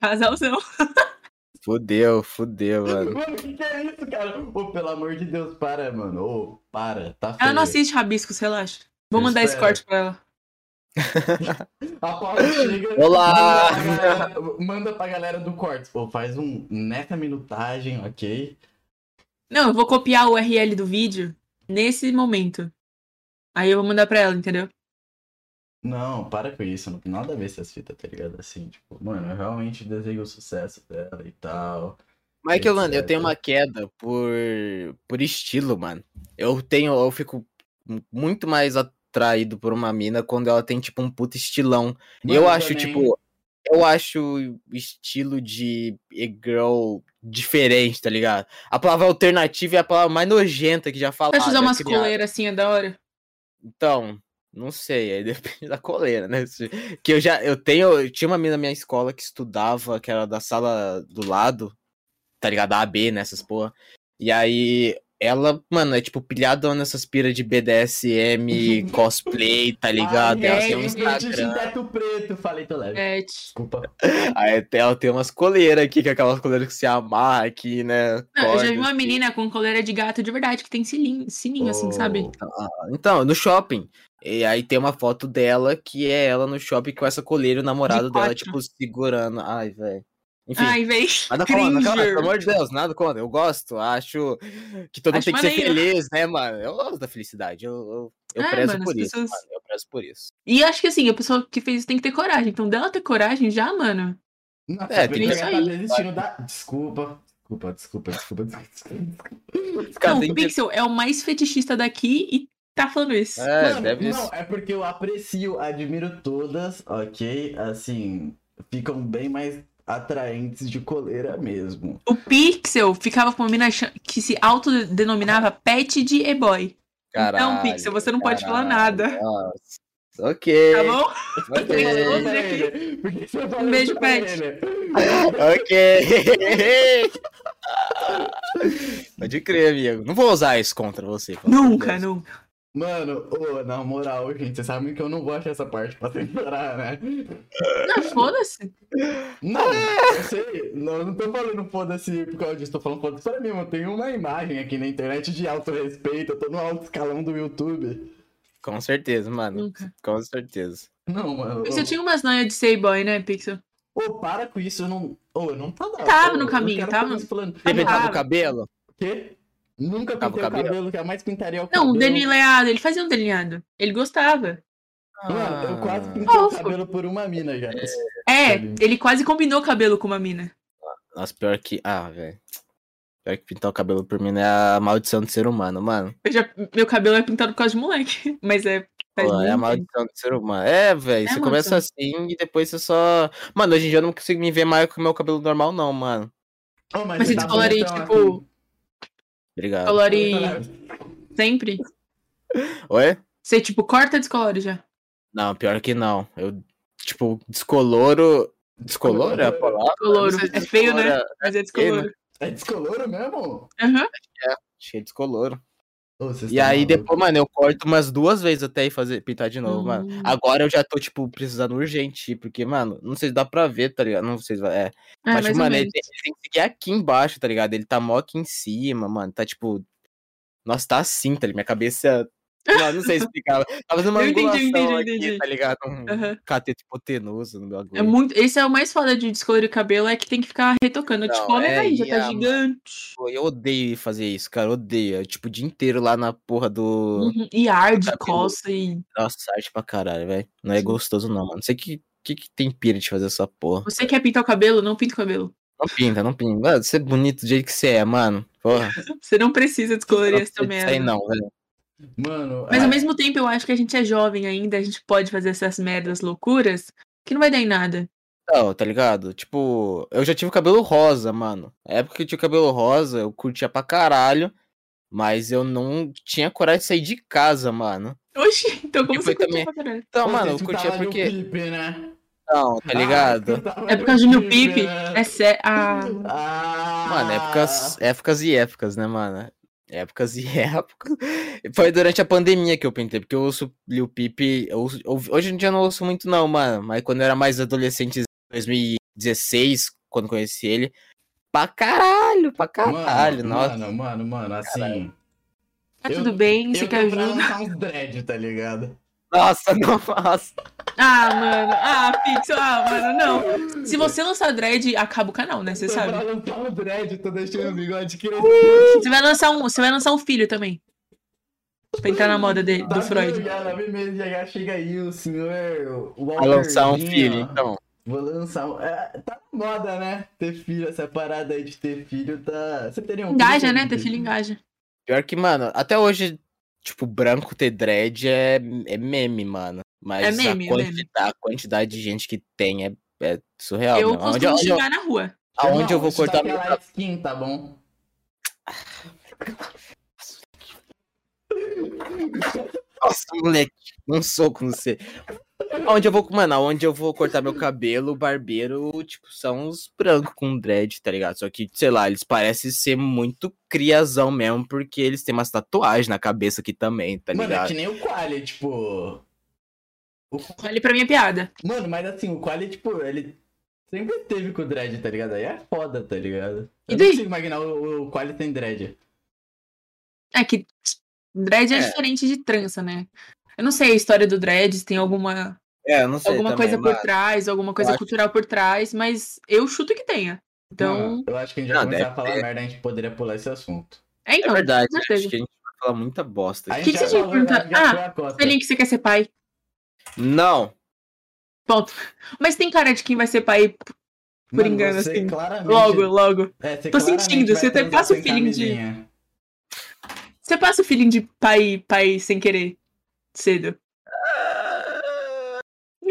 [SPEAKER 2] Casalzão.
[SPEAKER 3] Fudeu, fudeu, mano.
[SPEAKER 1] Mano, o que, que é isso, cara? Ô, pelo amor de Deus, para, mano. Ô, para. Tá feio.
[SPEAKER 2] Ela não assiste rabiscos, relaxa. Vou
[SPEAKER 1] Eu
[SPEAKER 2] mandar esse
[SPEAKER 1] espero.
[SPEAKER 2] corte pra ela.
[SPEAKER 1] A Paula chega.
[SPEAKER 3] Olá!
[SPEAKER 1] Manda pra, galera, manda pra galera do corte. Pô, faz um nessa minutagem, ok?
[SPEAKER 2] Não, eu vou copiar o URL do vídeo nesse momento. Aí eu vou mandar pra ela, entendeu?
[SPEAKER 1] Não, para com isso. Não tem nada a ver essas fitas, tá ligado? Assim, tipo, mano, eu realmente desejo o sucesso dela e tal.
[SPEAKER 3] Michael, mano, eu
[SPEAKER 1] Etc.
[SPEAKER 3] tenho uma queda por, por estilo, mano. Eu tenho, eu fico mu- muito mais atraído por uma mina quando ela tem, tipo, um puto estilão.
[SPEAKER 1] Mano,
[SPEAKER 3] eu acho,
[SPEAKER 1] também-
[SPEAKER 3] tipo, eu acho o estilo de e-girl diferente, tá ligado? A palavra alternativa é a palavra mais nojenta que já falaram.
[SPEAKER 2] Deixa eu usar umas
[SPEAKER 3] criaram.
[SPEAKER 2] coleiras assim, é da hora.
[SPEAKER 3] Então, não sei, aí (laughs) depende da coleira, né? Se- Que eu já, eu tenho, eu tinha uma menina na minha escola que estudava, que era da sala do lado, tá ligado? A AB, né? Essas porra. E aí, ela, mano, é tipo pilhada nessas piras
[SPEAKER 2] (laughs)
[SPEAKER 3] de BDSM, cosplay, tá ligado?
[SPEAKER 1] Ai,
[SPEAKER 3] ela
[SPEAKER 2] é,
[SPEAKER 3] tem
[SPEAKER 1] eu
[SPEAKER 3] um
[SPEAKER 2] eu
[SPEAKER 1] disse
[SPEAKER 3] Instagram.
[SPEAKER 1] teto preto, falei, tô leve.
[SPEAKER 2] É,
[SPEAKER 1] Desculpa.
[SPEAKER 3] Aí até ela tem umas coleiras aqui, que é aquelas coleiras que se amarra aqui, né?
[SPEAKER 2] não, eu já vi
[SPEAKER 3] Cordas,
[SPEAKER 2] uma
[SPEAKER 3] assim.
[SPEAKER 2] menina com coleira de gato de verdade, que tem sininho, sininho assim, sabe?
[SPEAKER 1] Oh.
[SPEAKER 3] Então, no shopping. E aí tem uma foto dela que é ela no shopping com essa coleira e o namorado dela,
[SPEAKER 2] quatro.
[SPEAKER 3] tipo, segurando. Ai, velho. Enfim.
[SPEAKER 2] Ai, véi.
[SPEAKER 3] Nada contra, nada contra,
[SPEAKER 2] Cringer.
[SPEAKER 3] pelo amor de Deus, nada contra. Eu gosto, acho que todo mundo
[SPEAKER 2] Acho
[SPEAKER 3] tem que ser
[SPEAKER 2] maneiro.
[SPEAKER 3] feliz, né, mano? Eu gosto da felicidade, eu, eu, eu
[SPEAKER 2] É,
[SPEAKER 3] prezo
[SPEAKER 2] mano,
[SPEAKER 3] por
[SPEAKER 2] as
[SPEAKER 3] isso,
[SPEAKER 2] pessoas-
[SPEAKER 3] mano, eu prezo por isso.
[SPEAKER 2] E acho que assim, a pessoa que fez isso tem que ter coragem. Então, dela ter coragem já, mano.
[SPEAKER 1] Nossa,
[SPEAKER 3] É,
[SPEAKER 1] é,
[SPEAKER 3] tem
[SPEAKER 1] tem
[SPEAKER 2] isso
[SPEAKER 1] tá
[SPEAKER 2] aí.
[SPEAKER 1] desistindo da. Desculpa. Desculpa, desculpa, desculpa, desculpa.
[SPEAKER 3] Os caras
[SPEAKER 2] não,
[SPEAKER 3] têm
[SPEAKER 2] o
[SPEAKER 3] que-
[SPEAKER 2] Pixel é o mais fetichista daqui e tá falando isso.
[SPEAKER 3] É,
[SPEAKER 1] Mano,
[SPEAKER 3] deve
[SPEAKER 1] não, é porque eu aprecio, admiro todas, ok? Assim, ficam bem mais atraentes de coleira mesmo.
[SPEAKER 2] O Pixel ficava com uma mina cha- que se autodenominava pet de e-boy. Então, Pixel, você não pode falar
[SPEAKER 3] caralho,
[SPEAKER 2] nada.
[SPEAKER 3] Nossa. Ok.
[SPEAKER 2] Tá bom?
[SPEAKER 3] ok.
[SPEAKER 2] Tem outro
[SPEAKER 1] Ele, por que você falou
[SPEAKER 2] Um beijo,
[SPEAKER 1] isso pra
[SPEAKER 2] Pet.
[SPEAKER 1] ele?
[SPEAKER 3] Ok. (laughs) Pode crer, amigo. Não vou usar isso contra você. pelo amor de
[SPEAKER 2] Nunca,
[SPEAKER 3] Deus.
[SPEAKER 2] nunca.
[SPEAKER 1] Mano, ô, na moral, gente, vocês sabem que eu não gosto dessa parte pra temperar, né?
[SPEAKER 2] Não, foda-se.
[SPEAKER 1] Não, eu sei, não, eu não tô falando foda-se por causa disso, tô falando foda-se pra mim, mano. Tem uma imagem aqui na internet de alto respeito, eu tô no alto escalão do YouTube.
[SPEAKER 3] Com certeza, mano.
[SPEAKER 2] Nunca.
[SPEAKER 3] Com certeza.
[SPEAKER 1] Não, mano.
[SPEAKER 2] Pixel
[SPEAKER 1] ô,
[SPEAKER 2] tinha umas noias de ser e-boy, né, Pixel?
[SPEAKER 1] ô, para com isso, eu não. Ô, eu não tá dando.
[SPEAKER 2] Tava
[SPEAKER 1] ô,
[SPEAKER 2] no
[SPEAKER 1] eu
[SPEAKER 2] caminho,
[SPEAKER 1] quero
[SPEAKER 2] tava
[SPEAKER 1] ficar
[SPEAKER 2] no-
[SPEAKER 1] falando.
[SPEAKER 2] Tava
[SPEAKER 3] Você
[SPEAKER 2] Ele
[SPEAKER 1] Ah,
[SPEAKER 3] pintava
[SPEAKER 2] tava.
[SPEAKER 3] o cabelo?
[SPEAKER 1] quê? Nunca pintei o
[SPEAKER 3] Tava o cabelo?
[SPEAKER 1] cabelo, que jamais pintaria o cabelo.
[SPEAKER 2] Não, o delineado, ele fazia um delineado. Ele gostava. Ah,
[SPEAKER 1] Mano, eu
[SPEAKER 3] Ah.
[SPEAKER 1] quase pintei o
[SPEAKER 2] Fofo.
[SPEAKER 1] cabelo por uma mina, já.
[SPEAKER 2] É,
[SPEAKER 1] Ele-
[SPEAKER 2] ele quase combinou o cabelo com uma mina.
[SPEAKER 3] Nossa, pior que. Ah, velho. Pior que pintar o cabelo por mim é a maldição do ser humano, mano.
[SPEAKER 2] Eu já- meu cabelo é pintado por causa de moleque. (laughs) Mas é. faz
[SPEAKER 3] Pô, é a
[SPEAKER 2] muito
[SPEAKER 3] maldição do ser humano. É, velho.
[SPEAKER 2] É
[SPEAKER 3] você
[SPEAKER 2] a
[SPEAKER 3] começa
[SPEAKER 2] maldição.
[SPEAKER 3] assim e depois você só. Mano, hoje em dia eu não consigo me ver mais com o meu cabelo normal, não, mano.
[SPEAKER 1] Ô, mas
[SPEAKER 2] Mas
[SPEAKER 1] você
[SPEAKER 2] você
[SPEAKER 1] tá
[SPEAKER 2] descolore,
[SPEAKER 1] bonitão
[SPEAKER 2] tipo,
[SPEAKER 3] Obrigado.
[SPEAKER 2] colore
[SPEAKER 1] aqui.
[SPEAKER 2] sempre.
[SPEAKER 3] Oi?
[SPEAKER 2] Você, tipo, corta e descolore já.
[SPEAKER 3] Não, pior que não. Eu, tipo, descoloro. Descoloro é a palavra?
[SPEAKER 2] Descoloro.
[SPEAKER 3] Não sei se
[SPEAKER 2] É feio, né?
[SPEAKER 3] descoloro
[SPEAKER 2] Mas é descoloro.
[SPEAKER 1] É descoloro mesmo?
[SPEAKER 2] Aham.
[SPEAKER 3] Acho que é descoloro.
[SPEAKER 1] Ô, vocês
[SPEAKER 3] E
[SPEAKER 1] tão tá maluco.
[SPEAKER 3] aí depois, mano, eu corto umas duas vezes até ir fazer, pintar de novo, mano. Ah,
[SPEAKER 2] Hum.
[SPEAKER 3] Agora eu já tô, tipo, precisando urgente, porque, mano, não sei se dá pra ver, tá ligado? Não sei se vai. É.
[SPEAKER 2] É,
[SPEAKER 3] Mas,
[SPEAKER 2] mais
[SPEAKER 3] tipo,
[SPEAKER 2] ou
[SPEAKER 3] mano, ele
[SPEAKER 2] menos.
[SPEAKER 3] tem, ele tem que seguir aqui embaixo, tá ligado? Ele tá mó aqui em cima, mano. Tá tipo. Nossa, tá assim, tá ligado? Minha cabeça. Não,
[SPEAKER 2] (laughs)
[SPEAKER 3] não sei explicar. Tá fazendo uma
[SPEAKER 2] Eu entendi, eu
[SPEAKER 3] angulação
[SPEAKER 2] entendi, eu
[SPEAKER 3] aqui,
[SPEAKER 2] entendi.
[SPEAKER 3] tá ligado? Um
[SPEAKER 2] Aham.
[SPEAKER 3] cateto hipotenuso no bagulho.
[SPEAKER 2] É muito... Esse é o mais foda de descolorir o cabelo, é que tem que ficar retocando.
[SPEAKER 3] Não,
[SPEAKER 2] tipo, olha
[SPEAKER 3] é,
[SPEAKER 2] aí, já
[SPEAKER 3] e
[SPEAKER 2] tá
[SPEAKER 3] a-
[SPEAKER 2] gigante.
[SPEAKER 3] Pô, Eu odeio fazer isso, cara. eu Odeio. Eu, tipo, o dia inteiro lá na porra do.
[SPEAKER 2] Uhum, E arde,
[SPEAKER 3] cabelo.
[SPEAKER 2] coça e.
[SPEAKER 3] Nossa, arte pra caralho, velho. Não é
[SPEAKER 2] Sim.
[SPEAKER 3] gostoso, não, mano. Não sei que, que, que tem pira de fazer essa porra.
[SPEAKER 2] Você quer pintar o cabelo? Não pinta o cabelo.
[SPEAKER 3] Não pinta, não pinta. Mano, você é bonito do jeito que você é, mano.
[SPEAKER 2] (laughs)
[SPEAKER 3] Porra.
[SPEAKER 2] Você não precisa descolorir
[SPEAKER 3] não
[SPEAKER 2] essa
[SPEAKER 3] precisa disso
[SPEAKER 2] merda.
[SPEAKER 3] aí, não, velho.
[SPEAKER 1] Mano,
[SPEAKER 2] Mas
[SPEAKER 1] é,
[SPEAKER 2] ao mesmo tempo, eu acho que a gente é jovem ainda, a gente pode fazer essas merdas loucuras que não vai dar em nada.
[SPEAKER 3] Não, tá ligado? Tipo, eu já tive cabelo rosa, mano. Na época que eu tinha cabelo rosa, eu curtia pra caralho. Mas eu não tinha coragem de sair de casa, mano.
[SPEAKER 2] Oxi, então como
[SPEAKER 3] E
[SPEAKER 2] você
[SPEAKER 3] foi
[SPEAKER 2] curtiu
[SPEAKER 3] também-
[SPEAKER 2] pra caralho?
[SPEAKER 3] Então,
[SPEAKER 1] vocês
[SPEAKER 3] mano, eu
[SPEAKER 1] que
[SPEAKER 3] curtia
[SPEAKER 2] um
[SPEAKER 1] tava no
[SPEAKER 3] porque.
[SPEAKER 1] Pipe, né?
[SPEAKER 3] Não, tá
[SPEAKER 1] Ah,
[SPEAKER 3] ligado?
[SPEAKER 1] que tava
[SPEAKER 2] É por causa do
[SPEAKER 1] no
[SPEAKER 2] meu pipe?
[SPEAKER 1] né?
[SPEAKER 2] É sério. Ah,
[SPEAKER 1] Ah.
[SPEAKER 3] Mano, é épocas, épocas e épocas, né, mano? Épocas e (laughs) épocas. Foi durante a pandemia que eu pintei, porque eu ouço Lil Peep. eu ouço- eu- hoje em dia eu não ouço muito, não, mano. Mas quando eu era mais adolescente, em 2016, quando conheci ele. Pra caralho, pra caralho,
[SPEAKER 1] mano,
[SPEAKER 3] nossa.
[SPEAKER 1] Mano, mano, mano, assim.
[SPEAKER 2] tá
[SPEAKER 1] Eu-
[SPEAKER 2] tudo bem, você
[SPEAKER 1] Eu
[SPEAKER 2] quer
[SPEAKER 1] tô pra
[SPEAKER 2] ajuda?
[SPEAKER 1] lançar uns dread, tá ligado?
[SPEAKER 3] Nossa, (laughs) não faço.
[SPEAKER 2] Ah, mano. Ah, Pixel. Ah, mano, não. Se você lançar dread, acaba o canal, né? Você
[SPEAKER 1] tô
[SPEAKER 2] sabe.
[SPEAKER 1] pra lançar uns dread, tô deixando o bigode que
[SPEAKER 2] Você vai lançar um, você vai lançar um filho também. Pra entrar na moda dele, do Freud.
[SPEAKER 1] Freud. Chega aí o senhor. o
[SPEAKER 3] Vai lançar um
[SPEAKER 1] Walterzinho,
[SPEAKER 3] filho,
[SPEAKER 1] ó.
[SPEAKER 3] então.
[SPEAKER 1] Vou lançar um. É, tá na moda, né? Ter filho, essa parada aí de ter filho tá. Você teria um.
[SPEAKER 2] Engaja,
[SPEAKER 1] filho,
[SPEAKER 2] né?
[SPEAKER 1] Felipe?
[SPEAKER 2] Ter filho engaja.
[SPEAKER 3] Pior que, mano, até hoje, tipo, branco ter dread é, é meme, mano. Mas
[SPEAKER 2] É meme,
[SPEAKER 3] a,
[SPEAKER 2] é
[SPEAKER 3] quantida-
[SPEAKER 2] meme.
[SPEAKER 3] a quantidade de gente que tem é, é surreal.
[SPEAKER 2] Eu
[SPEAKER 3] né? Onde-
[SPEAKER 2] costumo
[SPEAKER 3] onde eu-
[SPEAKER 2] xingar na rua.
[SPEAKER 3] Aonde eu
[SPEAKER 1] Irmão,
[SPEAKER 3] vou
[SPEAKER 1] isso
[SPEAKER 3] cortar
[SPEAKER 1] tá
[SPEAKER 3] meu
[SPEAKER 1] pela
[SPEAKER 3] cabelo?
[SPEAKER 1] skin, tá bom?
[SPEAKER 3] Nossa, moleque, um soco no C. Aonde eu vou, mano, aonde eu vou cortar meu cabelo, o barbeiro, tipo, são os brancos com dread, tá ligado? Só que, sei lá, eles parecem ser muito criazão mesmo, porque eles têm umas tatuagens na cabeça aqui também, tá
[SPEAKER 1] Mano, é
[SPEAKER 3] ligado?
[SPEAKER 1] que nem o Qualy, tipo.
[SPEAKER 2] Olha pra minha piada.
[SPEAKER 1] Mano, mas assim, o Qualy, tipo, ele sempre teve com o dread, tá ligado? Aí é foda, tá ligado? Eu
[SPEAKER 2] E
[SPEAKER 1] não
[SPEAKER 2] daí?
[SPEAKER 1] consigo imaginar o, o Qualy sem dread.
[SPEAKER 2] É que dread é,
[SPEAKER 3] É.
[SPEAKER 2] diferente de trança, né? Eu não sei a história do dread, se tem alguma,
[SPEAKER 3] É, eu não sei
[SPEAKER 2] alguma
[SPEAKER 3] também,
[SPEAKER 2] coisa
[SPEAKER 3] mano.
[SPEAKER 2] por trás, alguma coisa
[SPEAKER 3] acho-
[SPEAKER 2] cultural por trás, mas eu chuto que tenha. Então,
[SPEAKER 1] Mano, eu acho que a gente já
[SPEAKER 3] Não,
[SPEAKER 1] começou a
[SPEAKER 3] deve
[SPEAKER 1] falar
[SPEAKER 3] ter.
[SPEAKER 1] merda, a gente poderia pular esse assunto.
[SPEAKER 2] é
[SPEAKER 3] É
[SPEAKER 2] então.
[SPEAKER 3] verdade,
[SPEAKER 2] com
[SPEAKER 3] acho que a
[SPEAKER 2] certeza.
[SPEAKER 3] gente vai falar muita bosta.
[SPEAKER 1] A
[SPEAKER 2] Que
[SPEAKER 1] gente
[SPEAKER 2] que
[SPEAKER 1] já
[SPEAKER 2] você ia
[SPEAKER 1] falou, a gente
[SPEAKER 2] perguntar?
[SPEAKER 1] já
[SPEAKER 2] Ah,
[SPEAKER 1] foi a cota.
[SPEAKER 2] Selinho, que você quer ser pai?
[SPEAKER 3] Não,
[SPEAKER 2] Ponto. Mas tem cara de quem vai ser pai por
[SPEAKER 1] Mano,
[SPEAKER 2] engano,
[SPEAKER 1] você
[SPEAKER 2] assim.
[SPEAKER 1] claramente-
[SPEAKER 2] logo, logo.
[SPEAKER 1] É, você
[SPEAKER 2] Tô
[SPEAKER 1] claramente
[SPEAKER 2] sentindo,
[SPEAKER 1] vai
[SPEAKER 2] você até
[SPEAKER 1] transar
[SPEAKER 2] passa o
[SPEAKER 1] sem
[SPEAKER 2] feeling de-
[SPEAKER 1] camisinha.
[SPEAKER 2] Você passa o feeling de pai, pai sem querer cedo.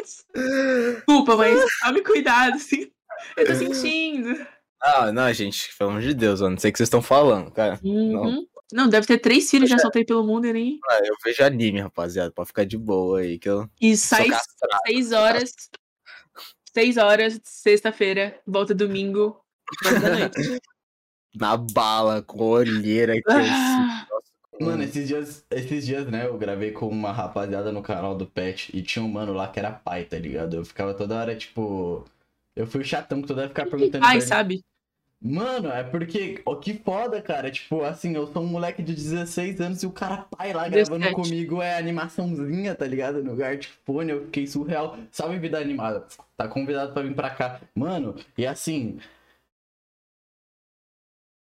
[SPEAKER 2] Desculpa, mas tome cuidado, assim. Eu tô sentindo.
[SPEAKER 3] não, não, gente, pelo amor de Deus, eu não sei o que vocês estão falando, cara.
[SPEAKER 2] Uhum. Não, deve ter três filhos, já soltei pelo mundo e nem.
[SPEAKER 3] Ah, Eu vejo anime, rapaziada, pra ficar de boa aí, que eu
[SPEAKER 2] E
[SPEAKER 3] sou
[SPEAKER 2] sai
[SPEAKER 3] castrado.
[SPEAKER 2] seis horas. Seis horas, sexta-feira, volta domingo, nove da noite.
[SPEAKER 3] na bala, com olheira assim, que eu sinto.
[SPEAKER 2] Ah,
[SPEAKER 1] Mano,
[SPEAKER 3] Hum.
[SPEAKER 1] esses dias, esses dias, né, eu gravei com uma rapaziada no canal do Pet e tinha um mano lá que era pai, tá ligado? Eu ficava toda hora, tipo. Eu fui o chatão que toda hora ficava perguntando. pra
[SPEAKER 2] Ai,
[SPEAKER 1] ele.
[SPEAKER 2] sabe?
[SPEAKER 1] Mano, é porque. Ó, que foda, cara. Tipo, assim, eu sou um moleque de 16 anos e o cara pai lá gravando
[SPEAKER 2] 17.
[SPEAKER 1] comigo é animaçãozinha, tá ligado? No Gartfone, eu fiquei surreal. Salve vida animada. Tá convidado pra vir pra cá. Mano, e assim.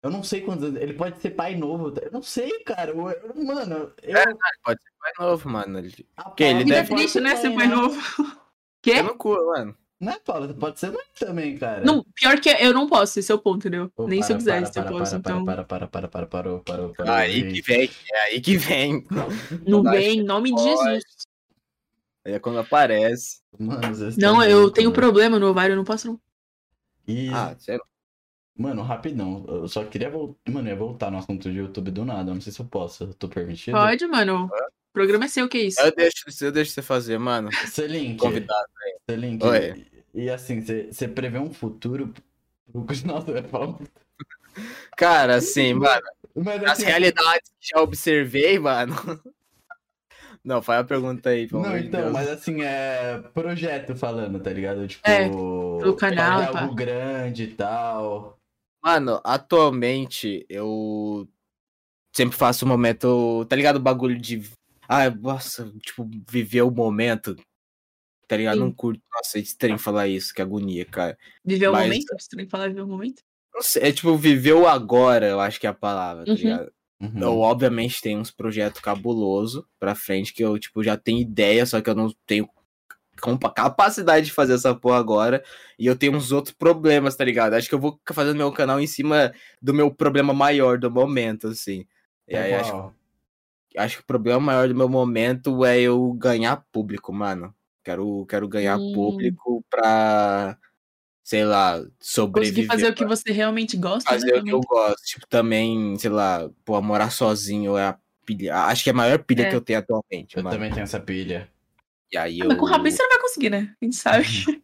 [SPEAKER 1] Eu não sei quantos anos. Ele pode ser pai novo. tá? Eu não sei, cara. Eu- eu- mano, eu.
[SPEAKER 3] Pai novo, mano. ele-
[SPEAKER 1] a
[SPEAKER 3] que ele
[SPEAKER 1] Paula
[SPEAKER 2] Vida
[SPEAKER 3] deve-
[SPEAKER 1] pode
[SPEAKER 2] triste, né, ser pai
[SPEAKER 1] né?
[SPEAKER 2] novo? (laughs) Quê?
[SPEAKER 3] Eu não curto, mano.
[SPEAKER 1] Né, Paula? Você pode ser mãe também,
[SPEAKER 3] É.
[SPEAKER 1] cara.
[SPEAKER 2] Não, pior que eu não posso, esse é o ponto, entendeu?
[SPEAKER 1] Pô,
[SPEAKER 2] Nem se eu
[SPEAKER 1] para,
[SPEAKER 2] quisesse
[SPEAKER 1] para,
[SPEAKER 2] eu
[SPEAKER 1] para,
[SPEAKER 2] posso,
[SPEAKER 1] para,
[SPEAKER 2] então.
[SPEAKER 1] Para, para, para, para, parou, parou, parou.
[SPEAKER 3] Aí que vem, é aí que vem.
[SPEAKER 2] Não
[SPEAKER 3] Não dá,
[SPEAKER 2] vem, em nome de
[SPEAKER 3] pode.
[SPEAKER 2] Jesus.
[SPEAKER 3] Aí é quando aparece.
[SPEAKER 1] Mano, vocês
[SPEAKER 2] Não,
[SPEAKER 1] tão
[SPEAKER 2] eu
[SPEAKER 1] louco,
[SPEAKER 2] tenho um
[SPEAKER 1] mano.
[SPEAKER 2] problema no ovário, eu não posso não.
[SPEAKER 1] E,
[SPEAKER 3] Ah, sei lá.
[SPEAKER 1] mano, rapidão. Eu só queria voltar. Mano, eu ia voltar no assunto de YouTube do nada. eu Não sei se eu posso. Eu tô permitido?
[SPEAKER 2] Pode, mano. O programa é seu, que é isso?
[SPEAKER 3] Eu deixo, eu deixo você fazer, mano.
[SPEAKER 1] Selink.
[SPEAKER 3] Convidado.
[SPEAKER 1] Selink.
[SPEAKER 3] Oi.
[SPEAKER 1] E assim, você (laughs) prevê um futuro. pro- Nossa, eu ia falar. um-
[SPEAKER 3] Cara, assim, mano,
[SPEAKER 1] Mas
[SPEAKER 3] As
[SPEAKER 1] assim,
[SPEAKER 3] realidades que já observei, mano. (laughs) Não, faz a pergunta aí, pelo
[SPEAKER 1] Não,
[SPEAKER 3] amor de
[SPEAKER 1] então,
[SPEAKER 3] Deus.
[SPEAKER 1] mas assim, é projeto falando, tá ligado? Tipo,
[SPEAKER 2] É,
[SPEAKER 1] pelo
[SPEAKER 2] canal, pá.
[SPEAKER 1] algo grande e tal.
[SPEAKER 3] Mano, atualmente eu sempre faço o momento, tá ligado? O bagulho de. Ah, nossa, tipo, viver o momento. Tá ligado?
[SPEAKER 2] Sim.
[SPEAKER 3] Não curto. Nossa, é estranho falar isso, que agonia, cara.
[SPEAKER 2] Viver o
[SPEAKER 3] Mas-
[SPEAKER 2] momento? É estranho falar viver o momento.
[SPEAKER 3] Não sei, é tipo, viver o agora, eu acho que é a palavra, tá
[SPEAKER 2] Uhum.
[SPEAKER 3] ligado? Eu, obviamente, tenho uns projetos cabuloso pra frente que eu, tipo, já tenho ideia, só que eu não tenho compa- capacidade de fazer essa porra agora. E eu tenho uns outros problemas, tá ligado? Acho que eu vou fazendo meu canal em cima do meu problema maior do momento, assim. E aí, acho,
[SPEAKER 1] Qual?
[SPEAKER 3] acho que o problema maior do meu momento é eu ganhar público, mano. Quero, quero ganhar
[SPEAKER 2] Hum.
[SPEAKER 3] público pra, sei lá,
[SPEAKER 2] Conseguir
[SPEAKER 3] sobreviver.
[SPEAKER 2] fazer o que você realmente gosta,
[SPEAKER 3] fazer
[SPEAKER 2] né?
[SPEAKER 3] o que eu
[SPEAKER 2] também.
[SPEAKER 3] gosto. Tipo, também, sei lá, pô, morar sozinho é a pilha. Acho que é a maior pilha
[SPEAKER 2] É.
[SPEAKER 3] que eu tenho atualmente,
[SPEAKER 1] Eu
[SPEAKER 3] mano.
[SPEAKER 1] também tenho essa pilha.
[SPEAKER 3] E aí
[SPEAKER 2] Ah,
[SPEAKER 3] eu. Ah,
[SPEAKER 2] Mas com rapaz você não vai conseguir, né? A gente
[SPEAKER 3] (laughs)
[SPEAKER 2] sabe.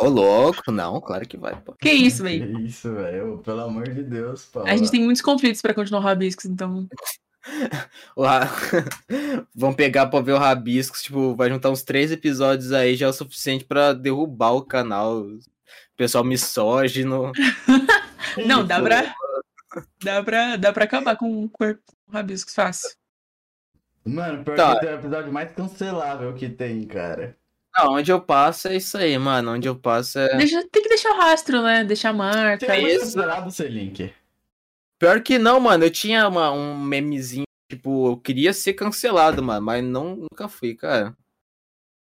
[SPEAKER 3] Ô, louco, não, claro que vai, pô.
[SPEAKER 2] que isso,
[SPEAKER 1] Que
[SPEAKER 2] velho.
[SPEAKER 1] (laughs) isso, velho. Pelo amor de Deus, Paulo.
[SPEAKER 2] A gente tem muitos conflitos pra continuar o Rabiscos, então.
[SPEAKER 3] O ra- (laughs) Vão pegar pra ver o Rabiscos, tipo, vai juntar uns três episódios aí, já é o suficiente pra derrubar o canal. Pessoal
[SPEAKER 1] (laughs)
[SPEAKER 3] misógino.
[SPEAKER 2] Não, dá
[SPEAKER 3] né?
[SPEAKER 2] pra. Dá pra, dá pra acabar com o corpo com Rabiscos fácil.
[SPEAKER 1] Mano, pior
[SPEAKER 3] Tá.
[SPEAKER 1] que tem o episódio mais cancelável que tem, cara.
[SPEAKER 3] Não, onde eu passo é isso aí, mano. Onde eu passo é.
[SPEAKER 2] Deixa- tem que deixar o rastro, né? Deixar a marca.
[SPEAKER 1] Você é
[SPEAKER 3] isso.
[SPEAKER 1] cancelado, seu link.
[SPEAKER 3] Pior que não, mano. Eu tinha uma- um memezinho, tipo, eu queria ser cancelado, mano, mas não, nunca fui, cara.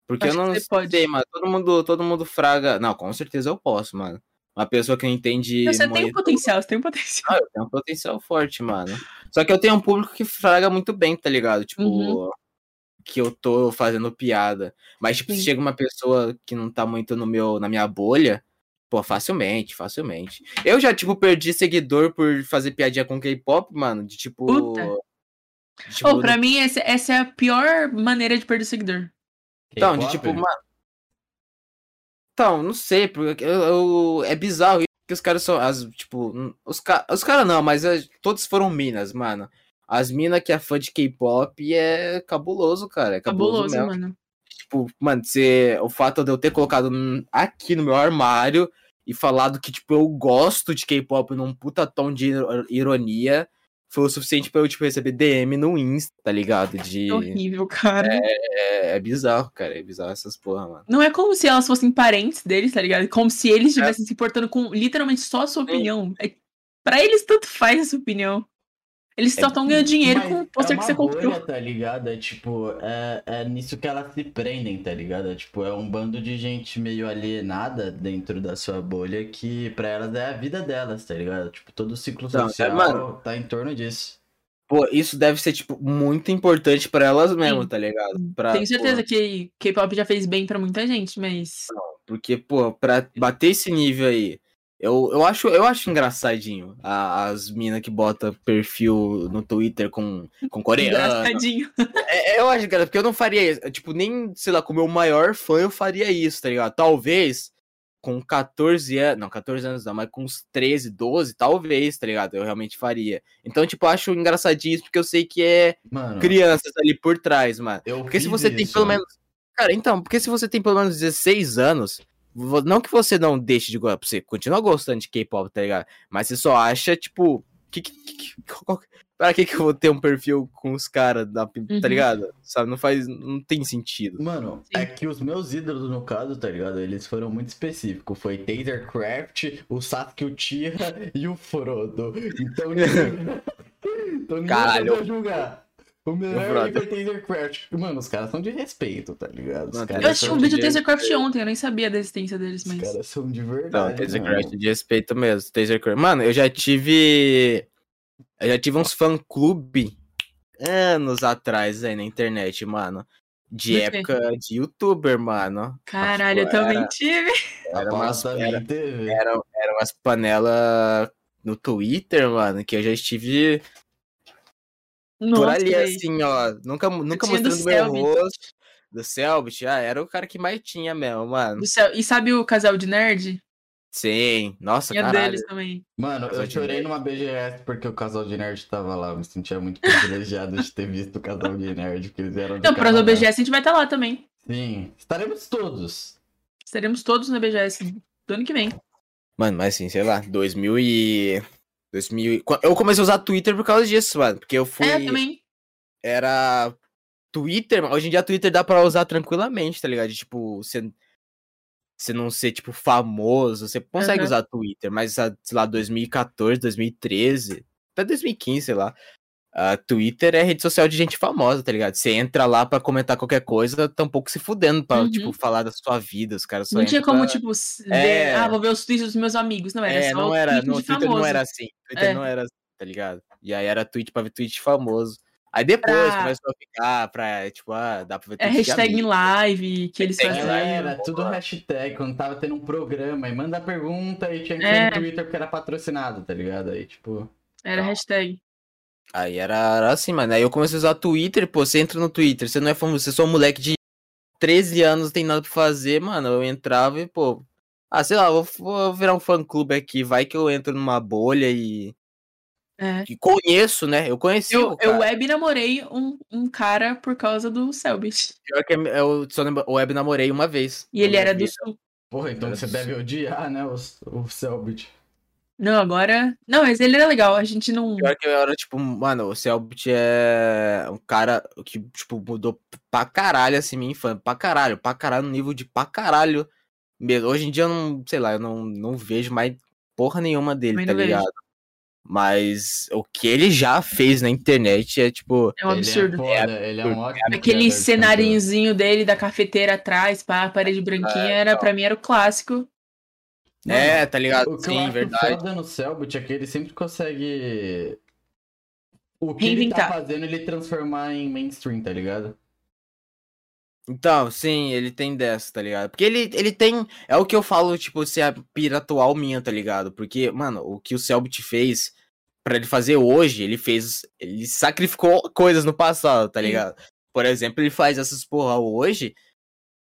[SPEAKER 3] Porque
[SPEAKER 2] Acho
[SPEAKER 3] eu não
[SPEAKER 2] que você pode.
[SPEAKER 3] sei, mano. Todo mundo, todo mundo fraga. Não, com certeza eu posso, mano. Uma pessoa que não entende.
[SPEAKER 2] Você tem
[SPEAKER 3] money-
[SPEAKER 2] um potencial, você tem um potencial.
[SPEAKER 3] Ah, eu tenho um potencial forte, mano. Só que eu tenho um público que fraga muito bem, tá ligado? Tipo,
[SPEAKER 2] Uhum.
[SPEAKER 3] que eu tô fazendo piada. Mas, tipo, se
[SPEAKER 2] Sim.
[SPEAKER 3] chega uma pessoa que não tá muito no meu, na minha bolha, pô, facilmente, facilmente. Eu já, tipo, perdi seguidor por fazer piadinha com K-pop, mano. De tipo.
[SPEAKER 2] Puta.
[SPEAKER 3] de, tipo,
[SPEAKER 2] Ou pra mim, essa, essa é a pior maneira de perder seguidor.
[SPEAKER 1] É
[SPEAKER 3] Então, de tipo,
[SPEAKER 1] K-pop?
[SPEAKER 3] mano. Então, não sei, porque eu, eu- é bizarro isso, porque os caras são. As, tipo, hum, os, ca... os caras não, mas é, todos foram minas, mano. As minas que é fã de K-pop é cabuloso, cara. É
[SPEAKER 2] Cabuloso,
[SPEAKER 3] cabuloso, mesmo.
[SPEAKER 2] mano.
[SPEAKER 3] Tipo, mano, você- o fato de eu ter colocado n- aqui no meu armário e falado que, tipo, eu gosto de K-pop num puta tom de iro- ironia foi o suficiente pra eu, tipo, receber DM no Insta, tá ligado? De.
[SPEAKER 2] É horrível, cara.
[SPEAKER 3] É, é bizarro, cara. É bizarro essas porra, mano.
[SPEAKER 2] Não é como se elas fossem parentes deles, tá ligado? Como se
[SPEAKER 3] É.
[SPEAKER 2] eles estivessem se importando com literalmente só a sua opinião. É, pra eles, tanto faz a sua opinião.
[SPEAKER 3] É
[SPEAKER 2] Eles só estão ganhando dinheiro
[SPEAKER 1] Mas
[SPEAKER 2] com o pôster
[SPEAKER 1] é
[SPEAKER 2] que
[SPEAKER 1] uma
[SPEAKER 2] você comprou.
[SPEAKER 1] bolha, tá ligado? É tipo, é, é nisso que elas se prendem, tá ligado? É tipo, é um bando de gente meio alienada dentro da sua bolha que pra elas é a vida delas, tá ligado? Tipo, todo o ciclo
[SPEAKER 3] Não, é,
[SPEAKER 1] social
[SPEAKER 3] mano.
[SPEAKER 1] tá em torno disso.
[SPEAKER 3] Pô, isso deve ser, tipo, muito importante pra elas mesmo,
[SPEAKER 2] Sim.
[SPEAKER 3] tá ligado? Pra,
[SPEAKER 2] Tenho certeza
[SPEAKER 3] pô,
[SPEAKER 2] que K-pop já fez bem pra muita gente, mas.
[SPEAKER 3] porque, pô, pra bater esse nível aí, eu, eu, acho, eu acho engraçadinho a- as minas que botam perfil no Twitter com,
[SPEAKER 2] (laughs)
[SPEAKER 3] com coreano.
[SPEAKER 2] Engraçadinho.
[SPEAKER 3] É, é, eu acho, cara, porque eu não faria isso. É, Tipo, nem, sei lá, com o meu maior fã eu faria isso, tá ligado? Talvez com 14 anos, não, 14 anos não, mas com uns 13, 12, talvez, tá ligado? Eu realmente faria. Então, tipo, eu acho engraçadinho isso porque eu sei que é
[SPEAKER 1] Mano,
[SPEAKER 3] crianças ali por trás, mano.
[SPEAKER 1] eu
[SPEAKER 3] Porque se
[SPEAKER 1] fiz
[SPEAKER 3] você tem
[SPEAKER 1] isso.
[SPEAKER 3] pelo menos. Cara, então, porque se você tem pelo menos 16 anos, vo- não que você não deixe de gostar, você continua gostando de K-pop, tá ligado? Mas você só acha, tipo. Que, que, que- que- qual- pra que, que eu vou ter um perfil com os caras, da-
[SPEAKER 2] Uhum.
[SPEAKER 3] tá ligado? Sabe? Não faz. Não tem sentido.
[SPEAKER 1] Mano,
[SPEAKER 2] Sim.
[SPEAKER 1] é que os meus ídolos, no caso, tá ligado? Eles foram muito específicos. Foi Tasercraft, o Sasuke Uchiha e o Frodo. Então,
[SPEAKER 3] (laughs)
[SPEAKER 1] então ninguém
[SPEAKER 3] Caralho.
[SPEAKER 1] vai julgar. O melhor
[SPEAKER 3] Frodo.
[SPEAKER 1] anime é Tasercraft. Mano, os caras são de respeito, tá ligado? Os
[SPEAKER 3] Mano,
[SPEAKER 1] caras
[SPEAKER 2] Eu assisti
[SPEAKER 1] são
[SPEAKER 2] um
[SPEAKER 1] de-
[SPEAKER 2] vídeo do Tasercraft ontem, eu nem sabia da existência deles,
[SPEAKER 1] Os
[SPEAKER 2] mas.
[SPEAKER 1] caras são de verdade.
[SPEAKER 3] Não, Então, Taser
[SPEAKER 1] mano.
[SPEAKER 3] Crash de respeito mesmo. Taser Crash. Mano, eu já tive. Eu já tive uns fã-clube anos atrás aí na internet, mano. De
[SPEAKER 2] Do quê?
[SPEAKER 3] época de youtuber, mano.
[SPEAKER 2] Caralho, eu
[SPEAKER 3] Tipo, era-
[SPEAKER 2] também tive. (laughs)
[SPEAKER 1] A
[SPEAKER 3] Era É,
[SPEAKER 1] Paula
[SPEAKER 3] umas,
[SPEAKER 1] também
[SPEAKER 3] era,
[SPEAKER 1] teve.
[SPEAKER 3] era, era umas panelas no Twitter, mano, que eu já estive por ali,
[SPEAKER 2] velho.
[SPEAKER 3] assim, ó. Nunca, nunca
[SPEAKER 2] tinha do
[SPEAKER 3] mostrando meu
[SPEAKER 2] Selbit.
[SPEAKER 3] rosto. Do Selbit, ah, era o cara que mais tinha mesmo, mano.
[SPEAKER 2] Do céu. E sabe o casal de nerd?
[SPEAKER 3] Sim. Nossa,
[SPEAKER 2] E a
[SPEAKER 3] caralho.
[SPEAKER 2] deles também.
[SPEAKER 1] Mano,
[SPEAKER 3] Casal
[SPEAKER 1] eu
[SPEAKER 3] de
[SPEAKER 1] chorei numa BGS porque o casal de nerd tava lá. Eu me sentia muito privilegiado de ter visto o casal de nerd, porque eles eram do
[SPEAKER 2] Então, para
[SPEAKER 1] Canadá.
[SPEAKER 2] o
[SPEAKER 3] né?
[SPEAKER 2] BGS a gente vai estar lá também.
[SPEAKER 1] Sim, estaremos todos.
[SPEAKER 2] Estaremos todos na BGS do ano que vem.
[SPEAKER 3] Mano, mas assim, sei lá, 2000 e... 2000 e- Qua- Eu comecei a usar Twitter por causa disso, mano. Porque eu fui...
[SPEAKER 2] É, também.
[SPEAKER 3] Era Twitter, mas hoje em dia Twitter dá pra usar tranquilamente, tá ligado? De, Tipo, você... Você não ser, tipo, famoso, você consegue
[SPEAKER 2] Aham.
[SPEAKER 3] usar Twitter, mas, a- sei lá, 2014, 2013, até 2015, sei lá. A Twitter é rede social de gente famosa, tá ligado? Você entra lá pra comentar qualquer coisa, tampouco se fudendo pra,
[SPEAKER 2] Uhum.
[SPEAKER 3] tipo, falar da sua vida, os caras só
[SPEAKER 2] Não tinha
[SPEAKER 3] entram
[SPEAKER 2] como,
[SPEAKER 3] pra-
[SPEAKER 2] tipo, s-
[SPEAKER 3] É.
[SPEAKER 2] ver, ah, vou ver os tweets dos meus amigos. Não, era
[SPEAKER 3] é,
[SPEAKER 2] só
[SPEAKER 3] não
[SPEAKER 2] o
[SPEAKER 3] era,
[SPEAKER 2] tweet
[SPEAKER 3] no
[SPEAKER 2] de
[SPEAKER 3] Twitter
[SPEAKER 2] famoso.
[SPEAKER 3] não era assim. Twitter
[SPEAKER 2] É.
[SPEAKER 3] não era assim, tá ligado? E aí era tweet pra ver tweet de famoso. Aí depois
[SPEAKER 2] Pra-
[SPEAKER 3] começou a ficar pra, tipo, ah, dá pra ver
[SPEAKER 2] É
[SPEAKER 3] tweet de
[SPEAKER 2] hashtag em
[SPEAKER 3] amigo.
[SPEAKER 2] live que eles
[SPEAKER 3] Hashtag
[SPEAKER 2] faziam.
[SPEAKER 3] em
[SPEAKER 1] Ela era
[SPEAKER 3] vamos
[SPEAKER 1] tudo
[SPEAKER 3] lá.
[SPEAKER 1] hashtag, quando tava tendo um programa, e manda pergunta e tinha que
[SPEAKER 2] É.
[SPEAKER 1] ser no Twitter porque era patrocinado, tá ligado? Aí, tipo.
[SPEAKER 2] Era hashtag.
[SPEAKER 3] Aí era, era assim, mano. Aí eu comecei a usar Twitter, pô, você entra no Twitter, você não é famoso, você é só um moleque de 13 anos, não tem nada pra fazer, mano. Eu entrava e, pô, ah, sei lá, vou, vou virar um fã clube aqui, vai que eu entro numa bolha e.
[SPEAKER 2] É.
[SPEAKER 3] E conheço, né? Eu conheci. o
[SPEAKER 2] Eu, é
[SPEAKER 3] cara.
[SPEAKER 2] eu web namorei um, um cara por causa do Selbit.
[SPEAKER 3] Pior que eu só lembro- o web namorei uma vez.
[SPEAKER 2] E ele
[SPEAKER 3] Eu
[SPEAKER 2] era do
[SPEAKER 3] vi-
[SPEAKER 2] sul.
[SPEAKER 1] Porra, então
[SPEAKER 3] Era
[SPEAKER 1] você
[SPEAKER 3] do
[SPEAKER 1] deve odiar, né, o, o Selbit.
[SPEAKER 2] Não, agora. Não, mas ele era legal. A gente não. é
[SPEAKER 1] Hum.
[SPEAKER 3] Pior que eu era, tipo, mano, o Selbit é um cara que, tipo, mudou pra caralho, assim, minha infância. Pra caralho, pra caralho, no nível de pra caralho mesmo. Hoje em dia eu não, sei lá, eu não, não vejo mais porra nenhuma dele,
[SPEAKER 2] Também
[SPEAKER 3] tá
[SPEAKER 2] não vejo.
[SPEAKER 3] ligado? Mas o que ele já fez na internet é, tipo,
[SPEAKER 2] É um absurdo.
[SPEAKER 1] Ele é, foda, ele é um ótimo. criador
[SPEAKER 2] Aquele
[SPEAKER 1] de conteúdo.
[SPEAKER 2] cenáriozinho dele da cafeteira atrás, pá, a parede branquinha,
[SPEAKER 3] então.
[SPEAKER 2] era para mim era o clássico.
[SPEAKER 1] Mano,
[SPEAKER 3] é, tá ligado?
[SPEAKER 1] O que eu
[SPEAKER 3] Sim,
[SPEAKER 1] acho
[SPEAKER 3] verdade.
[SPEAKER 1] foda no Selbit é que ele sempre consegue. O que ele tá
[SPEAKER 2] Reinventar.
[SPEAKER 1] fazendo, ele transformar em mainstream, tá ligado?
[SPEAKER 3] Então, sim, ele tem dessa, tá ligado? Porque ele, ele tem. É o que eu falo, tipo, se é a pira atual minha, tá ligado? Porque, mano, o que o Selbit fez pra ele fazer hoje, ele fez. Ele sacrificou coisas no passado, tá
[SPEAKER 2] Sim.
[SPEAKER 3] ligado? Por exemplo, ele faz essas porra hoje.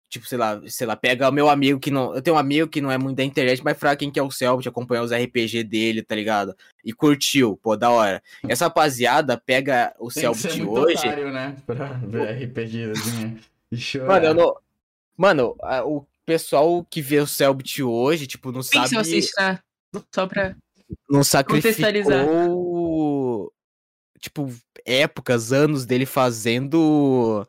[SPEAKER 3] Tipo, sei lá, sei lá, pega o meu amigo que não. Eu tenho um amigo que não é muito da internet, mas fraco quem que é o Selbit, acompanhar os RPG dele, tá ligado? E curtiu, pô, da hora. Essa rapaziada pega o
[SPEAKER 1] Tem que ser
[SPEAKER 3] Selbit
[SPEAKER 1] muito
[SPEAKER 3] hoje.
[SPEAKER 1] otário, né? Pra ver RPGzinha e chorar.
[SPEAKER 3] Mano, eu não. Mano, a- o pessoal que vê o Selbit hoje, tipo, não
[SPEAKER 2] Quem que você
[SPEAKER 3] sabe.
[SPEAKER 2] assiste, tá? Só pra.
[SPEAKER 3] Não
[SPEAKER 2] contextualizar.
[SPEAKER 3] sacrificou. Tipo, épocas, anos dele fazendo.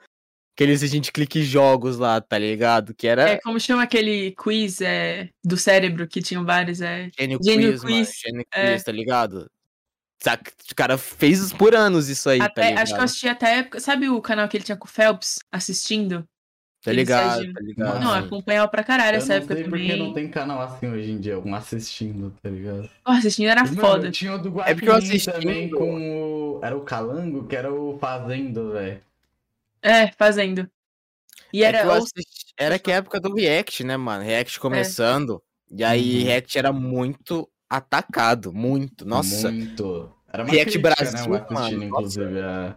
[SPEAKER 3] Aqueles a gente clique jogos lá, tá ligado? Que
[SPEAKER 2] É,
[SPEAKER 3] era.
[SPEAKER 2] como chama aquele quiz é, do cérebro que tinham vários, é.
[SPEAKER 3] Gênio
[SPEAKER 2] Gênio
[SPEAKER 3] Quiz, mano.
[SPEAKER 2] Quiz,
[SPEAKER 3] Gênio
[SPEAKER 2] é.
[SPEAKER 3] Quiz, tá ligado? Saca, o cara fez por anos isso aí, tá
[SPEAKER 2] Até,
[SPEAKER 3] ligado?
[SPEAKER 2] acho que eu assisti até a época. Sabe o canal que ele tinha com o Phelps assistindo?
[SPEAKER 3] Tá
[SPEAKER 2] ele
[SPEAKER 3] ligado,
[SPEAKER 2] saiu.
[SPEAKER 3] tá ligado?
[SPEAKER 2] Não, eu
[SPEAKER 1] Sim.
[SPEAKER 2] acompanhava pra caralho
[SPEAKER 1] Eu
[SPEAKER 2] essa
[SPEAKER 1] não
[SPEAKER 2] época
[SPEAKER 1] sei porque
[SPEAKER 2] também.
[SPEAKER 1] não tem canal assim hoje em dia, um assistindo, tá ligado?
[SPEAKER 2] Nossa, assistindo era
[SPEAKER 1] Mano,
[SPEAKER 2] Ah, foda.
[SPEAKER 1] Tinha o do
[SPEAKER 3] É porque eu
[SPEAKER 1] Guaxinim
[SPEAKER 3] assistindo-
[SPEAKER 1] também com o... Era o Calango, que era o Fazendo, velho.
[SPEAKER 2] É, fazendo. E
[SPEAKER 3] É
[SPEAKER 2] era.
[SPEAKER 3] que eu
[SPEAKER 2] ou- É.
[SPEAKER 3] assisti- era que a época do React, né, mano? React começando. E aí,
[SPEAKER 1] Uhum.
[SPEAKER 3] React era muito atacado. Muito. Nossa.
[SPEAKER 1] Muito. Era uma
[SPEAKER 3] React
[SPEAKER 1] crítica, né?
[SPEAKER 3] Brasil,
[SPEAKER 1] O assistindo,
[SPEAKER 3] mano.
[SPEAKER 1] inclusive. a-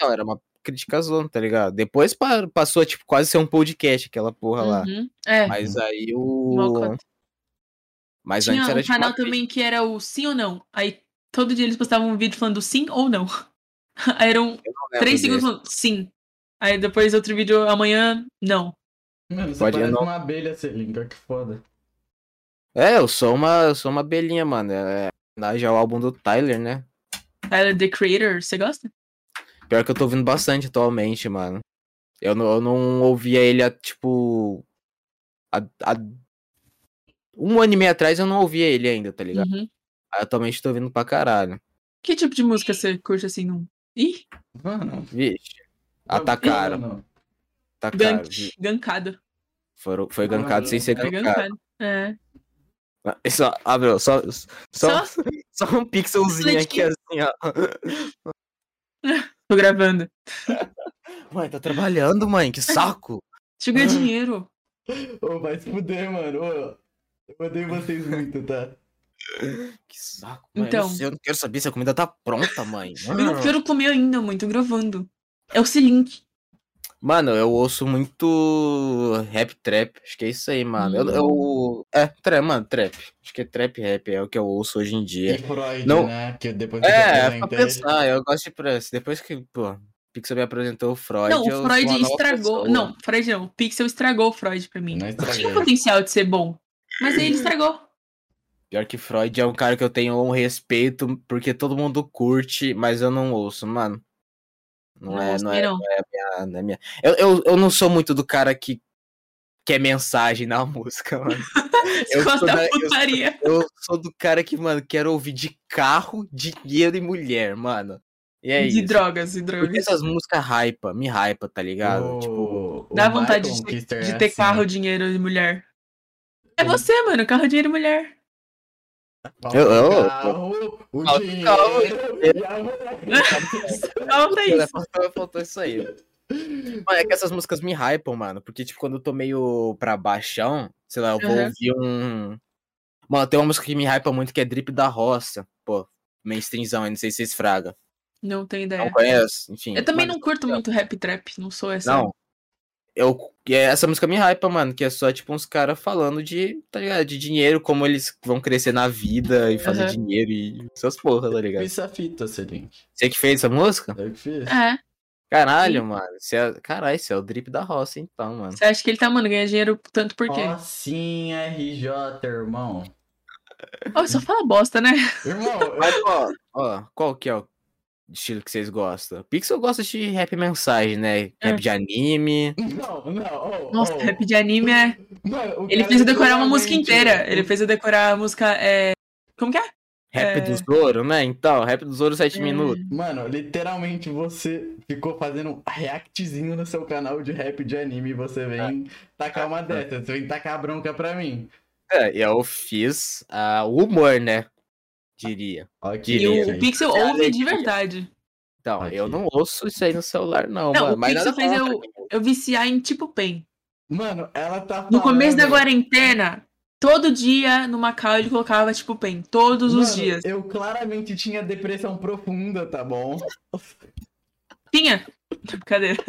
[SPEAKER 3] Não, era uma crítica zona, tá ligado? Depois pa- passou a, tipo, quase ser um podcast, aquela porra lá.
[SPEAKER 2] Uhum, É.
[SPEAKER 3] Mas aí o.
[SPEAKER 2] Mocota.
[SPEAKER 3] Mas
[SPEAKER 2] Tinha
[SPEAKER 3] antes era
[SPEAKER 2] um
[SPEAKER 3] tipo.
[SPEAKER 2] canal
[SPEAKER 3] uma crítica.
[SPEAKER 2] também que era o sim ou não. Aí todo dia eles postavam um vídeo falando sim ou não. (laughs) Aí eram
[SPEAKER 3] Eu não lembro
[SPEAKER 2] três segundos
[SPEAKER 3] um desse.
[SPEAKER 2] falando sim. Aí depois outro vídeo amanhã, não.
[SPEAKER 1] Mano, você
[SPEAKER 3] Pode ir
[SPEAKER 1] parece
[SPEAKER 3] não.
[SPEAKER 1] uma abelha, Selim, olha que foda.
[SPEAKER 3] É, eu sou uma, eu sou uma belinha, mano. É homenagem ao álbum do Tyler, né?
[SPEAKER 2] Tyler The Creator, você gosta?
[SPEAKER 3] Pior que eu tô ouvindo bastante atualmente, mano. Eu não, eu não ouvia ele há, tipo. Há, há um ano e meio atrás eu não ouvia ele ainda, tá ligado?
[SPEAKER 2] Uhum.
[SPEAKER 3] Atualmente tô ouvindo pra caralho.
[SPEAKER 2] Que tipo de música você curte assim? Num... Ih,
[SPEAKER 1] Mano.
[SPEAKER 3] Vixe. Ah, Atacaram,
[SPEAKER 1] mano.
[SPEAKER 3] atacaram.
[SPEAKER 2] gank, gankado.
[SPEAKER 3] Foram, foi gankado sem ser
[SPEAKER 2] Era
[SPEAKER 3] gankado.
[SPEAKER 2] gankado. É.
[SPEAKER 3] Só, ah, meu, só, só,
[SPEAKER 2] Só,
[SPEAKER 3] só um pixelzinho aqui, assim, ó.
[SPEAKER 2] tô gravando.
[SPEAKER 3] Mãe, tá trabalhando, mãe, que saco.
[SPEAKER 2] Deixa eu ganhar
[SPEAKER 3] Hum.
[SPEAKER 2] dinheiro.
[SPEAKER 1] Ô, vai se fuder, mano. Ô, eu odeio vocês muito, tá?
[SPEAKER 3] (laughs) Que saco, mãe. Eu,
[SPEAKER 2] Então.
[SPEAKER 3] não sei, eu não quero saber se a comida tá pronta, mãe.
[SPEAKER 2] Eu não quero comer ainda, mãe, tô gravando. É o Selink.
[SPEAKER 3] Mano, eu ouço muito rap trap. Acho que é isso aí, mano. Eu,
[SPEAKER 2] Hum.
[SPEAKER 3] eu- É, trap, mano, trap. Acho que é trap rap, é o que eu ouço hoje em dia.
[SPEAKER 1] E Freud,
[SPEAKER 3] Não-
[SPEAKER 1] né? Que depois que
[SPEAKER 3] É,
[SPEAKER 1] eu
[SPEAKER 3] pra
[SPEAKER 1] apresentei-
[SPEAKER 3] pensar, eu gosto de Prince. Depois que, pô, Pixel me apresentou o Freud.
[SPEAKER 2] Não,
[SPEAKER 3] eu
[SPEAKER 2] o
[SPEAKER 3] sou
[SPEAKER 2] Freud
[SPEAKER 3] uma nova
[SPEAKER 2] estragou.
[SPEAKER 3] pessoa. é.
[SPEAKER 2] Não, Freud não. O Pixel estragou o Freud pra
[SPEAKER 3] assim,
[SPEAKER 2] mim.
[SPEAKER 1] Não é
[SPEAKER 2] Tinha
[SPEAKER 1] estraguei.
[SPEAKER 2] potencial de ser bom. Mas aí ele estragou.
[SPEAKER 3] Pior que Freud é um cara que eu tenho um respeito, porque todo mundo curte, mas eu não ouço, mano. Não, é, não é,
[SPEAKER 2] não.
[SPEAKER 3] minha- não é minha. Eu, eu, eu não sou muito do cara que quer mensagem na (laughs) música, mano. eu
[SPEAKER 2] Gosta
[SPEAKER 3] sou
[SPEAKER 2] da
[SPEAKER 3] da- eu sou-
[SPEAKER 2] putaria.
[SPEAKER 3] Eu sou do cara que, mano, quero ouvir de carro, dinheiro e mulher, mano. E é
[SPEAKER 2] de
[SPEAKER 3] isso.
[SPEAKER 2] drogas, de
[SPEAKER 3] Porque
[SPEAKER 2] drogas.
[SPEAKER 3] essas músicas hypa, me hypa, tá ligado? Tipo,
[SPEAKER 1] O- o
[SPEAKER 2] Dá vontade
[SPEAKER 1] Michael
[SPEAKER 2] de ter-
[SPEAKER 1] Kister é
[SPEAKER 2] De ter
[SPEAKER 3] né?
[SPEAKER 1] assim,
[SPEAKER 2] carro, dinheiro e mulher. É
[SPEAKER 1] Hum.
[SPEAKER 2] você, mano. Carro, dinheiro e mulher.
[SPEAKER 1] falta
[SPEAKER 3] Eu- eu-
[SPEAKER 1] o carro, o
[SPEAKER 3] Falta o
[SPEAKER 1] dinheiro
[SPEAKER 3] carro,
[SPEAKER 1] e a mulher.
[SPEAKER 3] (laughs)
[SPEAKER 2] Falta
[SPEAKER 3] Puta, né?
[SPEAKER 2] isso.
[SPEAKER 3] faltou, faltou isso aí. Mano, é que essas músicas me hypam, mano. Porque, tipo, quando eu tô meio pra baixão, sei lá, eu vou
[SPEAKER 2] Aham.
[SPEAKER 3] ouvir um. Mano, tem uma música que me hypa muito que é Drip da Roça. Pô, mainstreamzão, aí, não sei se vocês fraga.
[SPEAKER 2] Não tenho
[SPEAKER 3] Não
[SPEAKER 2] ideia.
[SPEAKER 3] conhece? Enfim.
[SPEAKER 2] É. Eu também
[SPEAKER 3] mano,
[SPEAKER 2] não
[SPEAKER 1] então
[SPEAKER 2] curto muito rap trap. Não sou essa.
[SPEAKER 3] Não. Eu, é, essa música me hypa, mano, que é só, tipo, uns caras falando de, tá ligado? De dinheiro, como eles vão crescer na vida e fazer
[SPEAKER 2] Aham.
[SPEAKER 3] dinheiro e essas porra, tá ligado?
[SPEAKER 1] Pisa a fita, Selink.
[SPEAKER 3] Você que fez essa música?
[SPEAKER 1] Eu que fiz.
[SPEAKER 2] É.
[SPEAKER 3] Caralho, mano. Você é, caralho, você é o drip da roça, então, mano.
[SPEAKER 2] Você acha que ele tá, mano, ganha dinheiro tanto por quê?
[SPEAKER 1] Sim, RJ, irmão. Ah.
[SPEAKER 2] Oh, só fala bosta, né?
[SPEAKER 1] Irmão, eu-
[SPEAKER 3] Mas, ó, ó, qual que é o estilo que vocês gostam? Pixel gosta de rap mensagem, né?
[SPEAKER 2] É.
[SPEAKER 3] Rap de anime.
[SPEAKER 1] não, não. oh,
[SPEAKER 2] Nossa,
[SPEAKER 1] oh.
[SPEAKER 2] rap de anime é.
[SPEAKER 1] Mano, o
[SPEAKER 2] Ele
[SPEAKER 1] cara
[SPEAKER 2] fez eu decorar uma
[SPEAKER 1] literalmente-
[SPEAKER 2] música inteira. Ele fez eu decorar a música. É... Como que é?
[SPEAKER 3] Rap do Zoro, né? Então, rap do Zoro 7
[SPEAKER 2] É.
[SPEAKER 3] minutos.
[SPEAKER 1] Mano, literalmente você ficou fazendo um reactzinho no seu canal de rap de anime e você vem tacar uma dessas, você vem tacar a bronca pra mim.
[SPEAKER 3] É, eu fiz ah, o humor, né? Diria.
[SPEAKER 1] Ok,
[SPEAKER 2] E o,
[SPEAKER 3] Direito,
[SPEAKER 2] o
[SPEAKER 1] gente.
[SPEAKER 2] Pixel
[SPEAKER 3] É
[SPEAKER 2] ouve de
[SPEAKER 3] alegria.
[SPEAKER 2] verdade.
[SPEAKER 3] Então, eu
[SPEAKER 1] Ok.
[SPEAKER 3] não ouço isso aí no celular, não,
[SPEAKER 2] Não,
[SPEAKER 3] mano.
[SPEAKER 2] o
[SPEAKER 3] Mas
[SPEAKER 2] Pixel
[SPEAKER 3] nada
[SPEAKER 2] fez
[SPEAKER 3] contra,
[SPEAKER 2] eu-
[SPEAKER 3] tipo,
[SPEAKER 2] Eu viciar em tipo pen.
[SPEAKER 1] Mano, ela tá
[SPEAKER 2] No começo da
[SPEAKER 1] falando-
[SPEAKER 2] quarentena, todo dia no Macau ele colocava tipo pen. Todos os
[SPEAKER 1] Mano,
[SPEAKER 2] dias.
[SPEAKER 1] Eu claramente tinha depressão profunda, tá bom?
[SPEAKER 2] Tinha? (laughs) Brincadeira.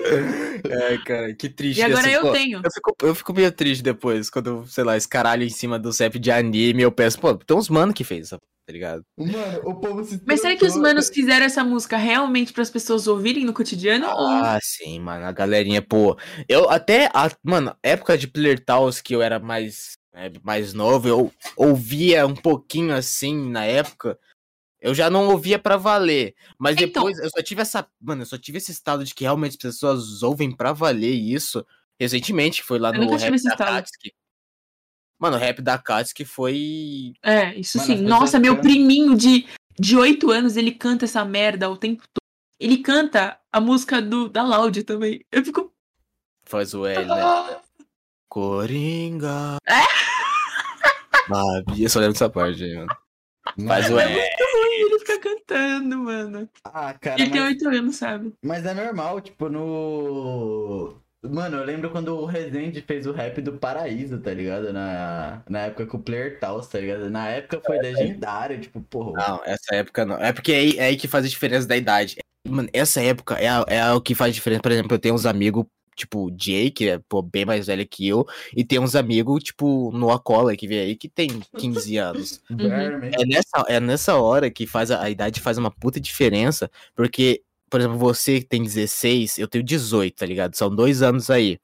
[SPEAKER 3] É, cara, que triste.
[SPEAKER 2] E agora
[SPEAKER 3] assim,
[SPEAKER 2] eu
[SPEAKER 3] pô,
[SPEAKER 2] tenho.
[SPEAKER 3] Eu fico, eu fico meio triste depois, quando, eu, sei lá, esse caralho em cima do rap de anime, eu penso, pô, tem uns mano que fez, essa p- tá ligado?
[SPEAKER 1] Mano, o povo se.
[SPEAKER 2] Mas será que os
[SPEAKER 1] trancou.
[SPEAKER 2] manos fizeram essa música realmente para as pessoas ouvirem no cotidiano? ou-
[SPEAKER 3] Ah, sim, mano, a galerinha, pô. Eu até, a- mano, época de Player Tals que eu era mais, né, mais novo, eu ouvia um pouquinho assim na época. Eu já não ouvia pra valer, mas
[SPEAKER 2] Então.
[SPEAKER 3] depois eu só tive essa, mano, eu só tive esse estado de que realmente as pessoas ouvem pra valer isso recentemente, que foi lá
[SPEAKER 2] Eu
[SPEAKER 3] no
[SPEAKER 2] nunca
[SPEAKER 3] rap
[SPEAKER 2] tive esse
[SPEAKER 3] da
[SPEAKER 2] estado.
[SPEAKER 3] Katsuki. Mano, o rap da Katsuki foi
[SPEAKER 2] É, isso
[SPEAKER 1] Mano, as pessoas
[SPEAKER 2] sim. Nossa, meu
[SPEAKER 1] cantam.
[SPEAKER 2] priminho de, de 8 anos, ele canta essa merda o tempo todo. Ele canta a música do, da Loud também. Eu fico.
[SPEAKER 3] Faz o L,
[SPEAKER 2] (laughs)
[SPEAKER 3] né? Coringa.
[SPEAKER 2] É?
[SPEAKER 3] Babi. Eu só lembro dessa parte aí, mano.
[SPEAKER 1] Mano,
[SPEAKER 3] Faz o L.
[SPEAKER 2] Ele fica cantando, mano.
[SPEAKER 1] Ah, cara,
[SPEAKER 2] Ele tem
[SPEAKER 1] mas,
[SPEAKER 2] 8 anos, sabe?
[SPEAKER 1] mas é normal, tipo, no. Mano, eu lembro quando o Rezende fez o rap do Paraíso, tá ligado? Na, na época com o Player Taos, tá ligado? Na época foi
[SPEAKER 3] É,
[SPEAKER 1] legendário, tipo, porra.
[SPEAKER 3] Não, essa época não. É porque é aí, é aí que faz a diferença da idade. Mano, essa época é, a- é a- o que faz diferença. Por exemplo, eu tenho uns amigos, tipo, o Jay, que é pô, bem mais velho que eu, e tem uns amigos, tipo, Noah Cola, que veio aí, que tem 15 anos.
[SPEAKER 1] Verme.
[SPEAKER 3] É nessa, é nessa hora que faz a, a idade faz uma puta diferença, porque, por exemplo, você que tem 16, eu tenho 18, tá ligado? São dois anos aí.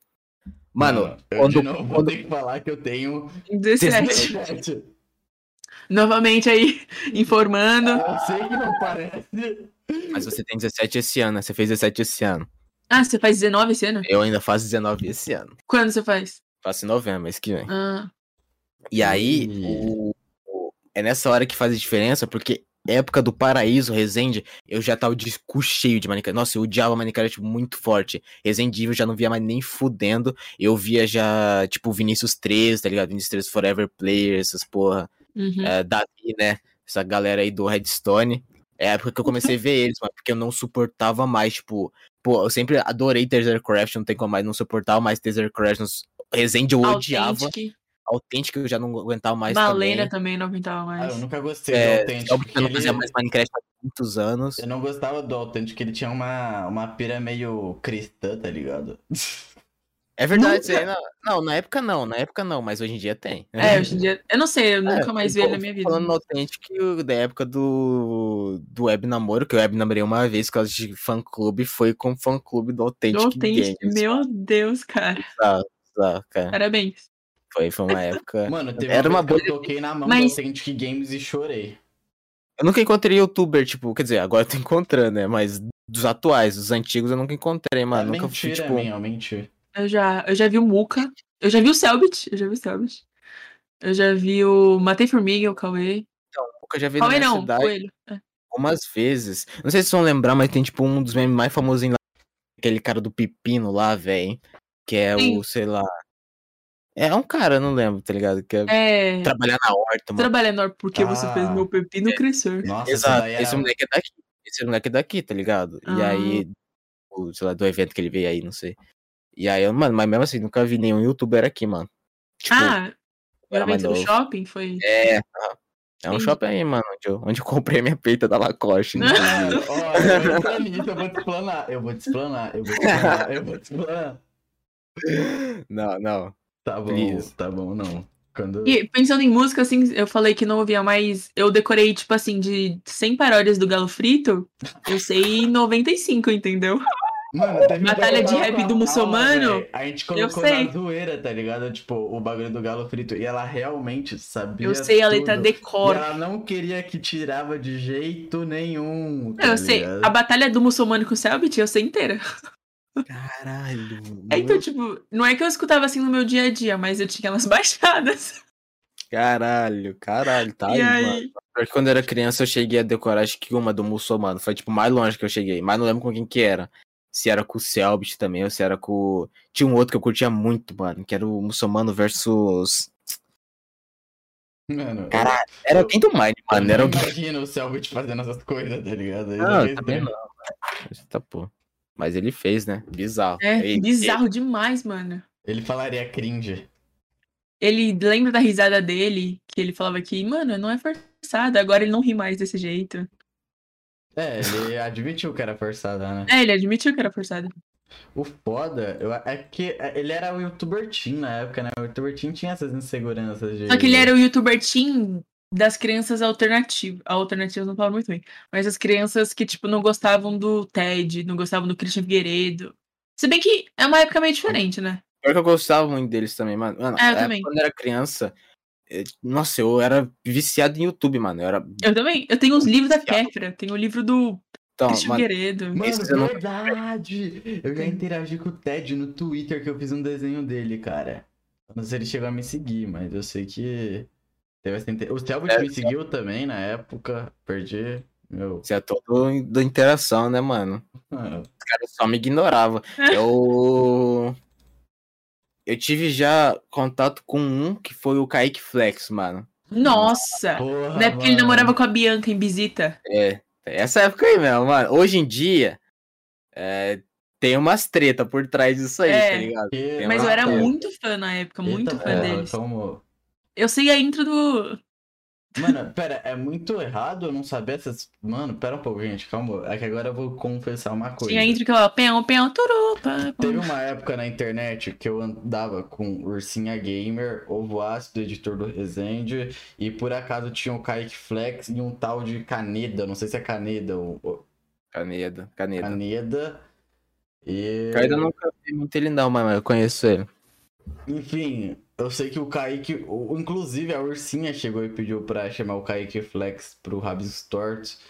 [SPEAKER 3] Mano,
[SPEAKER 1] Não, eu de
[SPEAKER 3] quando,
[SPEAKER 1] novo vou
[SPEAKER 3] quando-
[SPEAKER 1] ter que falar que eu
[SPEAKER 3] (laughs)
[SPEAKER 1] tenho.
[SPEAKER 2] 17.
[SPEAKER 1] internet.
[SPEAKER 2] Novamente aí, (laughs) informando.
[SPEAKER 1] Eu sei que não parece.
[SPEAKER 3] Mas você tem 17 esse ano, né? Você fez 17 esse ano.
[SPEAKER 2] Ah, você faz 19 esse ano?
[SPEAKER 3] Eu ainda faço 19 esse ano.
[SPEAKER 2] Quando você faz?
[SPEAKER 3] Faço em novembro, mês que vem.
[SPEAKER 2] Ah,
[SPEAKER 3] E aí,
[SPEAKER 1] Ih.
[SPEAKER 3] o- o- é nessa hora que faz a diferença, porque época do Paraíso, Resende, eu já tava de cu cheio de Minecraft. Nossa, eu odiava Minecraft muito forte. Resende Evil eu já não via mais nem fudendo. Eu via já, tipo, Vinícius 3, tá ligado? Vinícius 3 Forever Player, essas porra.
[SPEAKER 2] uhum.
[SPEAKER 3] É, Davi, né? Essa galera aí do Redstone. É a época que eu comecei a ver eles, mano, porque eu não suportava mais, tipo... Pô, eu sempre adorei Tethercraft, não tem como mais, não suportava mais Tethercraft. Resende
[SPEAKER 2] Ah,
[SPEAKER 3] eu odiava.
[SPEAKER 2] Authentic.
[SPEAKER 3] Autêntica eu já não aguentava mais
[SPEAKER 2] Balena
[SPEAKER 3] também.
[SPEAKER 2] também não aguentava
[SPEAKER 1] Ah, eu
[SPEAKER 2] mais.
[SPEAKER 1] nunca gostei do
[SPEAKER 3] É,
[SPEAKER 1] autêntico.
[SPEAKER 3] óbvio que eu não
[SPEAKER 1] porque
[SPEAKER 3] fazia
[SPEAKER 1] ele-
[SPEAKER 3] mais Minecraft muitos anos.
[SPEAKER 1] Eu não gostava do Autêntico, que ele tinha uma, uma pira meio cristã, tá ligado?
[SPEAKER 3] É verdade, isso aí não, não, na época não, na época não, mas hoje em dia tem.
[SPEAKER 2] É, hoje em dia. Eu não sei, eu nunca
[SPEAKER 3] (laughs) É,
[SPEAKER 2] mais vi
[SPEAKER 3] eu tô
[SPEAKER 2] ele na minha vida.
[SPEAKER 3] Falando no Authentic, da época do, do web namoro, que eu web namorei uma vez por causa de fã clube, foi com o fã clube do Authentic,
[SPEAKER 2] Do Authentic.
[SPEAKER 3] Games.
[SPEAKER 2] Meu É. Deus, cara.
[SPEAKER 3] Tá, tá, cara.
[SPEAKER 2] Parabéns.
[SPEAKER 3] Foi, foi uma
[SPEAKER 2] (laughs)
[SPEAKER 3] época.
[SPEAKER 1] Mano, teve
[SPEAKER 3] É.
[SPEAKER 1] um
[SPEAKER 3] Era uma
[SPEAKER 1] vez que eu toquei na mão
[SPEAKER 2] Mas-
[SPEAKER 1] do Authentic Games e chorei.
[SPEAKER 3] Eu nunca encontrei youtuber, tipo, quer dizer, agora eu tô encontrando, né? Mas dos atuais, dos antigos eu nunca encontrei,
[SPEAKER 1] Mano,
[SPEAKER 3] mano. nunca
[SPEAKER 1] É
[SPEAKER 3] fui,
[SPEAKER 1] mentira,
[SPEAKER 3] tipo.
[SPEAKER 1] minha, mentira.
[SPEAKER 2] Eu já, eu já vi o Muca. Eu já vi o Selbit. Eu já vi o Selbit. Eu já vi o Matei Formiga, o Cauê.
[SPEAKER 3] Nunca já vi na
[SPEAKER 2] Cauê
[SPEAKER 3] minha
[SPEAKER 2] não,
[SPEAKER 3] cidade
[SPEAKER 2] Coelho. É.
[SPEAKER 3] algumas vezes. Não sei se vocês vão lembrar, mas tem, tipo, um dos memes mais famosinhos lá. Aquele cara do pepino lá, velho. Que é
[SPEAKER 2] Sim.
[SPEAKER 3] o, sei lá. É um cara, eu não lembro, tá ligado? Que é
[SPEAKER 2] É.
[SPEAKER 3] trabalhar na horta, mano.
[SPEAKER 2] Trabalhador, porque você
[SPEAKER 1] Ah.
[SPEAKER 2] fez meu pepino crescer.
[SPEAKER 1] Nossa, essa
[SPEAKER 3] Exato.
[SPEAKER 1] daí era...
[SPEAKER 3] Esse moleque é daqui. Esse moleque é daqui, tá ligado? E
[SPEAKER 2] Ah.
[SPEAKER 3] aí, o, sei lá, do evento que ele veio aí, não sei. E aí, eu, mano, mas mesmo assim, nunca vi nenhum youtuber aqui, mano. Tipo,
[SPEAKER 2] Ah, o
[SPEAKER 3] era mais
[SPEAKER 2] evento do
[SPEAKER 3] novo.
[SPEAKER 2] shopping foi.
[SPEAKER 3] É, aham. é um
[SPEAKER 2] Entendi.
[SPEAKER 3] shopping aí, mano, onde eu, (laughs) onde eu comprei minha peita da Lacoste. né?
[SPEAKER 2] Não. (laughs)
[SPEAKER 3] inclusive.
[SPEAKER 1] Mano, (laughs) ó, eu vou entrar nisso, eu vou te explanar, eu vou te explanar, eu vou te explanar, eu vou te explanar.
[SPEAKER 3] não, não.
[SPEAKER 1] Tá bom,
[SPEAKER 3] Please.
[SPEAKER 1] tá bom, não. Quando...
[SPEAKER 2] E pensando em música, assim, eu falei que não ouvia mais. Eu decorei, tipo assim, de 100 paródias do Galo Frito, eu
[SPEAKER 3] (laughs)
[SPEAKER 2] sei 95, entendeu?
[SPEAKER 1] Mano, teve um
[SPEAKER 2] Batalha de
[SPEAKER 1] bagulho
[SPEAKER 2] rap
[SPEAKER 1] com a
[SPEAKER 2] do muçulmano?
[SPEAKER 1] Paula, velho. A gente colocou
[SPEAKER 2] sei.
[SPEAKER 1] na zoeira, tá ligado? Tipo, o bagulho do galo frito. E ela realmente sabia.
[SPEAKER 2] Eu sei tá a letra
[SPEAKER 1] tudo.
[SPEAKER 2] decor.
[SPEAKER 1] E ela não queria que tirava de jeito nenhum. tá
[SPEAKER 2] Eu sei,
[SPEAKER 1] ligado?
[SPEAKER 2] a batalha do muçulmano com o Selbit, eu sei inteira.
[SPEAKER 3] Caralho.
[SPEAKER 2] Aí,
[SPEAKER 3] Uhum.
[SPEAKER 2] então, tipo, não é que eu escutava assim no meu dia a dia, mas eu tinha (laughs) elas baixadas.
[SPEAKER 3] Caralho, caralho, tá aí,
[SPEAKER 2] e
[SPEAKER 3] mano.
[SPEAKER 2] aí,
[SPEAKER 3] Pior que quando eu era criança eu cheguei a decorar acho que uma do muçulmano. Foi tipo mais longe que eu cheguei, mas não lembro com quem que era. Se era com o Selbit também, ou se era com. o- Tinha um outro que eu curtia muito, mano, que era o muçulmano versus.
[SPEAKER 1] Mano,
[SPEAKER 3] Caralho, Era alguém do Mine, mano. Era
[SPEAKER 1] eu não
[SPEAKER 3] alguém.
[SPEAKER 1] imagino o Selbit fazendo essas coisas, tá ligado? Eu
[SPEAKER 3] Não,
[SPEAKER 1] fiquei
[SPEAKER 2] né?
[SPEAKER 3] também
[SPEAKER 1] estranho.
[SPEAKER 3] não. mano. Tá, pô. Mas ele fez, né? Bizarro.
[SPEAKER 2] é
[SPEAKER 3] Ei,
[SPEAKER 2] bizarro demais, mano.
[SPEAKER 1] Ele falaria cringe.
[SPEAKER 2] Ele lembra da risada dele, que ele falava que, mano, não é forçado, agora ele não ri mais desse jeito.
[SPEAKER 1] É, ele admitiu que era forçada, né?
[SPEAKER 2] É, ele admitiu que era forçado.
[SPEAKER 1] O foda eu- é que ele era o youtuber teen na época, né? O youtuber teen tinha essas inseguranças de.
[SPEAKER 2] Só que
[SPEAKER 3] É.
[SPEAKER 2] ele era o youtuber teen das crianças alternativas. Alternativas não falo muito bem. Mas as crianças que, tipo, não gostavam do Ted, não gostavam do Christian Figueiredo. Se bem que é uma época meio diferente, né?
[SPEAKER 3] Pior que eu gostava muito deles também, mano. Mano,
[SPEAKER 2] É, eu
[SPEAKER 3] é,
[SPEAKER 2] também.
[SPEAKER 3] Quando eu era criança, eh, nossa, eu era viciado em YouTube, mano. Eu era.
[SPEAKER 2] Eu também. Eu tenho os livros da Kéfera, tenho o livro do
[SPEAKER 3] Então,
[SPEAKER 2] Christian
[SPEAKER 3] mano,
[SPEAKER 2] Figueiredo.
[SPEAKER 1] Mano,
[SPEAKER 3] Esses eu não-
[SPEAKER 1] verdade! Eu já interagi com o Ted no Twitter que eu fiz um desenho dele, cara. Eu não sei se ele chegou a me seguir, mas eu sei que. Teve essa inter... O Selbit
[SPEAKER 3] É,
[SPEAKER 1] me seguiu também na época. Perdi. Meu.
[SPEAKER 3] você é todo in- da interação, né, mano?
[SPEAKER 1] Mano,
[SPEAKER 3] cara só me ignorava. (laughs) Eu. Eu tive já contato com um que foi o Kaique Flex, mano.
[SPEAKER 2] Nossa!
[SPEAKER 1] porra,
[SPEAKER 2] Na época que ele
[SPEAKER 1] mano.
[SPEAKER 2] namorava com a Bianca em visita.
[SPEAKER 3] É, essa época aí mesmo, mano. Hoje em dia, é, tem umas treta por trás disso aí,
[SPEAKER 2] É.
[SPEAKER 3] tá ligado?
[SPEAKER 1] Que-
[SPEAKER 3] Tem
[SPEAKER 2] Mas eu
[SPEAKER 3] uma
[SPEAKER 2] era
[SPEAKER 3] treta.
[SPEAKER 2] muito fã na época, muito
[SPEAKER 1] Eita,
[SPEAKER 2] fã
[SPEAKER 3] é,
[SPEAKER 1] porra,
[SPEAKER 2] deles.
[SPEAKER 3] então-
[SPEAKER 1] como-
[SPEAKER 2] Eu sei a intro do.
[SPEAKER 1] Mano, pera, é muito errado eu não saber essas. Mano, pera um pouco, gente, calma. É que agora eu vou confessar uma coisa.
[SPEAKER 2] Tinha a intro que eu peão, peão, turu, pá, pá.
[SPEAKER 1] Teve uma época na internet que eu andava com Ursinha Gamer, Ovo Ácido, editor do Resende, e por acaso tinha o Kaique Flex e um tal de Caneda, não sei se é Caneda ou ou
[SPEAKER 3] Caneda, caneda.
[SPEAKER 1] Caneda. E.
[SPEAKER 3] Eu ainda nunca vi muito ele não, mas eu conheço ele.
[SPEAKER 1] Enfim, eu sei que o Kaique. o- Inclusive, a Ursinha chegou e pediu pra chamar o Kaique Flex pro Rabis Tortos.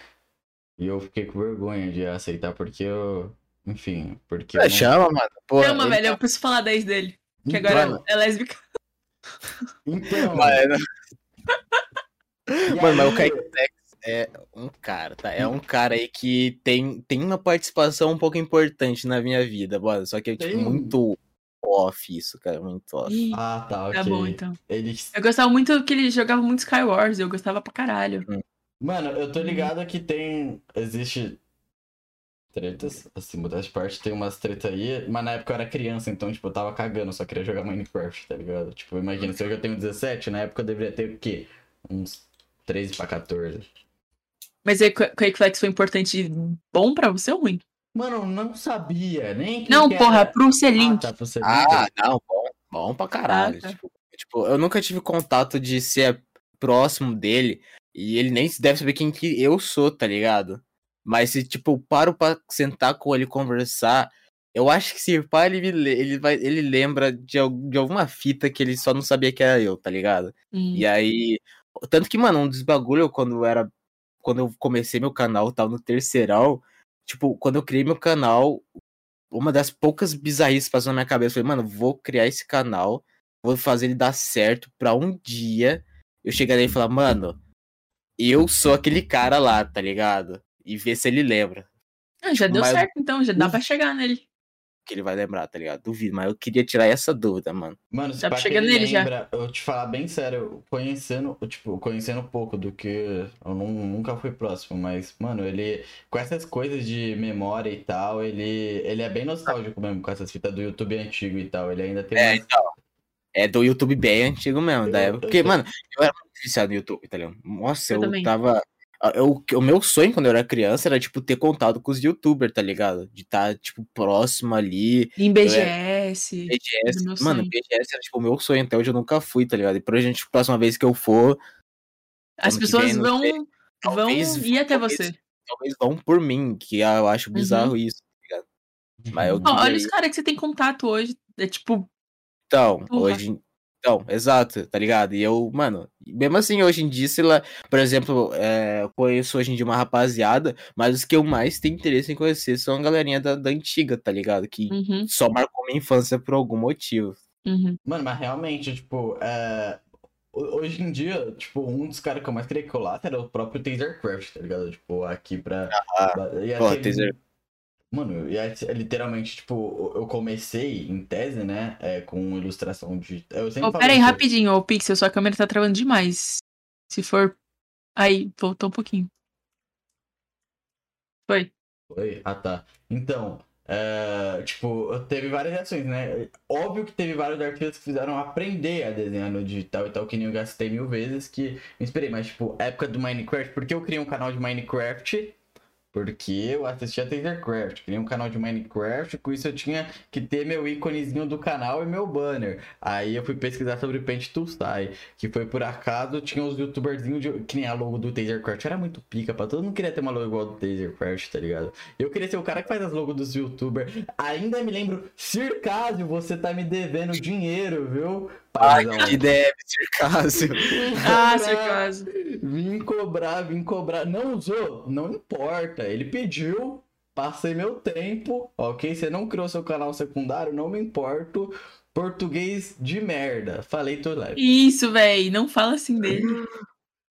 [SPEAKER 1] E eu fiquei com vergonha de aceitar, porque eu. Enfim, porque. eu
[SPEAKER 3] É,
[SPEAKER 1] não-
[SPEAKER 3] chama, mano. Porra,
[SPEAKER 2] Chama,
[SPEAKER 3] ele
[SPEAKER 2] velho,
[SPEAKER 3] tá-
[SPEAKER 2] eu preciso falar 10 dele. Que
[SPEAKER 1] Então-
[SPEAKER 2] agora é lésbica.
[SPEAKER 1] Então.
[SPEAKER 3] Mano,
[SPEAKER 1] e
[SPEAKER 3] Mano, mas
[SPEAKER 1] aí-
[SPEAKER 3] o Kaique Flex é um cara, tá? É um cara aí que tem, tem uma participação um pouco importante na minha vida, mano. Só que é tipo,
[SPEAKER 1] Tem.
[SPEAKER 3] muito off isso, cara. Muito off.
[SPEAKER 2] Ih,
[SPEAKER 1] Ah, tá, ok.
[SPEAKER 2] Tá bom, então.
[SPEAKER 1] Ele...
[SPEAKER 2] Eu gostava muito que ele jogava muito Sky Wars, eu gostava pra caralho.
[SPEAKER 3] Hum.
[SPEAKER 1] Mano, eu
[SPEAKER 2] Uhum.
[SPEAKER 1] tô ligado que tem. Existe. Tretas, assim, mudar de parte, tem umas tretas aí, mas na época eu era criança, então, tipo, eu tava cagando, eu só queria jogar Minecraft, tá ligado? Tipo, imagina, se hoje eu tenho 17, na época eu deveria ter o quê? Uns 13 pra 14.
[SPEAKER 2] Mas aí, Quake Flex foi importante e bom pra você ou ruim?
[SPEAKER 1] Mano, não sabia, nem que
[SPEAKER 2] Não,
[SPEAKER 1] que
[SPEAKER 2] porra, é
[SPEAKER 1] era.
[SPEAKER 2] pro Selink.
[SPEAKER 1] Ah, tá, pro Selink.
[SPEAKER 3] Ah, não, bom, bom pra caralho.
[SPEAKER 2] Ah, tá.
[SPEAKER 3] tipo, tipo, eu nunca tive contato de ser próximo dele. E ele nem deve saber quem que eu sou, tá ligado? Mas se, tipo, eu paro pra sentar com ele e conversar, eu acho que se pá, ele, me le- ele, vai, ele lembra de, al- de alguma fita que ele só não sabia que era eu, tá ligado?
[SPEAKER 2] Hum.
[SPEAKER 3] E aí. Tanto que, mano, um dos bagulho quando eu era. Quando eu comecei meu canal, tava no terceirão. Tipo, quando eu criei meu canal, uma das poucas bizarrices que passou na minha cabeça foi, mano, vou criar esse canal, vou fazer ele dar certo pra um dia eu chegar nele e falar, mano, eu sou aquele cara lá, tá ligado? E ver se ele lembra.
[SPEAKER 2] Ah, já deu
[SPEAKER 3] Mas-
[SPEAKER 2] certo, então, já dá pra chegar nele.
[SPEAKER 3] Que ele vai lembrar, tá ligado? Duvido, mas eu queria tirar essa dúvida, mano.
[SPEAKER 1] Mano, se
[SPEAKER 2] Dá
[SPEAKER 1] pá
[SPEAKER 2] pra
[SPEAKER 1] que
[SPEAKER 2] chegar
[SPEAKER 1] ele
[SPEAKER 2] Tá nele já.
[SPEAKER 1] lembra, eu te falar bem sério, conhecendo, tipo, conhecendo um pouco do que eu nu- nunca fui próximo, mas, mano, ele, com essas coisas de memória e tal, ele, ele é bem nostálgico mesmo, com essas fitas do YouTube antigo e tal, ele ainda tem
[SPEAKER 3] É,
[SPEAKER 1] umas-
[SPEAKER 3] É do YouTube bem antigo mesmo, da época. Porque, mano, eu era muito viciado no YouTube, tá ligado? Nossa,
[SPEAKER 2] Eu
[SPEAKER 3] eu,
[SPEAKER 2] também.
[SPEAKER 3] tava. Ah, eu- o meu sonho quando eu era criança era, tipo, ter contato com os youtubers, tá ligado? De estar, tipo, próximo ali.
[SPEAKER 2] Em BGS.
[SPEAKER 3] BGS.
[SPEAKER 2] meu
[SPEAKER 3] Mano,
[SPEAKER 2] sonho.
[SPEAKER 3] BGS era, tipo, o meu sonho. Até hoje eu nunca fui, tá ligado? E pra gente, tipo, próxima vez que eu for,
[SPEAKER 2] As
[SPEAKER 3] ano que
[SPEAKER 2] pessoas
[SPEAKER 3] vem, não
[SPEAKER 2] vão,
[SPEAKER 3] sei.
[SPEAKER 2] vão
[SPEAKER 3] Talvez-
[SPEAKER 2] ir até
[SPEAKER 3] talvez-
[SPEAKER 2] você.
[SPEAKER 3] talvez vão por mim, que eu acho bizarro
[SPEAKER 2] Uhum.
[SPEAKER 3] isso. Mas eu-
[SPEAKER 2] Ó, olha
[SPEAKER 3] e
[SPEAKER 2] os
[SPEAKER 3] aí?
[SPEAKER 2] caras que você tem contato hoje. É tipo,
[SPEAKER 3] Então,
[SPEAKER 2] Porra.
[SPEAKER 3] hoje. Então, exato, tá ligado? E eu, mano, mesmo assim, hoje em dia, sei lá, por exemplo, é, eu conheço hoje em dia uma rapaziada, mas os que eu mais tenho interesse em conhecer são a galerinha da, da antiga, tá ligado? Que
[SPEAKER 2] uhum,
[SPEAKER 3] só marcou minha infância por algum motivo.
[SPEAKER 2] uhum.
[SPEAKER 1] Mano, mas realmente, tipo, é, ho- hoje em dia, tipo, um dos caras que eu mais queria que colasse era o próprio Tasercraft, tá ligado? Tipo, aqui pra... ia
[SPEAKER 3] Pô,
[SPEAKER 1] ser
[SPEAKER 3] Taser-
[SPEAKER 1] Mano, e é, é literalmente, tipo, eu comecei em tese, né? É, com ilustração de. Eu sempre
[SPEAKER 2] Ó,
[SPEAKER 1] falo
[SPEAKER 2] pera aí,
[SPEAKER 1] isso.
[SPEAKER 2] rapidinho, ô Pixel, sua câmera tá travando demais. Se for. Aí, voltou um
[SPEAKER 3] (laughs)
[SPEAKER 2] pouquinho. Foi.
[SPEAKER 1] Oi? Ah, tá. Então, é, tipo, eu- teve várias reações, né? Óbvio que teve vários artistas que fizeram aprender a desenhar no digital e tal, que nem eu gastei mil vezes, que me inspirei, mas, tipo, época do Minecraft, porque eu criei um canal de Minecraft. Porque eu assistia Tasercraft, criei um canal de Minecraft, com isso eu tinha que ter meu íconezinho do canal e meu banner. Aí eu fui pesquisar sobre Paint to Sai, que foi por acaso, tinha uns youtuberzinhos de- que nem a logo do Tasercraft, era muito pica pra todo mundo queria ter uma logo igual do Tasercraft, tá ligado? Eu queria ser o cara que faz as logos dos youtubers. Ainda me lembro, Circásio, você tá me devendo dinheiro, viu?
[SPEAKER 3] Ai,
[SPEAKER 1] paizão?
[SPEAKER 3] que ideia, Circásio.
[SPEAKER 2] Ah, Circaso.
[SPEAKER 1] Vim cobrar, vim cobrar. Não usou? Não importa. Ele pediu, passei meu tempo, ok? Você não criou seu canal secundário, não me importo. Português de merda. Falei tudo lá.
[SPEAKER 2] Isso, véi. Não fala assim
[SPEAKER 3] Uhum.
[SPEAKER 2] dele.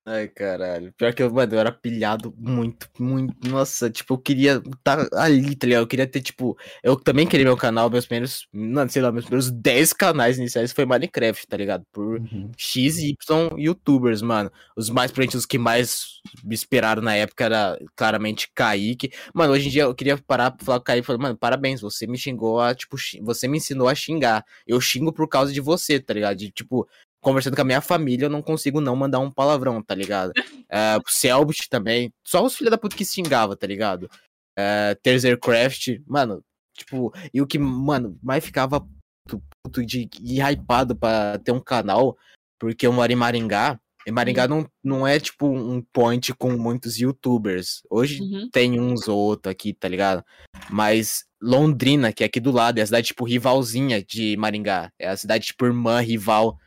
[SPEAKER 3] Ai, caralho. Pior que eu, mano, eu era pilhado muito, muito. Nossa, tipo, eu queria estar ali, tá ligado? Eu queria ter, tipo. Eu também queria meu canal, meus primeiros. Não, sei lá, meus primeiros 10 canais iniciais foi Minecraft, tá ligado? Por
[SPEAKER 1] Uhum.
[SPEAKER 3] X e Y youtubers, mano. Os mais pra gente, os que mais me esperaram na época era claramente Kaique. Mano, hoje em dia eu queria parar pra falar com o Kaique e falar, mano, parabéns, você me xingou a, tipo, xi- você me ensinou a xingar. Eu xingo por causa de você, tá ligado? De, tipo, conversando com a minha família, eu não consigo não mandar um palavrão, tá ligado? É, o Selbit também. Só os filhos da puta que xingava, tá ligado? É, Terzercraft, mano, tipo, e o que, mano, mais ficava puto, puto de e hypado pra ter um canal porque eu moro em Maringá. E Maringá não, não é tipo um point com muitos youtubers. Hoje
[SPEAKER 2] Uhum.
[SPEAKER 3] tem uns ou outro aqui, tá ligado? Mas Londrina, que é aqui do lado, é a cidade tipo rivalzinha de Maringá. É a cidade tipo irmã, rival.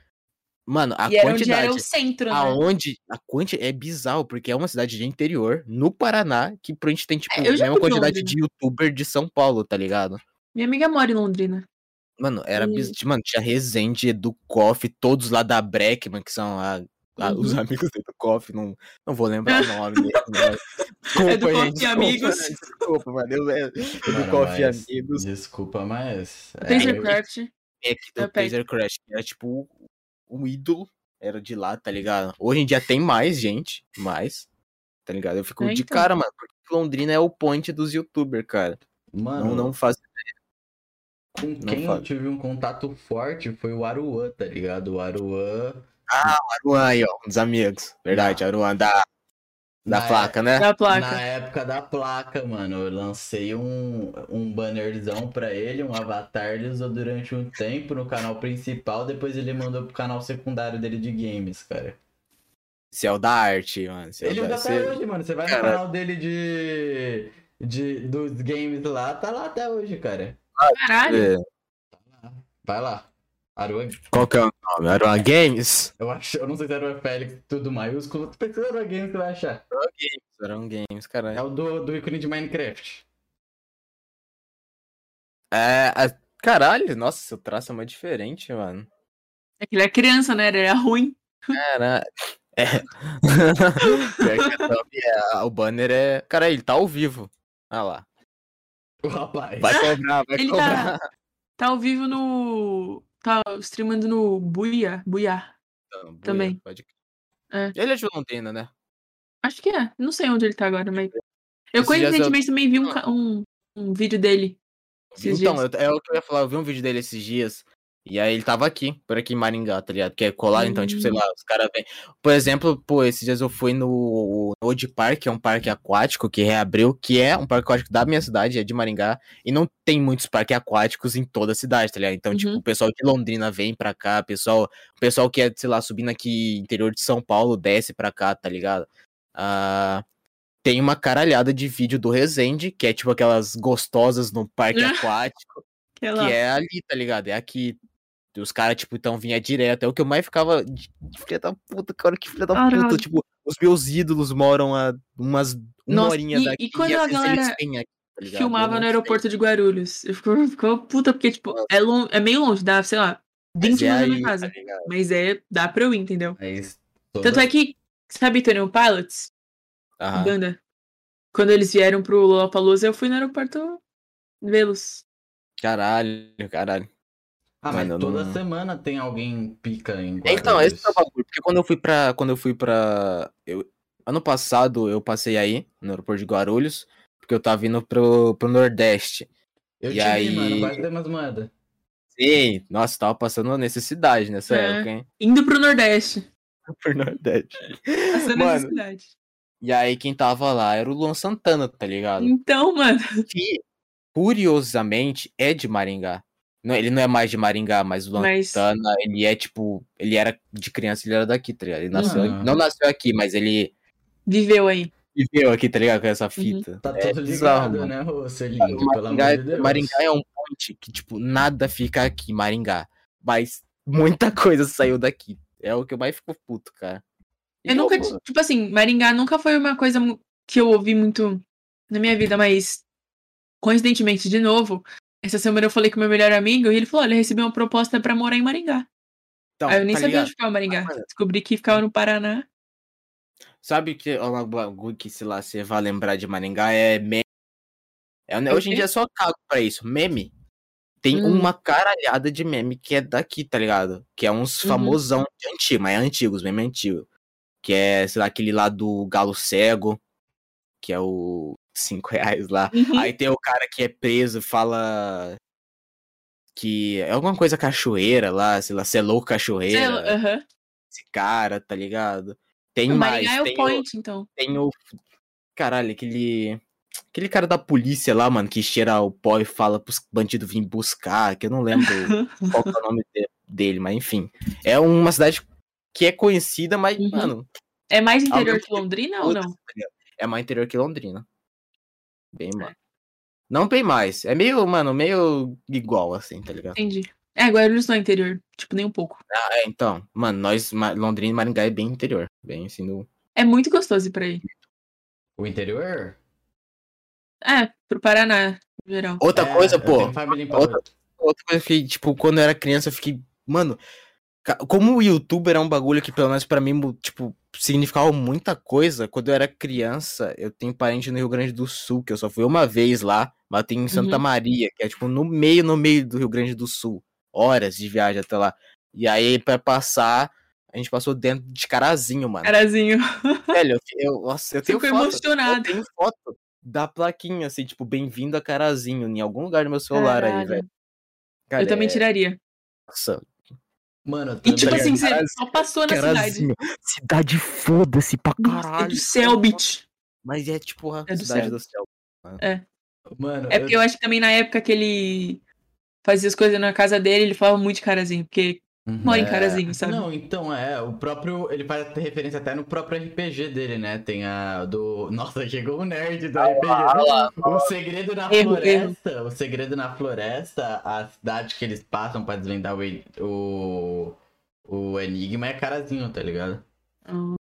[SPEAKER 3] Mano, a
[SPEAKER 2] E era onde
[SPEAKER 3] quantidade.
[SPEAKER 2] era o centro, né?
[SPEAKER 3] Aonde a quantidade é bizarro, porque é uma cidade de interior, no Paraná, que a gente tem, tipo,
[SPEAKER 2] É,
[SPEAKER 3] a
[SPEAKER 2] eu já fui
[SPEAKER 3] mesma
[SPEAKER 2] pra
[SPEAKER 3] quantidade
[SPEAKER 2] Londrina.
[SPEAKER 3] de youtuber de São Paulo, tá ligado?
[SPEAKER 2] Minha amiga mora em Londrina.
[SPEAKER 3] Mano, era
[SPEAKER 2] E-
[SPEAKER 3] bis... Mano, tinha Resende, Edu Koff, todos lá da Breckman, que são a- a- os
[SPEAKER 2] Uhum.
[SPEAKER 3] amigos do Edu Koff, não, não vou
[SPEAKER 2] (laughs)
[SPEAKER 3] lembrar o nome. deles, mas- Desculpa,
[SPEAKER 2] Edu Koff e
[SPEAKER 3] gente, desculpa, né,
[SPEAKER 2] amigos.
[SPEAKER 3] Desculpa, mano. Eu... eu- Edu
[SPEAKER 1] Mano,
[SPEAKER 3] Koff e
[SPEAKER 1] mas-
[SPEAKER 3] amigos.
[SPEAKER 1] Desculpa, mas. é,
[SPEAKER 2] Tasercraft.
[SPEAKER 3] É que
[SPEAKER 2] Eu
[SPEAKER 3] do
[SPEAKER 2] pego.
[SPEAKER 3] Taser Crash, que era tipo um ídolo, era de lá, tá ligado? Hoje em dia tem mais gente, mais, tá ligado? Eu fico
[SPEAKER 2] É,
[SPEAKER 3] de
[SPEAKER 2] então.
[SPEAKER 3] cara, mano, porque Londrina é o point dos youtubers, cara.
[SPEAKER 1] Mano,
[SPEAKER 3] Não, não faz
[SPEAKER 1] com quem
[SPEAKER 3] fala.
[SPEAKER 1] eu tive um contato forte foi o Aruan, tá ligado? O Aruan.
[SPEAKER 3] Aruan aí, ó, um dos amigos. Verdade, Aruan da Da
[SPEAKER 1] Na
[SPEAKER 3] placa, né?
[SPEAKER 2] da placa.
[SPEAKER 1] Na época da placa, mano, eu lancei um, um bannerzão pra ele, um avatar, ele usou durante um tempo no canal principal, depois ele mandou pro canal secundário dele de games, cara.
[SPEAKER 3] Céu da arte, é mano. Céu
[SPEAKER 1] Ele
[SPEAKER 3] da...
[SPEAKER 1] usa
[SPEAKER 3] cê-
[SPEAKER 1] até hoje, mano, você vai no
[SPEAKER 3] Cara.
[SPEAKER 1] canal dele de, de... dos games lá, tá lá até hoje, cara.
[SPEAKER 2] Caralho.
[SPEAKER 3] É,
[SPEAKER 1] Vai lá. Aruan,
[SPEAKER 3] Qual que é o nome? Aruan Games?
[SPEAKER 1] eu, acho, eu não sei se era o Félix, tudo maiúsculo, tu pesquisa Aruan Games que vai achar.
[SPEAKER 3] Aruan Games,
[SPEAKER 1] É
[SPEAKER 3] caralho.
[SPEAKER 1] o do, do ícone de Minecraft.
[SPEAKER 3] É, a- Caralho, nossa, seu traço é muito diferente, mano.
[SPEAKER 2] É que ele é criança, né? Ele era ruim.
[SPEAKER 3] Caralho. É. (laughs) Pior que é top, é, o banner é. Cara, ele tá ao vivo. Ah lá.
[SPEAKER 1] O rapaz.
[SPEAKER 3] Vai cobrar, vai
[SPEAKER 2] Ele
[SPEAKER 3] cobrar.
[SPEAKER 2] tá, tá ao vivo no. Tá streamando no Buia. Buia.
[SPEAKER 1] tá
[SPEAKER 3] Então, boa,
[SPEAKER 2] Também.
[SPEAKER 3] pode crer.
[SPEAKER 2] É.
[SPEAKER 3] Ele é de Londrina, né?
[SPEAKER 2] Acho que é. Não sei onde ele tá agora,
[SPEAKER 3] (laughs)
[SPEAKER 2] mas. Eu
[SPEAKER 3] Esses dias eu- Ah.
[SPEAKER 2] coincidentemente também vi um, ca- um, um vídeo dele. Esses
[SPEAKER 3] então,
[SPEAKER 2] dias.
[SPEAKER 3] eu- é o que eu ia falar. Eu vi um vídeo dele esses dias. E aí ele tava aqui, por aqui em Maringá, tá ligado? Que é colar, então, tipo, sei lá,
[SPEAKER 2] Hum.
[SPEAKER 3] os caras vêm. Por exemplo, pô, esses dias eu fui no Old Park, que é um parque aquático que reabriu, que é um parque aquático da minha cidade, é de Maringá. E não tem muitos parques aquáticos em toda a cidade, tá ligado? Então, tipo,
[SPEAKER 2] Uhum.
[SPEAKER 3] o pessoal de Londrina vem pra cá, o pessoal, o pessoal que é, sei lá, subindo aqui interior de São Paulo, desce pra cá, tá ligado? Ah, tem uma caralhada de vídeo do Resende, que é tipo aquelas gostosas no
[SPEAKER 2] (laughs)
[SPEAKER 3] parque aquático
[SPEAKER 2] Sei lá.
[SPEAKER 3] que é ali, tá ligado? É aqui. Os caras, tipo, então vinha direto. É o que eu mais ficava. de- de Filha da puta, cara, que filha da
[SPEAKER 2] Caralho.
[SPEAKER 3] puta. Tipo, os meus ídolos moram a umas uma
[SPEAKER 2] Nossa,
[SPEAKER 3] horinha
[SPEAKER 2] e- e
[SPEAKER 3] daqui.
[SPEAKER 2] quando
[SPEAKER 3] às
[SPEAKER 2] a
[SPEAKER 3] vezes eles
[SPEAKER 2] galera
[SPEAKER 3] vêm aqui, tá ligado?
[SPEAKER 2] Filmava
[SPEAKER 3] Eu
[SPEAKER 2] no
[SPEAKER 3] não
[SPEAKER 2] aeroporto de Guarulhos. Eu (laughs) ficava, ficava puta, porque, tipo, é, lon- é meio longe, dá, sei lá,
[SPEAKER 3] sei,
[SPEAKER 2] 20
[SPEAKER 3] mas é
[SPEAKER 2] minutos da
[SPEAKER 3] aí,
[SPEAKER 2] minha casa.
[SPEAKER 3] tá ligado?
[SPEAKER 2] Mas é, dá pra eu ir, entendeu?
[SPEAKER 1] Mas
[SPEAKER 2] Tanto é que, sabe, Tony Pilots?
[SPEAKER 3] Aham.
[SPEAKER 2] Uganda. Quando eles vieram pro Lollapalooza, eu fui no aeroporto vê-los.
[SPEAKER 3] Caralho, caralho.
[SPEAKER 1] Ah, mas
[SPEAKER 3] Mano, eu
[SPEAKER 1] toda
[SPEAKER 3] não-
[SPEAKER 1] semana tem alguém pica em Guarulhos.
[SPEAKER 3] Então, esse é o bagulho, porque quando eu fui pra. Quando eu fui pra. eu- ano passado eu passei aí, no aeroporto de Guarulhos, porque eu tava indo pro, pro Nordeste.
[SPEAKER 1] Eu
[SPEAKER 3] E
[SPEAKER 1] te vi,
[SPEAKER 3] aí-
[SPEAKER 1] mano, quase dei umas moedas.
[SPEAKER 3] Sim, nossa, tava passando uma necessidade nessa
[SPEAKER 2] É.
[SPEAKER 3] época, hein?
[SPEAKER 2] Indo pro Nordeste.
[SPEAKER 3] (laughs)
[SPEAKER 2] (laughs)
[SPEAKER 3] Pro Nordeste.
[SPEAKER 2] Passando
[SPEAKER 3] Mano.
[SPEAKER 2] necessidade.
[SPEAKER 3] E aí quem tava lá era o Luan Santana, tá ligado?
[SPEAKER 2] Então, mano.
[SPEAKER 3] Que, curiosamente, é de Maringá. Não, ele não é mais de Maringá, mas o Luan
[SPEAKER 2] Mas.
[SPEAKER 3] Santana, ele é tipo. Ele era de criança, ele era daqui, tá ligado? Ele nasceu.
[SPEAKER 1] Ah.
[SPEAKER 3] Não nasceu aqui, mas ele
[SPEAKER 2] Viveu aí.
[SPEAKER 3] viveu aqui, tá ligado? Com essa
[SPEAKER 2] Uhum.
[SPEAKER 3] fita.
[SPEAKER 1] Tá
[SPEAKER 3] É
[SPEAKER 1] tudo
[SPEAKER 3] bizarro,
[SPEAKER 1] ligado,
[SPEAKER 3] mano.
[SPEAKER 1] né, ô Celink? Pelo
[SPEAKER 3] Maringá,
[SPEAKER 1] amor de Deus.
[SPEAKER 3] Maringá é um ponte que, tipo, nada fica aqui, Maringá. Mas muita (laughs) coisa saiu daqui. É o que eu mais fico puto, cara. E
[SPEAKER 2] Eu nunca.
[SPEAKER 3] pô,
[SPEAKER 2] Tipo assim, Maringá nunca foi uma coisa mu- que eu ouvi muito na minha vida, mas. Coincidentemente, de novo, essa semana eu falei com meu melhor amigo e ele falou: olha, eu recebi uma proposta pra morar em Maringá.
[SPEAKER 3] então,
[SPEAKER 2] aí eu nem
[SPEAKER 3] tá
[SPEAKER 2] sabia
[SPEAKER 3] ligado?
[SPEAKER 2] onde ficava Maringá.
[SPEAKER 3] Mas-
[SPEAKER 2] Descobri que ficava no Paraná.
[SPEAKER 3] Sabe que é um bagulho que, sei lá, você vai lembrar de Maringá é meme. É,
[SPEAKER 2] o
[SPEAKER 3] hoje em
[SPEAKER 2] quê?
[SPEAKER 3] dia é só cago pra isso. Meme. Tem
[SPEAKER 2] Uhum. Hum.
[SPEAKER 3] uma caralhada de meme que é daqui, tá ligado? Que é uns
[SPEAKER 2] Uhum.
[SPEAKER 3] famosão de antigo, mas é antigo, os memes antigos. Que é, sei lá, aquele lá do Galo Cego, que é o 5 reais lá. Aí tem o cara que é preso, fala que é alguma coisa cachoeira lá, sei lá, se é louco
[SPEAKER 2] Sei
[SPEAKER 3] cachoeira,
[SPEAKER 2] lá, aham.
[SPEAKER 3] esse cara, tá ligado? né? Tem mais,
[SPEAKER 2] Maringá é o
[SPEAKER 3] tem
[SPEAKER 2] point, então.
[SPEAKER 3] tem o. Caralho, aquele. Aquele cara da polícia lá, mano, que cheira o pó e fala pros bandidos virem buscar, que eu não lembro qual que é o nome de- dele, mas enfim. É uma cidade que é conhecida, mas,
[SPEAKER 2] Uhum.
[SPEAKER 3] mano,
[SPEAKER 2] É mais interior
[SPEAKER 3] Alguém
[SPEAKER 2] que Londrina ou
[SPEAKER 3] outra
[SPEAKER 2] não?
[SPEAKER 3] cidade. é mais interior que Londrina. Bem mais. Não bem mais. É meio, mano, meio igual, assim, tá ligado?
[SPEAKER 2] Entendi. É, Guarulhos não é interior. Tipo, nem um pouco.
[SPEAKER 3] Ah, é, então. Mano, nós, Ma- Londrina e Maringá é bem interior. Bem assim, no.
[SPEAKER 2] É muito gostoso ir pra aí.
[SPEAKER 1] O interior?
[SPEAKER 2] É, pro Paraná, no geral.
[SPEAKER 3] Outra
[SPEAKER 1] É,
[SPEAKER 3] coisa,
[SPEAKER 1] eu
[SPEAKER 3] pô.
[SPEAKER 1] tenho família em
[SPEAKER 3] outra-
[SPEAKER 1] Paulista.
[SPEAKER 3] outra coisa que, tipo, quando eu era criança, eu fiquei. Mano, ca- como o youtuber é um bagulho que, pelo menos pra mim, mu- tipo, significava muita coisa. Quando eu era criança, eu tenho parente no Rio Grande do Sul, que eu só fui uma vez lá, mas tem em Santa
[SPEAKER 2] Uhum.
[SPEAKER 3] Maria, que é, tipo, no meio, no meio do Rio Grande do Sul. Horas de viagem até lá. E aí, pra passar, a gente passou dentro de Carazinho, mano.
[SPEAKER 2] Carazinho. (laughs)
[SPEAKER 3] Velho, eu, eu, nossa, eu
[SPEAKER 2] Você
[SPEAKER 3] tenho
[SPEAKER 2] ficou
[SPEAKER 3] foto. Eu
[SPEAKER 2] emocionado.
[SPEAKER 3] tenho foto da plaquinha, assim, tipo, bem-vindo a Carazinho, em algum lugar no meu celular aí,
[SPEAKER 2] Caralho.
[SPEAKER 3] velho.
[SPEAKER 2] Eu
[SPEAKER 3] Cara,
[SPEAKER 2] também
[SPEAKER 3] é-
[SPEAKER 2] tiraria.
[SPEAKER 3] nossa,
[SPEAKER 1] Mano,
[SPEAKER 2] E tipo
[SPEAKER 1] também-
[SPEAKER 2] assim, você
[SPEAKER 3] Cara,
[SPEAKER 2] só passou na
[SPEAKER 3] Cara,
[SPEAKER 2] cidade.
[SPEAKER 3] assim, ó, cidade foda-se pra
[SPEAKER 2] Nossa, é
[SPEAKER 3] caralho.
[SPEAKER 2] do Selbit.
[SPEAKER 3] Mas é tipo a
[SPEAKER 2] É do
[SPEAKER 3] cidade
[SPEAKER 2] céu.
[SPEAKER 3] do céu.
[SPEAKER 1] Mano,
[SPEAKER 2] É porque eu acho que também na época que ele fazia as coisas na casa dele, ele falava muito de carazinho, porque
[SPEAKER 1] Uhum.
[SPEAKER 2] mora em
[SPEAKER 3] É.
[SPEAKER 2] carazinho, sabe?
[SPEAKER 1] Não, então é, o próprio. Ele faz referência até no próprio RPG dele, né? Tem a do. Nossa, chegou o nerd do RPG. O segredo na
[SPEAKER 2] Erro,
[SPEAKER 1] floresta. O segredo na floresta, a cidade que eles passam pra desvendar o, en- o, o enigma é carazinho, tá ligado?
[SPEAKER 2] Ah,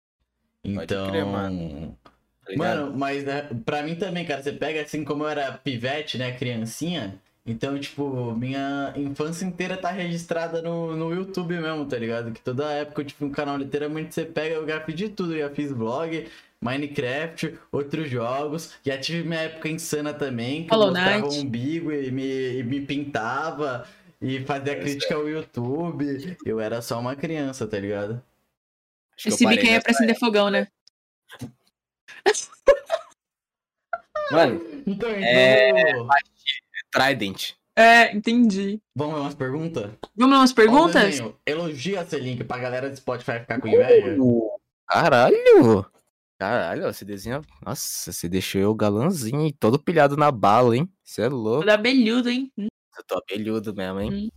[SPEAKER 1] Então.
[SPEAKER 3] crer, mano. tá ligado?
[SPEAKER 1] Mano, mas né, pra mim também, cara, você pega assim como eu era pivete, né, criancinha. Então, tipo, minha infância inteira tá registrada no, no YouTube mesmo, tá ligado? Que toda época eu tive um canal literalmente você pega, eu já fiz de tudo. Eu já fiz vlog, Minecraft, outros jogos. Já tive minha época insana também, que
[SPEAKER 2] Hollow
[SPEAKER 1] eu mostrava o
[SPEAKER 2] Knight.
[SPEAKER 1] umbigo e me, e me pintava e fazia crítica ao YouTube. Eu era só uma criança, tá ligado?
[SPEAKER 3] Acho que eu
[SPEAKER 2] Esse
[SPEAKER 3] parei
[SPEAKER 2] bico aí é
[SPEAKER 3] nessa
[SPEAKER 2] pra acender fogão, né?
[SPEAKER 3] época. Mano,
[SPEAKER 1] Então,
[SPEAKER 3] É,
[SPEAKER 1] então.
[SPEAKER 3] Trident.
[SPEAKER 2] É, entendi.
[SPEAKER 1] Vamos ver umas perguntas?
[SPEAKER 2] Vamos lá, umas
[SPEAKER 1] Ó,
[SPEAKER 2] perguntas?
[SPEAKER 1] Desenho, Elogia esse link pra galera do Spotify ficar com inveja.
[SPEAKER 3] Uh, Caralho! Caralho, ó, você desenha. Nossa, você deixou eu galãzinho, e todo pilhado na bala, hein? Você é louco.
[SPEAKER 2] Da Belhudo, hein?
[SPEAKER 3] Eu tô abelhudo mesmo, hein?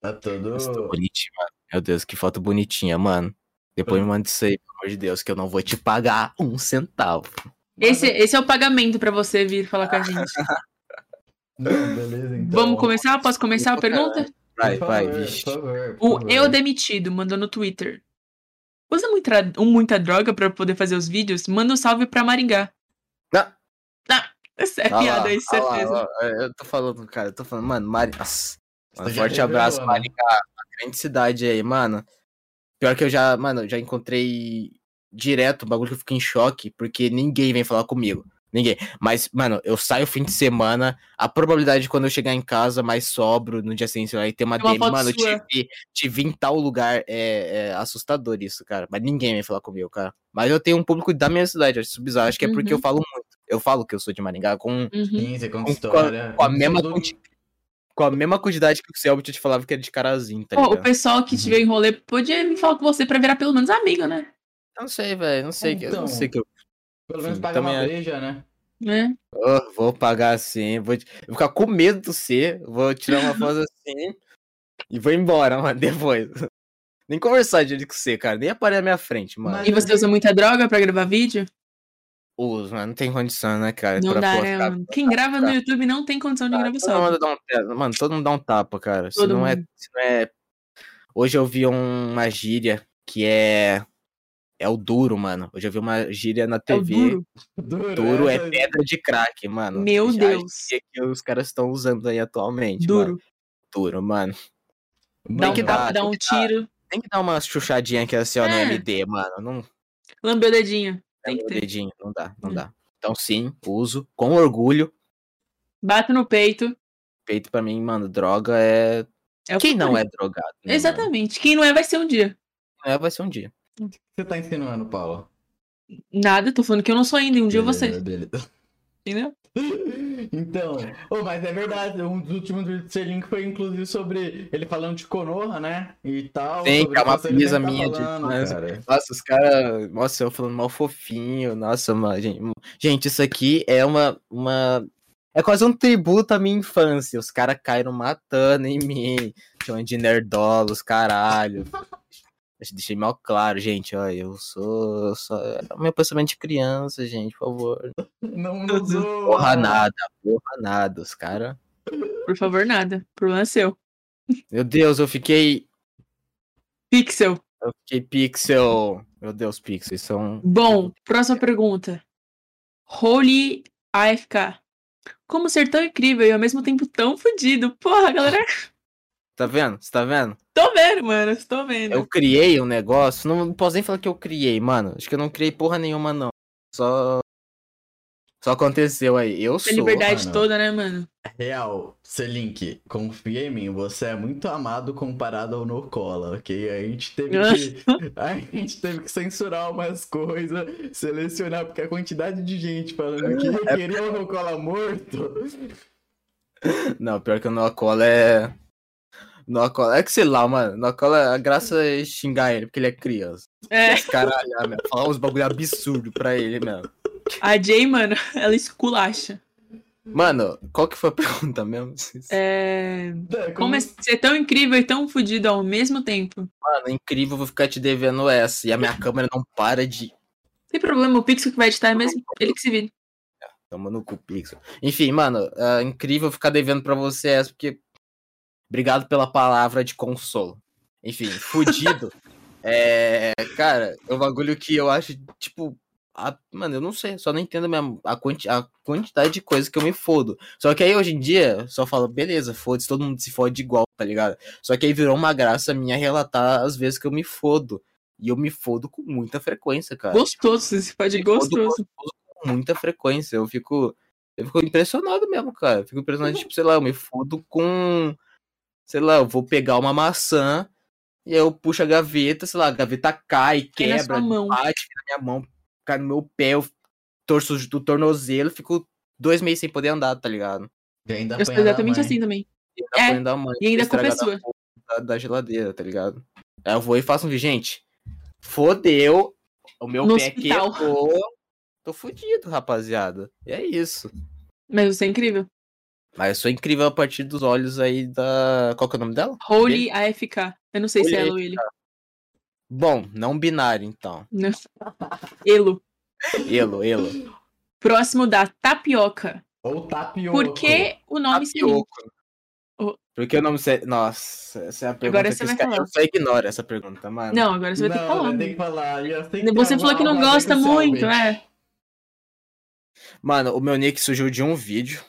[SPEAKER 1] Tá todo.
[SPEAKER 3] Nossa, tô bonitinho, mano. Meu Deus, que foto bonitinha, mano. Depois me manda isso aí, pelo amor de Deus, que eu não vou te pagar um centavo.
[SPEAKER 2] Esse, esse é o pagamento pra você vir falar com a gente.
[SPEAKER 1] Não, beleza, então.
[SPEAKER 2] Vamos começar? Posso começar a
[SPEAKER 3] Desculpa,
[SPEAKER 2] pergunta?
[SPEAKER 3] Vai,
[SPEAKER 1] Por
[SPEAKER 3] vai,
[SPEAKER 1] favor,
[SPEAKER 3] vixe.
[SPEAKER 1] Por favor, por
[SPEAKER 2] O
[SPEAKER 1] favor.
[SPEAKER 2] Eu Demitido mandou no Twitter. Usa muita, um muita droga pra poder fazer os vídeos? Manda um salve pra Maringá.
[SPEAKER 3] Não.
[SPEAKER 2] Não, essa é
[SPEAKER 3] (laughs) Olha lá,
[SPEAKER 2] piada aí,
[SPEAKER 3] olha lá,
[SPEAKER 2] certeza.
[SPEAKER 3] olha lá, Eu tô falando, cara, eu tô falando, mano, Mari. Nossa.
[SPEAKER 1] Você
[SPEAKER 3] Um
[SPEAKER 1] já
[SPEAKER 3] forte
[SPEAKER 1] revelou,
[SPEAKER 3] abraço,
[SPEAKER 1] né?
[SPEAKER 3] Maricá. Uma grande cidade aí, mano. Pior que eu já, mano, eu já encontrei direto um bagulho que eu fico em choque, porque ninguém vem falar comigo. Ninguém. Mas, mano, eu saio fim de semana, a probabilidade de quando eu chegar em casa, mais sobro no dia seguinte, aí ter uma
[SPEAKER 2] Tem uma
[SPEAKER 3] DM,
[SPEAKER 2] foto
[SPEAKER 3] mano, eu
[SPEAKER 2] sua.
[SPEAKER 3] te vi, te vi em tal lugar, é, é assustador isso, cara. Mas ninguém vem falar comigo, cara. Mas eu tenho um público da minha cidade, eu acho isso bizarro. Acho que é porque eu
[SPEAKER 2] Uhum.
[SPEAKER 3] falo muito. Eu falo que eu sou de Maringá com,
[SPEAKER 2] Uhum.
[SPEAKER 1] Sim, você conta
[SPEAKER 3] Com-
[SPEAKER 1] história.
[SPEAKER 3] com a mesma
[SPEAKER 1] Tudo-
[SPEAKER 3] quanti- com a mesma quantidade que o Selbit te falava que era de carazinho, tá
[SPEAKER 2] Pô,
[SPEAKER 3] ligado?
[SPEAKER 2] o pessoal que tiver em rolê podia vir falar com você pra virar pelo menos amigo, né?
[SPEAKER 3] Eu não sei, velho. Não sei. que- eu
[SPEAKER 1] Então.
[SPEAKER 3] não sei que eu.
[SPEAKER 1] Pelo menos
[SPEAKER 3] Sim,
[SPEAKER 1] paga
[SPEAKER 3] também é.
[SPEAKER 1] uma
[SPEAKER 3] acho.
[SPEAKER 1] breja, né?
[SPEAKER 2] né?
[SPEAKER 3] Ah, vou pagar assim. Vou, te- vou ficar com medo do C. Vou tirar uma foto assim. E vou embora, (laughs) mano. Depois. Nem conversar direito com você, cara. Nem aparecer na minha frente, mano.
[SPEAKER 1] Mas-
[SPEAKER 2] E você usa muita droga pra gravar vídeo?
[SPEAKER 3] Uso, mano. Não tem condição, né, cara?
[SPEAKER 2] Não dá,
[SPEAKER 3] pô,
[SPEAKER 2] né,
[SPEAKER 3] ficar-
[SPEAKER 2] mano? Quem grava no YouTube não tem condição de
[SPEAKER 3] Ah,
[SPEAKER 2] gravar
[SPEAKER 3] Todo
[SPEAKER 2] só.
[SPEAKER 3] mundo dá um tapa, mano, todo mundo dá um tapa, cara. Se
[SPEAKER 2] Todo
[SPEAKER 3] não, é,
[SPEAKER 2] mundo.
[SPEAKER 3] se não é. Hoje eu vi um- uma gíria que é. É o duro, mano. Hoje eu vi uma gíria na
[SPEAKER 2] É o
[SPEAKER 3] TV.
[SPEAKER 2] duro.
[SPEAKER 1] Duro,
[SPEAKER 3] Duro é
[SPEAKER 1] essa-
[SPEAKER 3] pedra de crack, mano.
[SPEAKER 2] Meu
[SPEAKER 3] Já
[SPEAKER 2] Deus.
[SPEAKER 3] sei que os caras estão usando aí atualmente. mano.
[SPEAKER 2] Duro.
[SPEAKER 3] Duro, mano.
[SPEAKER 2] Dá
[SPEAKER 1] Mano,
[SPEAKER 2] um
[SPEAKER 3] que dar,
[SPEAKER 2] tapa, dá
[SPEAKER 3] tem
[SPEAKER 2] um
[SPEAKER 3] que dar.
[SPEAKER 2] tiro,
[SPEAKER 3] Tem que dar uma chuchadinha aqui assim, ó, no
[SPEAKER 2] É.
[SPEAKER 3] MD, mano. Não
[SPEAKER 2] lambeu o dedinho. Tem
[SPEAKER 3] tem
[SPEAKER 2] que
[SPEAKER 3] o
[SPEAKER 2] ter.
[SPEAKER 3] dedinho, não dá, não
[SPEAKER 2] Hum.
[SPEAKER 3] dá. Então sim, uso com orgulho.
[SPEAKER 2] Bato no peito.
[SPEAKER 3] Peito pra mim, mano, droga é.
[SPEAKER 2] É o
[SPEAKER 3] Quem
[SPEAKER 2] futuro.
[SPEAKER 3] não é drogado? né, mano?
[SPEAKER 2] Exatamente. Quem não é, vai ser um dia.
[SPEAKER 3] Quem não é, vai ser um dia.
[SPEAKER 1] o que você tá ensinando, Paulo?
[SPEAKER 2] Nada, tô falando que eu não sou ainda, e um dia eu vou
[SPEAKER 3] É.
[SPEAKER 2] ser,
[SPEAKER 1] Beleza, beleza. (laughs)
[SPEAKER 2] entendeu?
[SPEAKER 1] Então, ô, mas é verdade, um dos últimos vídeos do Selink foi inclusive sobre ele falando de Konoha, né? E tal.
[SPEAKER 3] Tem,
[SPEAKER 1] sobre
[SPEAKER 3] que é uma
[SPEAKER 1] o ele
[SPEAKER 3] camisa
[SPEAKER 1] tá
[SPEAKER 3] minha de
[SPEAKER 1] falando,
[SPEAKER 3] infância.
[SPEAKER 1] cara.
[SPEAKER 3] Nossa, os caras. Nossa, eu falando mal fofinho. Nossa, mano. Gente, gente, isso aqui é uma. uma... É quase um tributo à minha infância. Os caras caíram matando em mim. Chamando de nerdolos, caralho. Deixa- Deixei mal claro, gente. Ó, eu sou. eu sou- é o meu pensamento de criança, gente, por favor.
[SPEAKER 1] Não,
[SPEAKER 2] Meu
[SPEAKER 1] não
[SPEAKER 2] Deus.
[SPEAKER 1] zoa.
[SPEAKER 3] Porra nada, porra nada. Os caras.
[SPEAKER 2] Por favor, nada. Problema é seu.
[SPEAKER 3] Meu Deus, eu fiquei.
[SPEAKER 2] Pixel.
[SPEAKER 3] Eu fiquei pixel. é um, Meu Deus, pixels são.
[SPEAKER 2] Bom, próxima pergunta. Holy AFK. Como ser tão incrível e ao mesmo tempo tão fudido? Porra, galera, (laughs)
[SPEAKER 3] Tá vendo? Você tá vendo?
[SPEAKER 2] tô vendo, mano. Tô vendo.
[SPEAKER 3] Eu criei um negócio, não posso nem falar que eu criei, mano. Acho que eu não criei porra nenhuma, não. Só. Só aconteceu aí. Eu
[SPEAKER 2] Essa é
[SPEAKER 3] sou.
[SPEAKER 2] liberdade
[SPEAKER 1] mano.
[SPEAKER 2] toda, né, mano?
[SPEAKER 1] Real, Selink, confia em mim, você é muito amado comparado ao Nocola, ok? A gente teve que,
[SPEAKER 2] (laughs)
[SPEAKER 1] a gente teve que censurar umas coisas, selecionar, porque a quantidade de gente falando
[SPEAKER 2] É
[SPEAKER 1] que eu queria o Nocola morto.
[SPEAKER 3] Não, pior que o Nocola é. Não cola. É que sei lá, mano. Na cola, a graça é xingar ele, porque ele é criança.
[SPEAKER 2] É,
[SPEAKER 3] Caralho, né, meu. Falar uns bagulho absurdo pra ele, mano.
[SPEAKER 2] a Jay, mano, (laughs) ela esculacha.
[SPEAKER 3] Mano, qual que foi a (laughs) pergunta mesmo?
[SPEAKER 2] É...
[SPEAKER 1] né,
[SPEAKER 2] Como é ser tão incrível e tão fodido ao mesmo tempo?
[SPEAKER 3] Mano, incrível, vou ficar te devendo essa. E a minha câmera não para de.
[SPEAKER 2] Tem problema, o Pixel que vai editar é mesmo ele que se vira.
[SPEAKER 3] Toma no cu, Pixel. Enfim, mano, é incrível ficar devendo pra você essa, porque. Obrigado pela palavra de consolo. Enfim, fudido. é. Cara, é um bagulho que eu acho, tipo. a- Mano, eu não sei, só não entendo a, minha, a, quanti- a quantidade de coisa que eu me fodo. Só que aí hoje em dia, eu só falo, beleza, foda-se, todo mundo se fode igual, tá ligado? Só que aí virou uma graça minha relatar as vezes que eu me fodo. E eu me fodo com muita frequência, cara.
[SPEAKER 2] Gostoso, esse pode gostoso.
[SPEAKER 3] com muita frequência. Eu fico. Eu fico impressionado mesmo, cara. Eu fico impressionado,
[SPEAKER 2] Uhum.
[SPEAKER 3] tipo, sei lá, eu me fodo com. Sei lá, eu vou pegar uma maçã e eu puxo a gaveta, sei lá, a gaveta cai,
[SPEAKER 2] Cai na sua
[SPEAKER 3] quebra,
[SPEAKER 2] mão.
[SPEAKER 3] bate na minha mão, cai no meu pé, eu torço do tornozelo, fico dois meses sem poder andar, tá ligado?
[SPEAKER 1] Ainda
[SPEAKER 2] Eu sou exatamente assim também.
[SPEAKER 3] E ainda
[SPEAKER 2] É,
[SPEAKER 3] apanho da mãe,
[SPEAKER 2] e ainda a culpa é
[SPEAKER 3] estragada
[SPEAKER 2] sua.
[SPEAKER 3] da, da geladeira, tá ligado? Aí eu vou e faço um vídeo, gente. Fodeu. O meu
[SPEAKER 2] No
[SPEAKER 3] pé
[SPEAKER 2] hospital.
[SPEAKER 3] quebrou. Tô fudido, rapaziada. E é isso.
[SPEAKER 2] Mas você é incrível.
[SPEAKER 3] Mas eu sou incrível a partir dos olhos aí da. Qual que é o nome dela?
[SPEAKER 2] Holy AFK. Eu não sei se é
[SPEAKER 3] Holy
[SPEAKER 2] ela ou ele.
[SPEAKER 3] Bom, não binário, então.
[SPEAKER 2] Não. Elo. (laughs)
[SPEAKER 3] Elo, elo.
[SPEAKER 2] Próximo da tapioca.
[SPEAKER 1] Ou tapioca.
[SPEAKER 2] Por que o nome seria?
[SPEAKER 3] Tapioco.
[SPEAKER 2] O-
[SPEAKER 3] né? Porque o nome. Se... Nossa, essa é a pergunta
[SPEAKER 2] Agora
[SPEAKER 3] que
[SPEAKER 2] você
[SPEAKER 3] os
[SPEAKER 2] vai
[SPEAKER 3] caras
[SPEAKER 2] falar.
[SPEAKER 3] só ignoram essa pergunta, mano.
[SPEAKER 2] Não, agora você vai ter que
[SPEAKER 1] Não,
[SPEAKER 2] falar.
[SPEAKER 3] é
[SPEAKER 1] eu tenho que falar. eu tenho é que assim,
[SPEAKER 2] Você
[SPEAKER 1] ter
[SPEAKER 2] falou que não
[SPEAKER 1] alguma
[SPEAKER 2] gosta
[SPEAKER 1] coisa com
[SPEAKER 2] muito,
[SPEAKER 1] selfie.
[SPEAKER 3] (laughs)
[SPEAKER 2] é.
[SPEAKER 3] Mano, o meu nick surgiu de um vídeo.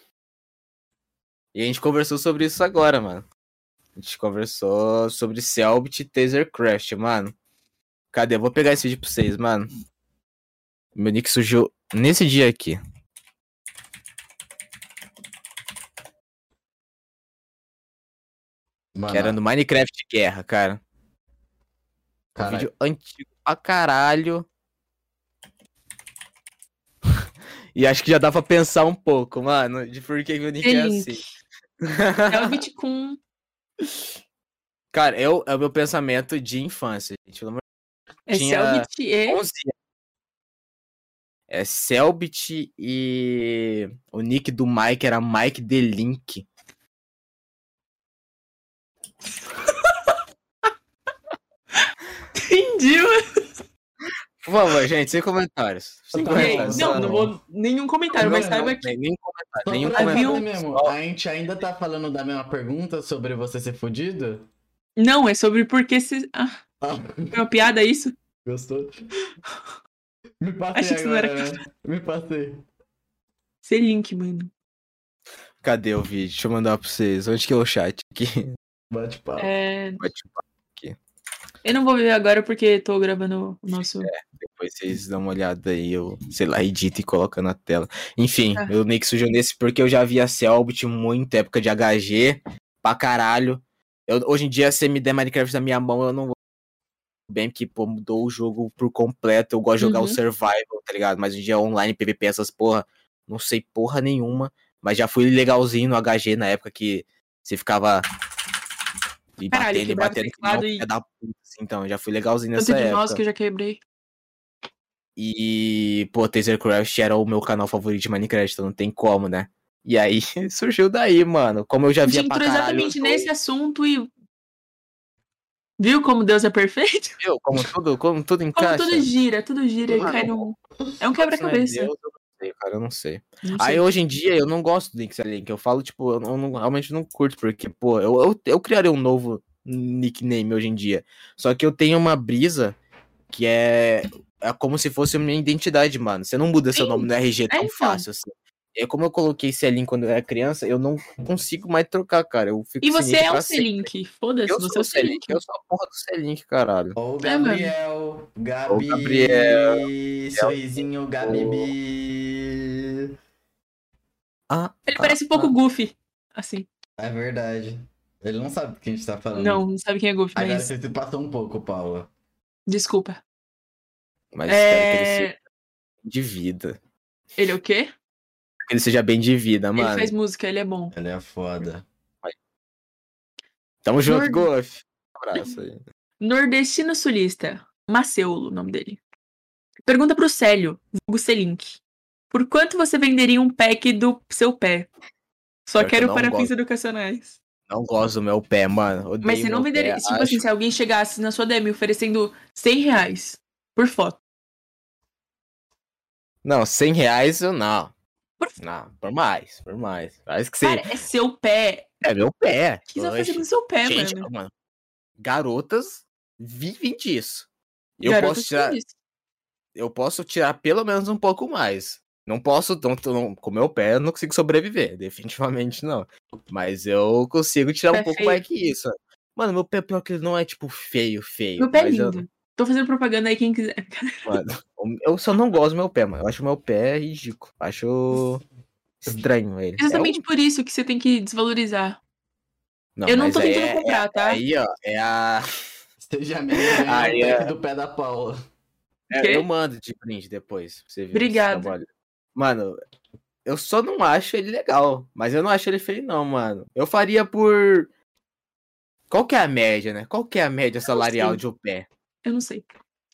[SPEAKER 3] E a gente conversou sobre isso agora, mano. A gente conversou sobre Selbit e Taser Crash, mano. Cadê? Eu vou pegar esse vídeo pra vocês, mano. Meu nick surgiu nesse dia aqui.
[SPEAKER 1] Mano,
[SPEAKER 3] Que era no Minecraft Guerra, cara. Um
[SPEAKER 1] caralho.
[SPEAKER 3] vídeo antigo pra caralho. (laughs) e acho que já dá pra pensar um pouco, mano, de por que meu nick é
[SPEAKER 2] Link.
[SPEAKER 3] assim.
[SPEAKER 2] É o Bitcoin.
[SPEAKER 3] Cara, eu, é o meu pensamento de infância, gente. Pelo amor
[SPEAKER 2] É
[SPEAKER 3] Tinha-
[SPEAKER 2] Selbit.
[SPEAKER 3] de
[SPEAKER 2] É.
[SPEAKER 3] 11 anos. É Selbit e. O nick do Mike era Mike The Link.
[SPEAKER 2] (laughs) Entendi, mano.
[SPEAKER 3] Por favor, gente, sem comentários. Sem
[SPEAKER 1] Tá
[SPEAKER 2] Ok,
[SPEAKER 1] bom,
[SPEAKER 3] comentários.
[SPEAKER 1] tá
[SPEAKER 2] Não, não
[SPEAKER 1] bom.
[SPEAKER 2] vou nenhum comentário, mas
[SPEAKER 1] Não,
[SPEAKER 2] saiba que.
[SPEAKER 3] Nem, nem comentário,
[SPEAKER 1] Só
[SPEAKER 3] nenhum
[SPEAKER 1] pra
[SPEAKER 3] comentário.
[SPEAKER 1] saber mesmo,
[SPEAKER 3] Só-
[SPEAKER 1] a gente ainda tá falando da mesma pergunta sobre você ser fudido?
[SPEAKER 2] Não, é sobre por que se. Ah,
[SPEAKER 1] Ah,
[SPEAKER 2] foi uma piada isso?
[SPEAKER 1] gostou? Me
[SPEAKER 2] Achei
[SPEAKER 1] passei
[SPEAKER 2] que isso não
[SPEAKER 1] agora,
[SPEAKER 2] era
[SPEAKER 1] né? Me passei.
[SPEAKER 2] Ser link, mano.
[SPEAKER 3] Cadê o vídeo? Deixa eu mandar pra vocês. Onde que é o chat aqui?
[SPEAKER 1] Bate
[SPEAKER 3] Ah.
[SPEAKER 1] papo.
[SPEAKER 2] É,
[SPEAKER 3] Bate papo.
[SPEAKER 2] eu não vou ver agora porque tô gravando o nosso.
[SPEAKER 3] É, Depois vocês dão uma olhada aí, eu, sei lá, edito e coloca na tela. Enfim,
[SPEAKER 2] Tá.
[SPEAKER 3] meu nick surgiu nesse porque eu já via Selbit muito, época de HG, pra caralho. Eu- hoje em dia, se me der Minecraft na minha mão, eu não vou. Bem que, pô, mudou o jogo por completo. Eu gosto de jogar o
[SPEAKER 2] Uhum.
[SPEAKER 3] Survival, tá ligado? Mas hoje em dia online, PVP, essas porra, não sei porra nenhuma. Mas já fui legalzinho no HG na época que você ficava. E
[SPEAKER 2] Caralho,
[SPEAKER 3] batendo, e
[SPEAKER 2] quebrava o
[SPEAKER 3] batendo, que
[SPEAKER 2] teclado
[SPEAKER 3] não,
[SPEAKER 2] e-
[SPEAKER 3] filha da puta, assim, então, já fui legalzinho
[SPEAKER 2] Tanto
[SPEAKER 3] nessa
[SPEAKER 2] de
[SPEAKER 3] época.
[SPEAKER 2] mouse que eu já quebrei.
[SPEAKER 3] E, pô, Tasercraft era o meu canal favorito de Minecraft, então não tem como, né? E aí (laughs) surgiu daí, mano. Como eu já
[SPEAKER 2] A gente
[SPEAKER 3] via pra
[SPEAKER 2] entrou
[SPEAKER 3] caralho.
[SPEAKER 2] exatamente
[SPEAKER 3] eu-
[SPEAKER 2] nesse assunto e. Viu como Deus é perfeito?
[SPEAKER 3] eu, como tudo, como tudo
[SPEAKER 2] Como
[SPEAKER 3] encaixa.
[SPEAKER 2] tudo gira, tudo gira e
[SPEAKER 3] Mano,
[SPEAKER 2] cai num. É um
[SPEAKER 3] Se não é Deus,
[SPEAKER 2] quebra-cabeça.
[SPEAKER 3] eu não sei, cara, eu não sei.
[SPEAKER 2] Não sei.
[SPEAKER 3] Aí hoje em dia eu não gosto do Nick Link. Eu falo, tipo, eu não, eu não- realmente não curto, porque, pô, eu, eu, eu criaria um novo nickname hoje em dia. Só que eu tenho uma brisa que é, é como se fosse a minha identidade, mano. Você não muda seu
[SPEAKER 2] Sim.
[SPEAKER 3] nome no RG tão
[SPEAKER 2] então.
[SPEAKER 3] fácil assim. É como eu coloquei Celin quando eu era criança, eu não consigo mais trocar, cara. Eu fico
[SPEAKER 2] E
[SPEAKER 3] sem
[SPEAKER 2] você
[SPEAKER 3] Nick
[SPEAKER 2] é
[SPEAKER 3] pra
[SPEAKER 2] o
[SPEAKER 3] sempre.
[SPEAKER 2] C-Link. Foda-se,
[SPEAKER 3] Eu
[SPEAKER 2] você
[SPEAKER 3] sou
[SPEAKER 2] é
[SPEAKER 3] o Celink, eu sou a porra do Celink, caralho.
[SPEAKER 1] Ô,
[SPEAKER 2] É, mano.
[SPEAKER 1] Gabriel. Gabi.
[SPEAKER 3] Ô, Gabriel.
[SPEAKER 1] Sorrisinho, Gabi.
[SPEAKER 3] Ah,
[SPEAKER 2] Ele parece um pouco Goofy. Assim.
[SPEAKER 1] É verdade. Ele não sabe do que a gente tá
[SPEAKER 3] Ah.
[SPEAKER 1] falando.
[SPEAKER 2] Não, não sabe quem é Goofy,
[SPEAKER 1] Agora
[SPEAKER 2] mas.
[SPEAKER 1] você se passou um pouco, Paula.
[SPEAKER 2] Desculpa.
[SPEAKER 3] mas espero que ele seja
[SPEAKER 2] É...
[SPEAKER 3] bem de vida.
[SPEAKER 2] Ele é o quê?
[SPEAKER 3] Que ele seja bem de vida,
[SPEAKER 2] Ele é
[SPEAKER 3] mano.
[SPEAKER 2] faz música, ele é bom.
[SPEAKER 1] Ele é foda.
[SPEAKER 3] Tamo junto,
[SPEAKER 2] Nord-
[SPEAKER 3] Golf. Abraço aí.
[SPEAKER 2] Nordestino sulista. Maceulo, o nome dele. Pergunta pro Célio, vulgo Celink. Por quanto você venderia um pack do seu pé? Só
[SPEAKER 3] Pior que eu
[SPEAKER 2] quero
[SPEAKER 3] não
[SPEAKER 2] para fins
[SPEAKER 3] gosto.
[SPEAKER 2] educacionais.
[SPEAKER 3] Não gosto do meu pé, mano. Odeio
[SPEAKER 2] Mas você não
[SPEAKER 3] meu pé,
[SPEAKER 2] venderia. tipo
[SPEAKER 3] acho-
[SPEAKER 2] assim, se alguém chegasse na sua DM oferecendo 100 reais por foto.
[SPEAKER 3] Não, 100 reais eu não.
[SPEAKER 2] Por-
[SPEAKER 3] Não, por mais, por mais. Acho que sim.
[SPEAKER 2] Cara, é seu pé.
[SPEAKER 3] É meu pé.
[SPEAKER 2] O que você vai fazer
[SPEAKER 3] Oxe.
[SPEAKER 2] com seu pé,
[SPEAKER 3] Gente,
[SPEAKER 2] mano?
[SPEAKER 3] mano, Garotas vivem disso. Eu
[SPEAKER 2] Garoto
[SPEAKER 3] posso tirar.
[SPEAKER 2] feliz.
[SPEAKER 3] eu posso tirar pelo menos um pouco mais. Não posso, não, não, com meu pé eu não consigo sobreviver, (laughs) definitivamente não. Mas eu consigo tirar
[SPEAKER 2] Pé
[SPEAKER 3] um pouco
[SPEAKER 2] feio.
[SPEAKER 3] mais que isso. Mano, meu pé pior que ele não é tipo feio, feio.
[SPEAKER 2] Meu pé é
[SPEAKER 3] mas eu-
[SPEAKER 2] lindo. Tô fazendo propaganda aí, quem quiser. É
[SPEAKER 3] Eu, só não gosto do meu pé, mano. Eu acho meu pé ridículo. Acho estranho ele. É um-
[SPEAKER 2] Exatamente por isso que você tem que desvalorizar.
[SPEAKER 3] Não,
[SPEAKER 2] eu não
[SPEAKER 3] mas
[SPEAKER 2] tô
[SPEAKER 3] aí
[SPEAKER 2] tentando
[SPEAKER 3] é-
[SPEAKER 2] comprar, tá?
[SPEAKER 3] Aí, ó, é a.
[SPEAKER 1] Seja menos ganhar
[SPEAKER 3] Ah,
[SPEAKER 1] o
[SPEAKER 3] é.
[SPEAKER 1] pack do pé da Paula.
[SPEAKER 3] É,
[SPEAKER 2] Quê?
[SPEAKER 3] eu mando de brinde depois. pra Você ver esse
[SPEAKER 2] Obrigada.
[SPEAKER 3] trabalho. Mano, eu só não acho ele legal. Mas eu não acho ele feio, não, mano. Eu faria por. Qual que é a média, né? Qual que é a média salarial
[SPEAKER 2] sei.
[SPEAKER 3] de um pé?
[SPEAKER 2] Eu não sei.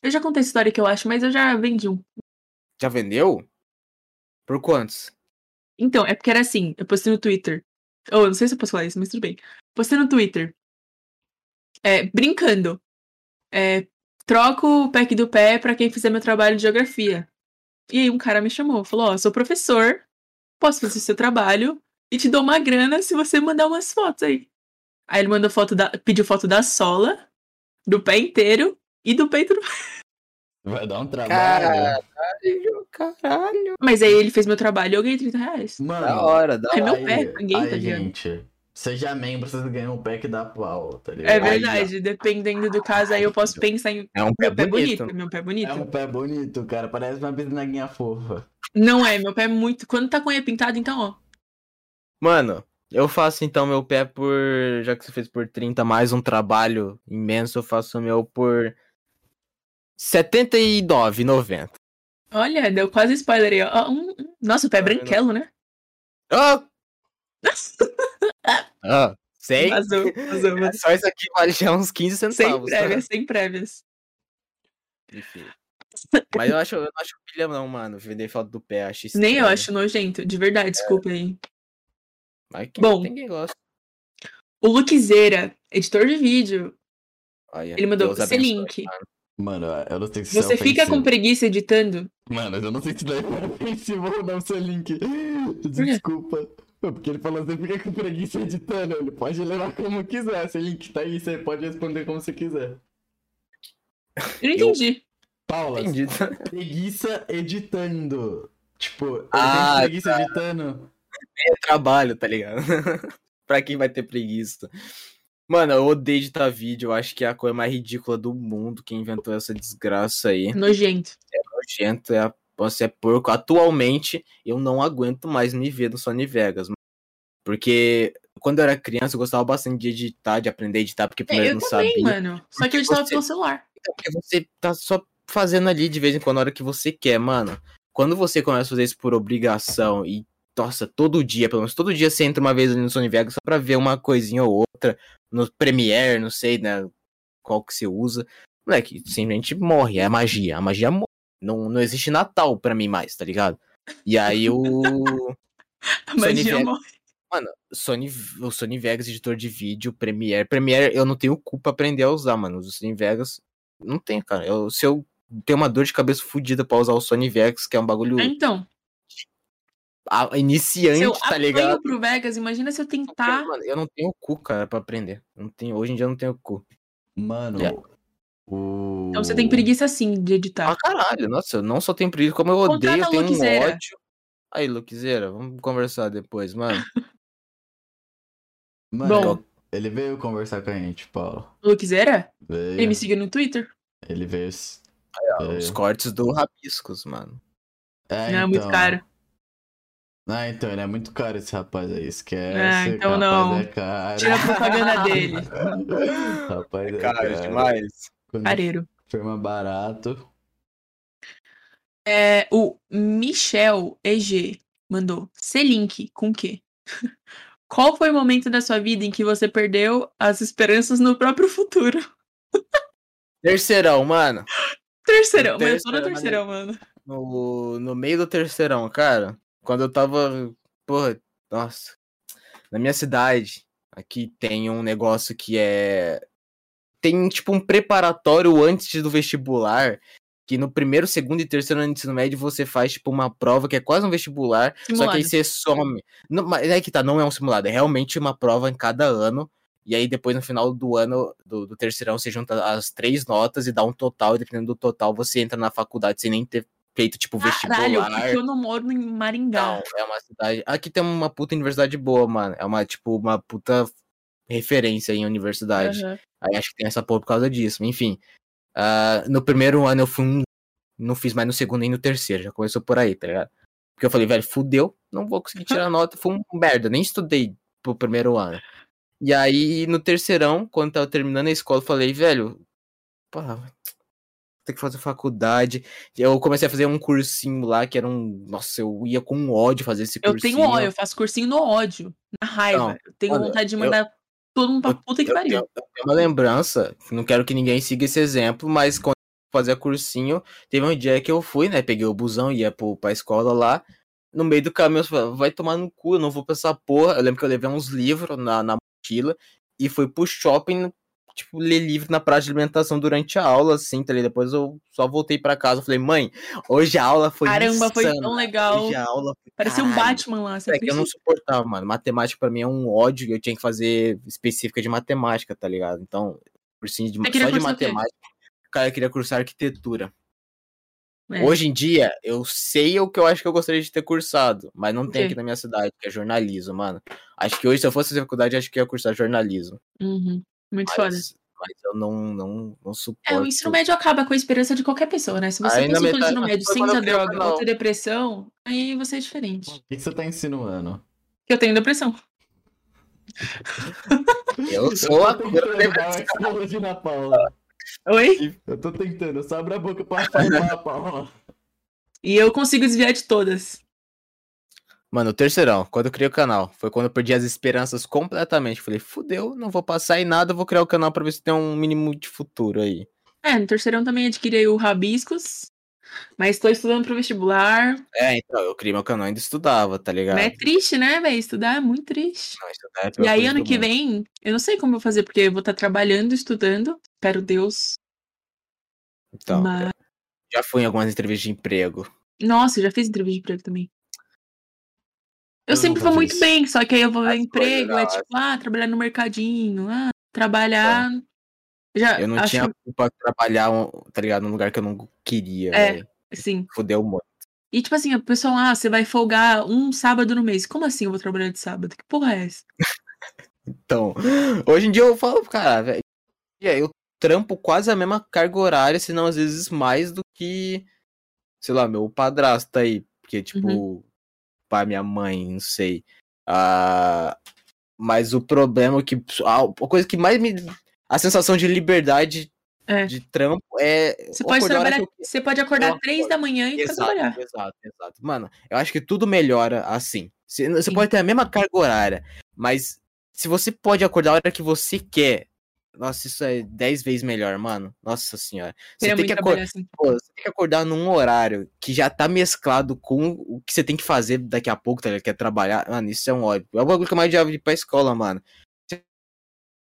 [SPEAKER 2] Eu já contei essa história que eu acho, mas eu já vendi um.
[SPEAKER 3] Já vendeu? Por quantos?
[SPEAKER 2] Então, é porque era assim, eu postei no Twitter. Ou eu não sei se eu posso falar isso, mas tudo bem. Postei no Twitter. É, brincando. É, troco o pack do pé pra quem fizer meu trabalho de geografia. E aí um cara me chamou, falou: Ó, sou professor, posso fazer seu trabalho e te dou uma grana se você mandar umas fotos aí. Aí ele mandou foto da. pediu foto da sola, do pé inteiro e do peito do. (laughs)
[SPEAKER 1] Vai dar um trabalho.
[SPEAKER 3] Caralho, caralho.
[SPEAKER 2] Mas aí ele fez meu trabalho e eu ganhei 30 reais.
[SPEAKER 3] Da
[SPEAKER 1] Mano,
[SPEAKER 3] hora, da
[SPEAKER 2] É
[SPEAKER 3] hora.
[SPEAKER 2] meu
[SPEAKER 1] aí,
[SPEAKER 2] pé, ninguém tá
[SPEAKER 1] aí,
[SPEAKER 2] ligado.
[SPEAKER 1] gente. Seja membro, vocês ganham o pack da Paula, tá ligado?
[SPEAKER 2] É
[SPEAKER 3] Aí, ó.
[SPEAKER 2] verdade, dependendo do caso, aí eu posso pensar em
[SPEAKER 3] É um pé
[SPEAKER 2] Meu pé
[SPEAKER 3] bonito.
[SPEAKER 2] bonito, meu pé
[SPEAKER 1] É um
[SPEAKER 2] bonito.
[SPEAKER 1] pé bonito, cara. Parece uma bisnaguinha fofa.
[SPEAKER 2] Não é, meu pé é muito. Quando tá com unha pintado, então, ó.
[SPEAKER 3] Mano, eu faço então meu pé por. Já que você fez por 30 mais um trabalho imenso, eu faço o meu por 79,90.
[SPEAKER 2] Olha, deu quase spoiler aí, ó. Ó, hum, hum. Nossa, o pé é
[SPEAKER 3] Tá vendo?
[SPEAKER 2] branquelo, né? (laughs)
[SPEAKER 3] Ah! Ah, sei. É
[SPEAKER 2] Vazou, vazou,
[SPEAKER 3] (laughs)
[SPEAKER 2] vazou.
[SPEAKER 3] Só isso aqui vale já uns 15
[SPEAKER 2] Sem
[SPEAKER 3] centavos. tá?
[SPEAKER 2] prévias, sem prévias.
[SPEAKER 3] Enfim. Mas eu acho, eu não acho pilha, não, mano. Vender foto do pé, acho estranho.
[SPEAKER 2] Nem eu acho nojento, de verdade, desculpa aí.
[SPEAKER 3] Mas que,
[SPEAKER 2] Bom.
[SPEAKER 3] tem quem gosta.
[SPEAKER 2] O Luquezeira, editor de vídeo,
[SPEAKER 3] Olha,
[SPEAKER 2] ele mandou
[SPEAKER 3] Deus
[SPEAKER 2] esse
[SPEAKER 3] abençoe. tá?
[SPEAKER 2] link.
[SPEAKER 1] Mano, eu não sei se isso é
[SPEAKER 2] Você fica com
[SPEAKER 1] ofensivo.
[SPEAKER 2] preguiça editando?
[SPEAKER 1] Mano, eu não sei se daí foi ofensivo ou não, seu link. Desculpa. Porque ele falou, você fica com preguiça editando. Ele pode levar como quiser. Seu link tá aí, você pode responder como você quiser.
[SPEAKER 2] Eu não
[SPEAKER 3] Eu-
[SPEAKER 2] entendi.
[SPEAKER 1] Paula,
[SPEAKER 3] Entendi.
[SPEAKER 1] preguiça editando. Tipo, eu
[SPEAKER 3] Ah,
[SPEAKER 1] tenho preguiça
[SPEAKER 2] tá.
[SPEAKER 1] editando.
[SPEAKER 3] trabalho, tá ligado? (laughs) pra quem vai ter preguiça. Mano, eu odeio editar vídeo. Eu acho que é a coisa mais ridícula do mundo. Quem inventou essa desgraça aí. (laughs)
[SPEAKER 2] Nojento.
[SPEAKER 3] Nojento, é, você é porco. Atualmente, eu não aguento mais me ver no Sony Vegas. Porque quando eu era criança, eu gostava bastante de editar, de aprender a editar, porque primeiro
[SPEAKER 2] É, Eu
[SPEAKER 3] eu não
[SPEAKER 2] também,
[SPEAKER 3] sabia.
[SPEAKER 2] mano. Só que eu editava
[SPEAKER 3] Você-
[SPEAKER 2] pelo
[SPEAKER 3] (laughs)
[SPEAKER 2] celular.
[SPEAKER 3] Porque você tá só fazendo ali de vez em quando, a hora que você quer, mano. Quando você começa a fazer isso por obrigação e, nossa, todo dia, pelo menos todo dia você entra uma vez ali no Sony Vegas só pra ver uma coisinha ou outra, no Premiere, não sei, né, qual que você usa. Moleque, simplesmente morre, é magia, a magia morre. Não, não existe Natal pra mim mais, tá ligado? E aí o...
[SPEAKER 2] Mas
[SPEAKER 3] Vegas.
[SPEAKER 2] amor.
[SPEAKER 3] Sony, o Sony Vegas, editor de vídeo, Premiere. Premiere eu não tenho culpa aprender a usar, mano. O Sony Vegas não tem, cara. Eu, se eu tenho uma dor de cabeça fodida pra usar o Sony Vegas, que é um bagulho
[SPEAKER 2] Então,
[SPEAKER 3] a- iniciante,
[SPEAKER 2] se eu
[SPEAKER 3] tá ligado?
[SPEAKER 2] apanho pro Vegas, imagina se eu tentar.
[SPEAKER 3] Mano, eu não tenho cu, cara, pra aprender. Eu Não tenho, hoje em dia eu não tenho cu.
[SPEAKER 1] Mano,
[SPEAKER 3] É.
[SPEAKER 1] o...
[SPEAKER 2] Então você tem preguiça sim de
[SPEAKER 3] Ah,
[SPEAKER 2] editar.
[SPEAKER 3] caralho, nossa, eu não só tenho preguiça, como eu
[SPEAKER 2] Tá. Contrata
[SPEAKER 3] odeio, eu
[SPEAKER 2] a
[SPEAKER 3] tenho um
[SPEAKER 2] Luquezera.
[SPEAKER 3] ódio. Aí, Luquezeira, vamos conversar depois, mano.
[SPEAKER 1] Mano,
[SPEAKER 2] Bom.
[SPEAKER 1] ele veio conversar com a gente, Paula.
[SPEAKER 2] Luquezera?
[SPEAKER 1] Veio.
[SPEAKER 2] Ele me seguiu no Twitter.
[SPEAKER 1] Ele veio...
[SPEAKER 3] Os
[SPEAKER 1] veio.
[SPEAKER 3] cortes do Rabiscos, mano.
[SPEAKER 1] É,
[SPEAKER 2] É, é muito
[SPEAKER 1] então.
[SPEAKER 2] caro.
[SPEAKER 1] Ah, então, ele é muito caro esse rapaz aí, esquece.
[SPEAKER 2] Ah, então
[SPEAKER 1] rapaz
[SPEAKER 2] não.
[SPEAKER 1] É caro.
[SPEAKER 2] Tira a propaganda dele.
[SPEAKER 1] rapaz é
[SPEAKER 3] Cara,
[SPEAKER 1] caro.
[SPEAKER 3] demais.
[SPEAKER 1] Quando
[SPEAKER 2] Careiro.
[SPEAKER 1] firma barato.
[SPEAKER 2] É, o Michel EG mandou. C-Link com Q. (laughs) Qual foi o momento da sua vida em que você perdeu as esperanças no próprio futuro? (laughs)
[SPEAKER 3] Terceirão, mano.
[SPEAKER 2] Terceirão, mas eu tô
[SPEAKER 3] Terceirão,
[SPEAKER 2] na
[SPEAKER 3] né?
[SPEAKER 2] terceirão, mano.
[SPEAKER 3] No, no meio do terceirão, cara. Quando eu tava. Porra, nossa. Na minha cidade, aqui tem um negócio que é. Tem tipo um preparatório antes do vestibular. Que no primeiro, segundo e terceiro ano de ensino médio você faz, tipo, uma prova que é quase um vestibular. Só que
[SPEAKER 2] Simulado.
[SPEAKER 3] aí você some. Não, mas é que tá, não é um simulado, é realmente uma prova em cada ano. E aí depois no final do ano, do, do terceirão, você junta as três notas e dá um total. E dependendo do total, você entra na faculdade sem nem ter feito, tipo, vestibular.
[SPEAKER 2] Caralho, porque eu não moro em Maringá.
[SPEAKER 3] Não, é uma cidade. Aqui tem uma puta universidade boa, mano. É uma, tipo, uma puta referência em universidade.
[SPEAKER 2] Aham.
[SPEAKER 3] Aí acho que É tem essa porra por causa disso. Enfim. ah, no primeiro ano eu fui um. Não fiz mais no segundo nem no terceiro. Já começou por aí, tá ligado? Porque eu falei, velho, fudeu, não vou
[SPEAKER 2] (laughs)
[SPEAKER 3] conseguir tirar nota. Foi um merda, nem estudei pro primeiro ano. E aí, no terceirão, quando tava terminando a escola, eu falei, velho, porra, tem que fazer faculdade. Eu comecei a fazer um cursinho lá, que era um. Nossa, eu ia com ódio fazer esse
[SPEAKER 2] Eu
[SPEAKER 3] cursinho.
[SPEAKER 2] tenho ódio, eu faço cursinho no ódio, na raiva.
[SPEAKER 3] Não,
[SPEAKER 2] eu tenho
[SPEAKER 3] olha,
[SPEAKER 2] vontade de
[SPEAKER 3] eu-
[SPEAKER 2] mandar todo mundo pra
[SPEAKER 3] eu-
[SPEAKER 2] puta que
[SPEAKER 3] eu
[SPEAKER 2] pariu.
[SPEAKER 3] tenho- eu tenho uma lembrança, não quero que ninguém siga esse exemplo, mas quando eu fazia cursinho, teve um dia que eu fui, né? Peguei o busão, ia pro, pra escola lá. No meio do caminho, eu falei, vai tomar no cu, eu não vou pra essa porra. Eu lembro que eu levei uns livros na, na mochila e fui pro shopping, tipo, ler livro na praça de alimentação durante a aula, assim, tá ligado? Depois eu só voltei pra casa, falei, mãe, hoje a aula foi
[SPEAKER 2] Caramba, foi
[SPEAKER 3] insana.
[SPEAKER 2] tão legal.
[SPEAKER 3] Hoje a aula foi
[SPEAKER 2] Parecia um
[SPEAKER 3] caralho."
[SPEAKER 2] Batman lá. Você
[SPEAKER 3] É que eu não
[SPEAKER 2] acredita?
[SPEAKER 3] suportava, mano. Matemática pra mim é um ódio e eu tinha que fazer específica de matemática, tá ligado? Então, cursinho de,
[SPEAKER 2] Você queria
[SPEAKER 3] só de
[SPEAKER 2] cursar o quê?
[SPEAKER 3] matemática. Cara, eu queria cursar arquitetura.
[SPEAKER 2] É.
[SPEAKER 3] Hoje em dia, eu sei o que eu acho que eu gostaria de ter cursado, mas não
[SPEAKER 2] O
[SPEAKER 3] tem
[SPEAKER 2] quê?
[SPEAKER 3] aqui na minha cidade, que é jornalismo, mano. Acho que hoje, se eu fosse fazer faculdade, acho que eu ia cursar jornalismo.
[SPEAKER 2] Uhum, Muito foda.
[SPEAKER 3] Mas, mas eu não, não, não suporto.
[SPEAKER 2] É, o ensino médio acaba com a esperança de qualquer pessoa, né? Se você
[SPEAKER 3] Aí na
[SPEAKER 2] passou pelo
[SPEAKER 3] metade-
[SPEAKER 2] ensino médio
[SPEAKER 3] foi
[SPEAKER 2] sem
[SPEAKER 3] quando eu
[SPEAKER 2] usar
[SPEAKER 3] criei o
[SPEAKER 2] droga
[SPEAKER 3] canal.
[SPEAKER 2] ou ter depressão, aí você é
[SPEAKER 3] Hum.
[SPEAKER 2] diferente.
[SPEAKER 1] que você tá insinuando?
[SPEAKER 2] Que Eu tenho
[SPEAKER 3] (laughs)
[SPEAKER 2] depressão.
[SPEAKER 3] Eu sou
[SPEAKER 2] né?
[SPEAKER 3] a
[SPEAKER 1] tô
[SPEAKER 3] cura da
[SPEAKER 1] tentando dar uma explode na Paula.
[SPEAKER 2] Oi?
[SPEAKER 1] Eu tô tentando, só abre a boca pra falar
[SPEAKER 3] (laughs)
[SPEAKER 1] a Paula.
[SPEAKER 2] E eu consigo desviar de todas.
[SPEAKER 3] Mano, o terceirão, quando eu criei o canal, foi quando eu perdi as esperanças completamente. Falei, fudeu, não vou passar em nada, vou criar o canal pra ver se tem um mínimo de futuro aí.
[SPEAKER 2] É, no terceirão também adquiri o Rabiscos, mas tô estudando pro vestibular.
[SPEAKER 3] É, então, eu criei meu canal e ainda estudava, tá ligado?
[SPEAKER 2] Mas É triste, né, velho? Estudar é muito triste.
[SPEAKER 3] Não, estudar é a
[SPEAKER 2] E
[SPEAKER 3] pior
[SPEAKER 2] aí,
[SPEAKER 3] coisa
[SPEAKER 2] ano
[SPEAKER 3] do
[SPEAKER 2] que
[SPEAKER 3] mundo.
[SPEAKER 2] vem, eu não sei como eu vou fazer, porque eu vou estar trabalhando, estudando. Espero Deus.
[SPEAKER 3] Então,
[SPEAKER 2] mas-
[SPEAKER 3] já fui em algumas entrevistas de emprego.
[SPEAKER 2] Nossa, eu já fiz entrevista de emprego também. Eu,
[SPEAKER 1] Eu
[SPEAKER 2] sempre
[SPEAKER 1] nunca
[SPEAKER 2] fui muito
[SPEAKER 1] fiz.
[SPEAKER 2] bem, só que aí eu vou ver
[SPEAKER 3] As coisas
[SPEAKER 2] emprego,
[SPEAKER 3] da
[SPEAKER 2] é tipo, ah, trabalhar no mercadinho, ah, trabalhar. Já,
[SPEAKER 3] É. Eu não
[SPEAKER 2] acho,
[SPEAKER 3] tinha culpa de trabalhar, um- tá ligado? Num lugar que eu não queria,
[SPEAKER 2] É.
[SPEAKER 3] velho.
[SPEAKER 2] assim.
[SPEAKER 3] Fudeu muito.
[SPEAKER 2] E tipo assim, o pessoal, ah, você vai folgar um sábado no mês. Como assim eu vou trabalhar de sábado? Que porra é essa?
[SPEAKER 3] Então, hoje em dia eu falo, cara, velho, e aí eu trampo quase a mesma carga horária, se não às vezes mais do que, sei lá, meu padrasto tá aí, porque, tipo,
[SPEAKER 2] Uhum.
[SPEAKER 3] pai, minha mãe, não sei. Ah, mas o problema é que a a coisa que mais me. A sensação de liberdade
[SPEAKER 2] É.
[SPEAKER 3] de trampo é.
[SPEAKER 2] Você
[SPEAKER 3] eu
[SPEAKER 2] pode
[SPEAKER 3] acordo a hora
[SPEAKER 2] trabalhar,
[SPEAKER 3] que eu
[SPEAKER 2] você pode acordar
[SPEAKER 3] Eu
[SPEAKER 2] três
[SPEAKER 3] acordo.
[SPEAKER 2] da manhã e ir pra trabalhar.
[SPEAKER 3] Exato, exato, exato. Mano, eu acho que tudo melhora assim. Você, você
[SPEAKER 2] Sim.
[SPEAKER 3] pode ter a mesma carga horária, mas se você pode acordar a hora que você quer, nossa, isso é 10 vezes melhor, mano. Nossa senhora. Você
[SPEAKER 2] Queria
[SPEAKER 3] tem,
[SPEAKER 2] muito
[SPEAKER 3] que acor-
[SPEAKER 2] trabalhar assim.
[SPEAKER 3] pô, você tem que acordar num horário que já tá mesclado com o que você tem que fazer daqui a pouco, tá ligado? Que é trabalhar. Mano, isso é um ódio. É o bagulho que eu mais odiava de ir pra escola, mano. Você-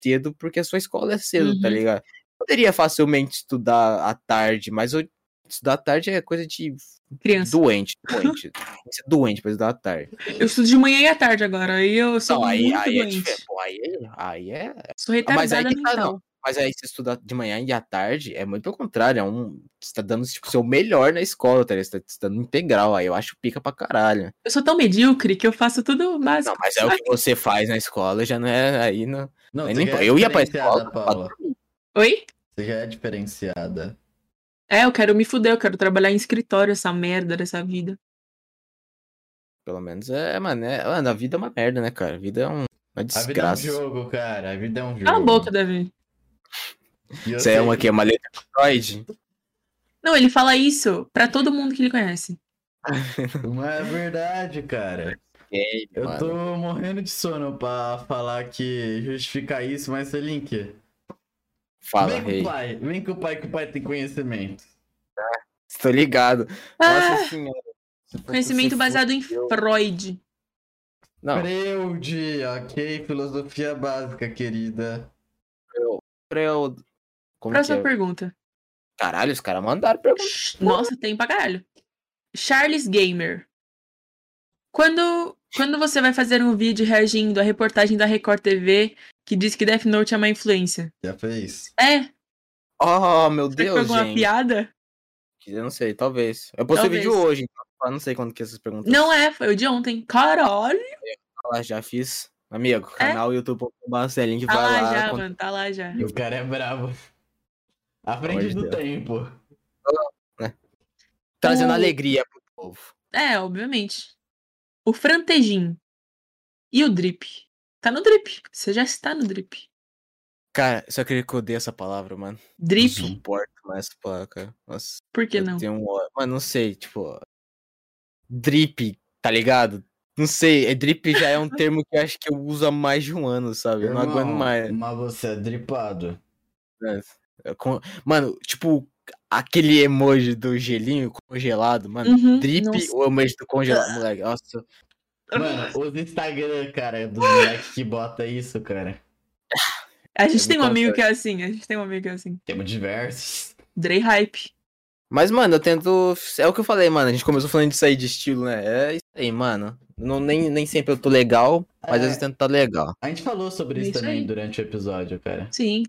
[SPEAKER 3] Cedo, porque a sua escola é cedo, tá
[SPEAKER 2] Uhum.
[SPEAKER 3] ligado? Poderia facilmente estudar à tarde, mas eu... estudar à tarde é coisa de
[SPEAKER 2] Criança.
[SPEAKER 3] Doente, doente. Tem que ser doente pra estudar à tarde.
[SPEAKER 2] Eu estudo de manhã e à tarde agora. Aí eu sou
[SPEAKER 3] Não, aí,
[SPEAKER 2] muito
[SPEAKER 3] aí é
[SPEAKER 2] doente.
[SPEAKER 3] diferente. Pô, aí, aí é.
[SPEAKER 2] sou
[SPEAKER 3] Ah,
[SPEAKER 2] retardada
[SPEAKER 3] mas aí que tá,
[SPEAKER 2] mental.
[SPEAKER 3] não. Mas aí se estudar de manhã e à tarde, é muito pelo contrário. É um, você tá dando tipo, seu melhor na escola, tá ligado? Você tá estudando integral. Aí eu acho pica pra caralho.
[SPEAKER 2] Eu sou tão medíocre que eu faço tudo
[SPEAKER 3] Não,
[SPEAKER 2] básico.
[SPEAKER 3] mas é o que você faz na escola, já não é aí. Não,
[SPEAKER 1] Não,
[SPEAKER 3] aí
[SPEAKER 1] você
[SPEAKER 3] nem-
[SPEAKER 1] já é
[SPEAKER 3] eu ia pra
[SPEAKER 1] diferenciada,
[SPEAKER 3] escola.
[SPEAKER 1] Paula.
[SPEAKER 2] Oi?
[SPEAKER 1] Você já é diferenciada.
[SPEAKER 2] É, eu quero me fuder, eu quero trabalhar em escritório, essa merda dessa vida.
[SPEAKER 3] Pelo menos é, mano. É, mano, a vida é uma merda, né, cara? A vida é um- uma
[SPEAKER 1] A vida é um
[SPEAKER 3] desgraça.
[SPEAKER 1] jogo, cara. A vida é um jogo.
[SPEAKER 3] Hum.
[SPEAKER 2] Cala a boca, Davi.
[SPEAKER 1] E eu
[SPEAKER 3] Isso aí é
[SPEAKER 1] sei
[SPEAKER 3] uma
[SPEAKER 1] que-
[SPEAKER 3] que é uma letra de Freud.
[SPEAKER 2] Não, ele fala isso pra todo mundo que ele conhece.
[SPEAKER 1] Não é verdade, cara.
[SPEAKER 3] game,
[SPEAKER 1] Eu
[SPEAKER 3] mano.
[SPEAKER 1] tô morrendo de sono pra falar que justificar isso, mas é Link.
[SPEAKER 3] Fala,
[SPEAKER 1] vem com
[SPEAKER 3] rei.
[SPEAKER 1] o pai, vem com o pai que o pai tem conhecimento.
[SPEAKER 3] Tô ligado.
[SPEAKER 2] Ah,
[SPEAKER 3] Nossa senhora. Se fosse
[SPEAKER 2] conhecimento
[SPEAKER 3] você-
[SPEAKER 2] baseado em
[SPEAKER 3] eu-
[SPEAKER 2] Freud.
[SPEAKER 3] Não,
[SPEAKER 1] Freud, ok? Filosofia básica, querida.
[SPEAKER 3] eu... Como que
[SPEAKER 2] Próxima
[SPEAKER 3] é?
[SPEAKER 2] pergunta.
[SPEAKER 3] Caralho, os caras mandaram pergunta.
[SPEAKER 2] Nossa, tem pra caralho. Charles Gamer. Quando, quando você vai fazer um vídeo reagindo à reportagem da Record TV que diz que Death Note é uma influência?
[SPEAKER 1] Já fez?
[SPEAKER 2] É?
[SPEAKER 3] Oh, meu
[SPEAKER 2] Será que foi
[SPEAKER 3] Deus,
[SPEAKER 2] alguma
[SPEAKER 3] gente.
[SPEAKER 2] piada?
[SPEAKER 3] Eu não sei, talvez. Eu postei
[SPEAKER 2] Talvez.
[SPEAKER 3] vídeo hoje, então eu não sei quando que essas perguntas
[SPEAKER 2] Não é, foi o de ontem. Caralho!
[SPEAKER 3] Tá lá, já fiz. Amigo, canal youtube.com.br, link
[SPEAKER 2] Tá
[SPEAKER 3] vai
[SPEAKER 2] lá,
[SPEAKER 3] lá.
[SPEAKER 2] É? já,
[SPEAKER 3] con-
[SPEAKER 2] mano, tá lá já.
[SPEAKER 1] O cara é bravo. À frente
[SPEAKER 3] Olha
[SPEAKER 1] do
[SPEAKER 3] Deus.
[SPEAKER 1] tempo.
[SPEAKER 3] Trazendo
[SPEAKER 2] O-
[SPEAKER 3] alegria pro povo.
[SPEAKER 2] É, obviamente. O Frantejin e o Drip. Tá no Drip. Você já está no Drip.
[SPEAKER 3] Cara, só queria que eu odeie essa palavra, mano. Não
[SPEAKER 2] Drip,
[SPEAKER 3] suporto mais essa palavra, cara. Nossa.
[SPEAKER 2] por que
[SPEAKER 3] eu
[SPEAKER 2] não?
[SPEAKER 3] tenho um ó- Mano, não sei, tipo. Drip, tá ligado? Não sei, é drip já
[SPEAKER 2] (laughs)
[SPEAKER 3] é um termo que eu acho que eu uso há mais de um ano, sabe? Eu não
[SPEAKER 1] Irmão,
[SPEAKER 3] aguento mais.
[SPEAKER 1] Mas você é dripado.
[SPEAKER 3] né? Eu con- Mano, tipo, aquele emoji do gelinho congelado, mano.
[SPEAKER 2] Uhum,
[SPEAKER 3] drip
[SPEAKER 2] nossa.
[SPEAKER 3] ou emoji do congelado, moleque? Nossa,
[SPEAKER 1] Mano, os Instagram, cara, dos moleques que bota isso, cara.
[SPEAKER 2] A gente
[SPEAKER 3] eu
[SPEAKER 2] tem um
[SPEAKER 3] vou
[SPEAKER 2] amigo que é assim, a gente tem um amigo que é assim.
[SPEAKER 1] Temos diversos.
[SPEAKER 2] Dre Hype.
[SPEAKER 3] Mas, mano, eu tento. É o que eu falei, mano. A gente começou falando de sair de estilo, né? É isso aí, mano. Não, nem, nem sempre eu tô legal, mas às
[SPEAKER 1] É.
[SPEAKER 3] vezes eu tento tá legal.
[SPEAKER 1] A gente falou sobre isso,
[SPEAKER 2] Isso
[SPEAKER 1] também
[SPEAKER 2] aí.
[SPEAKER 1] durante o episódio, cara.
[SPEAKER 2] Sim.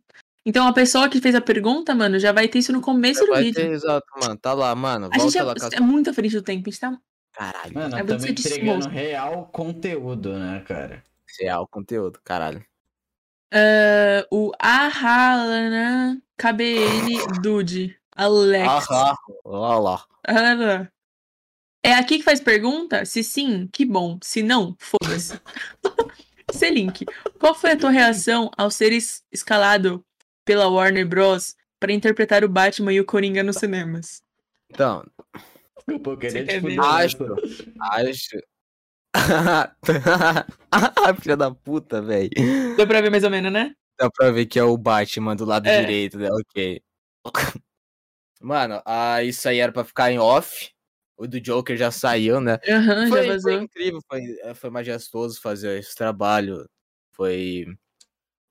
[SPEAKER 2] Então a pessoa que fez a pergunta, mano, já vai ter isso no começo do
[SPEAKER 3] Vai
[SPEAKER 2] vídeo.
[SPEAKER 3] ter- exato, mano. Tá lá, mano.
[SPEAKER 2] A gente
[SPEAKER 3] Volta
[SPEAKER 2] é,
[SPEAKER 3] lá com as...
[SPEAKER 2] é muito à frente do tempo. A gente tá.
[SPEAKER 3] Caralho.
[SPEAKER 1] Mano,
[SPEAKER 2] É
[SPEAKER 1] estamos
[SPEAKER 2] você de
[SPEAKER 1] entregando
[SPEAKER 2] smoke.
[SPEAKER 1] real conteúdo, né, cara?
[SPEAKER 3] Real conteúdo, caralho.
[SPEAKER 2] Ah, o Ahalana KBN Dude. Alex.
[SPEAKER 3] Ahá. Olha lá.
[SPEAKER 2] Ana. É aqui que faz pergunta? Se sim, que bom. Se não, foda-se. (laughs) Selink, qual foi a tua reação ao ser es- escalado pela Warner Bros. para interpretar o Batman e o Coringa nos cinemas?
[SPEAKER 3] Então,
[SPEAKER 1] Desculpa, eu queria
[SPEAKER 2] Você quer
[SPEAKER 1] te
[SPEAKER 2] ver?
[SPEAKER 1] fuder. (laughs)
[SPEAKER 3] Acho.
[SPEAKER 1] nessa.
[SPEAKER 3] acho. (laughs) Ah, Filha da puta, velho.
[SPEAKER 2] Deu pra ver mais ou menos, né?
[SPEAKER 3] Dá pra ver que é o Batman do lado
[SPEAKER 2] É.
[SPEAKER 3] direito, né? Ok. (laughs) Mano, ah, isso aí era pra ficar em off. O do Joker já saiu, né?
[SPEAKER 2] Aham, já
[SPEAKER 3] Foi, foi
[SPEAKER 2] vazou.
[SPEAKER 3] incrível, foi, eh, foi majestoso fazer esse trabalho. Foi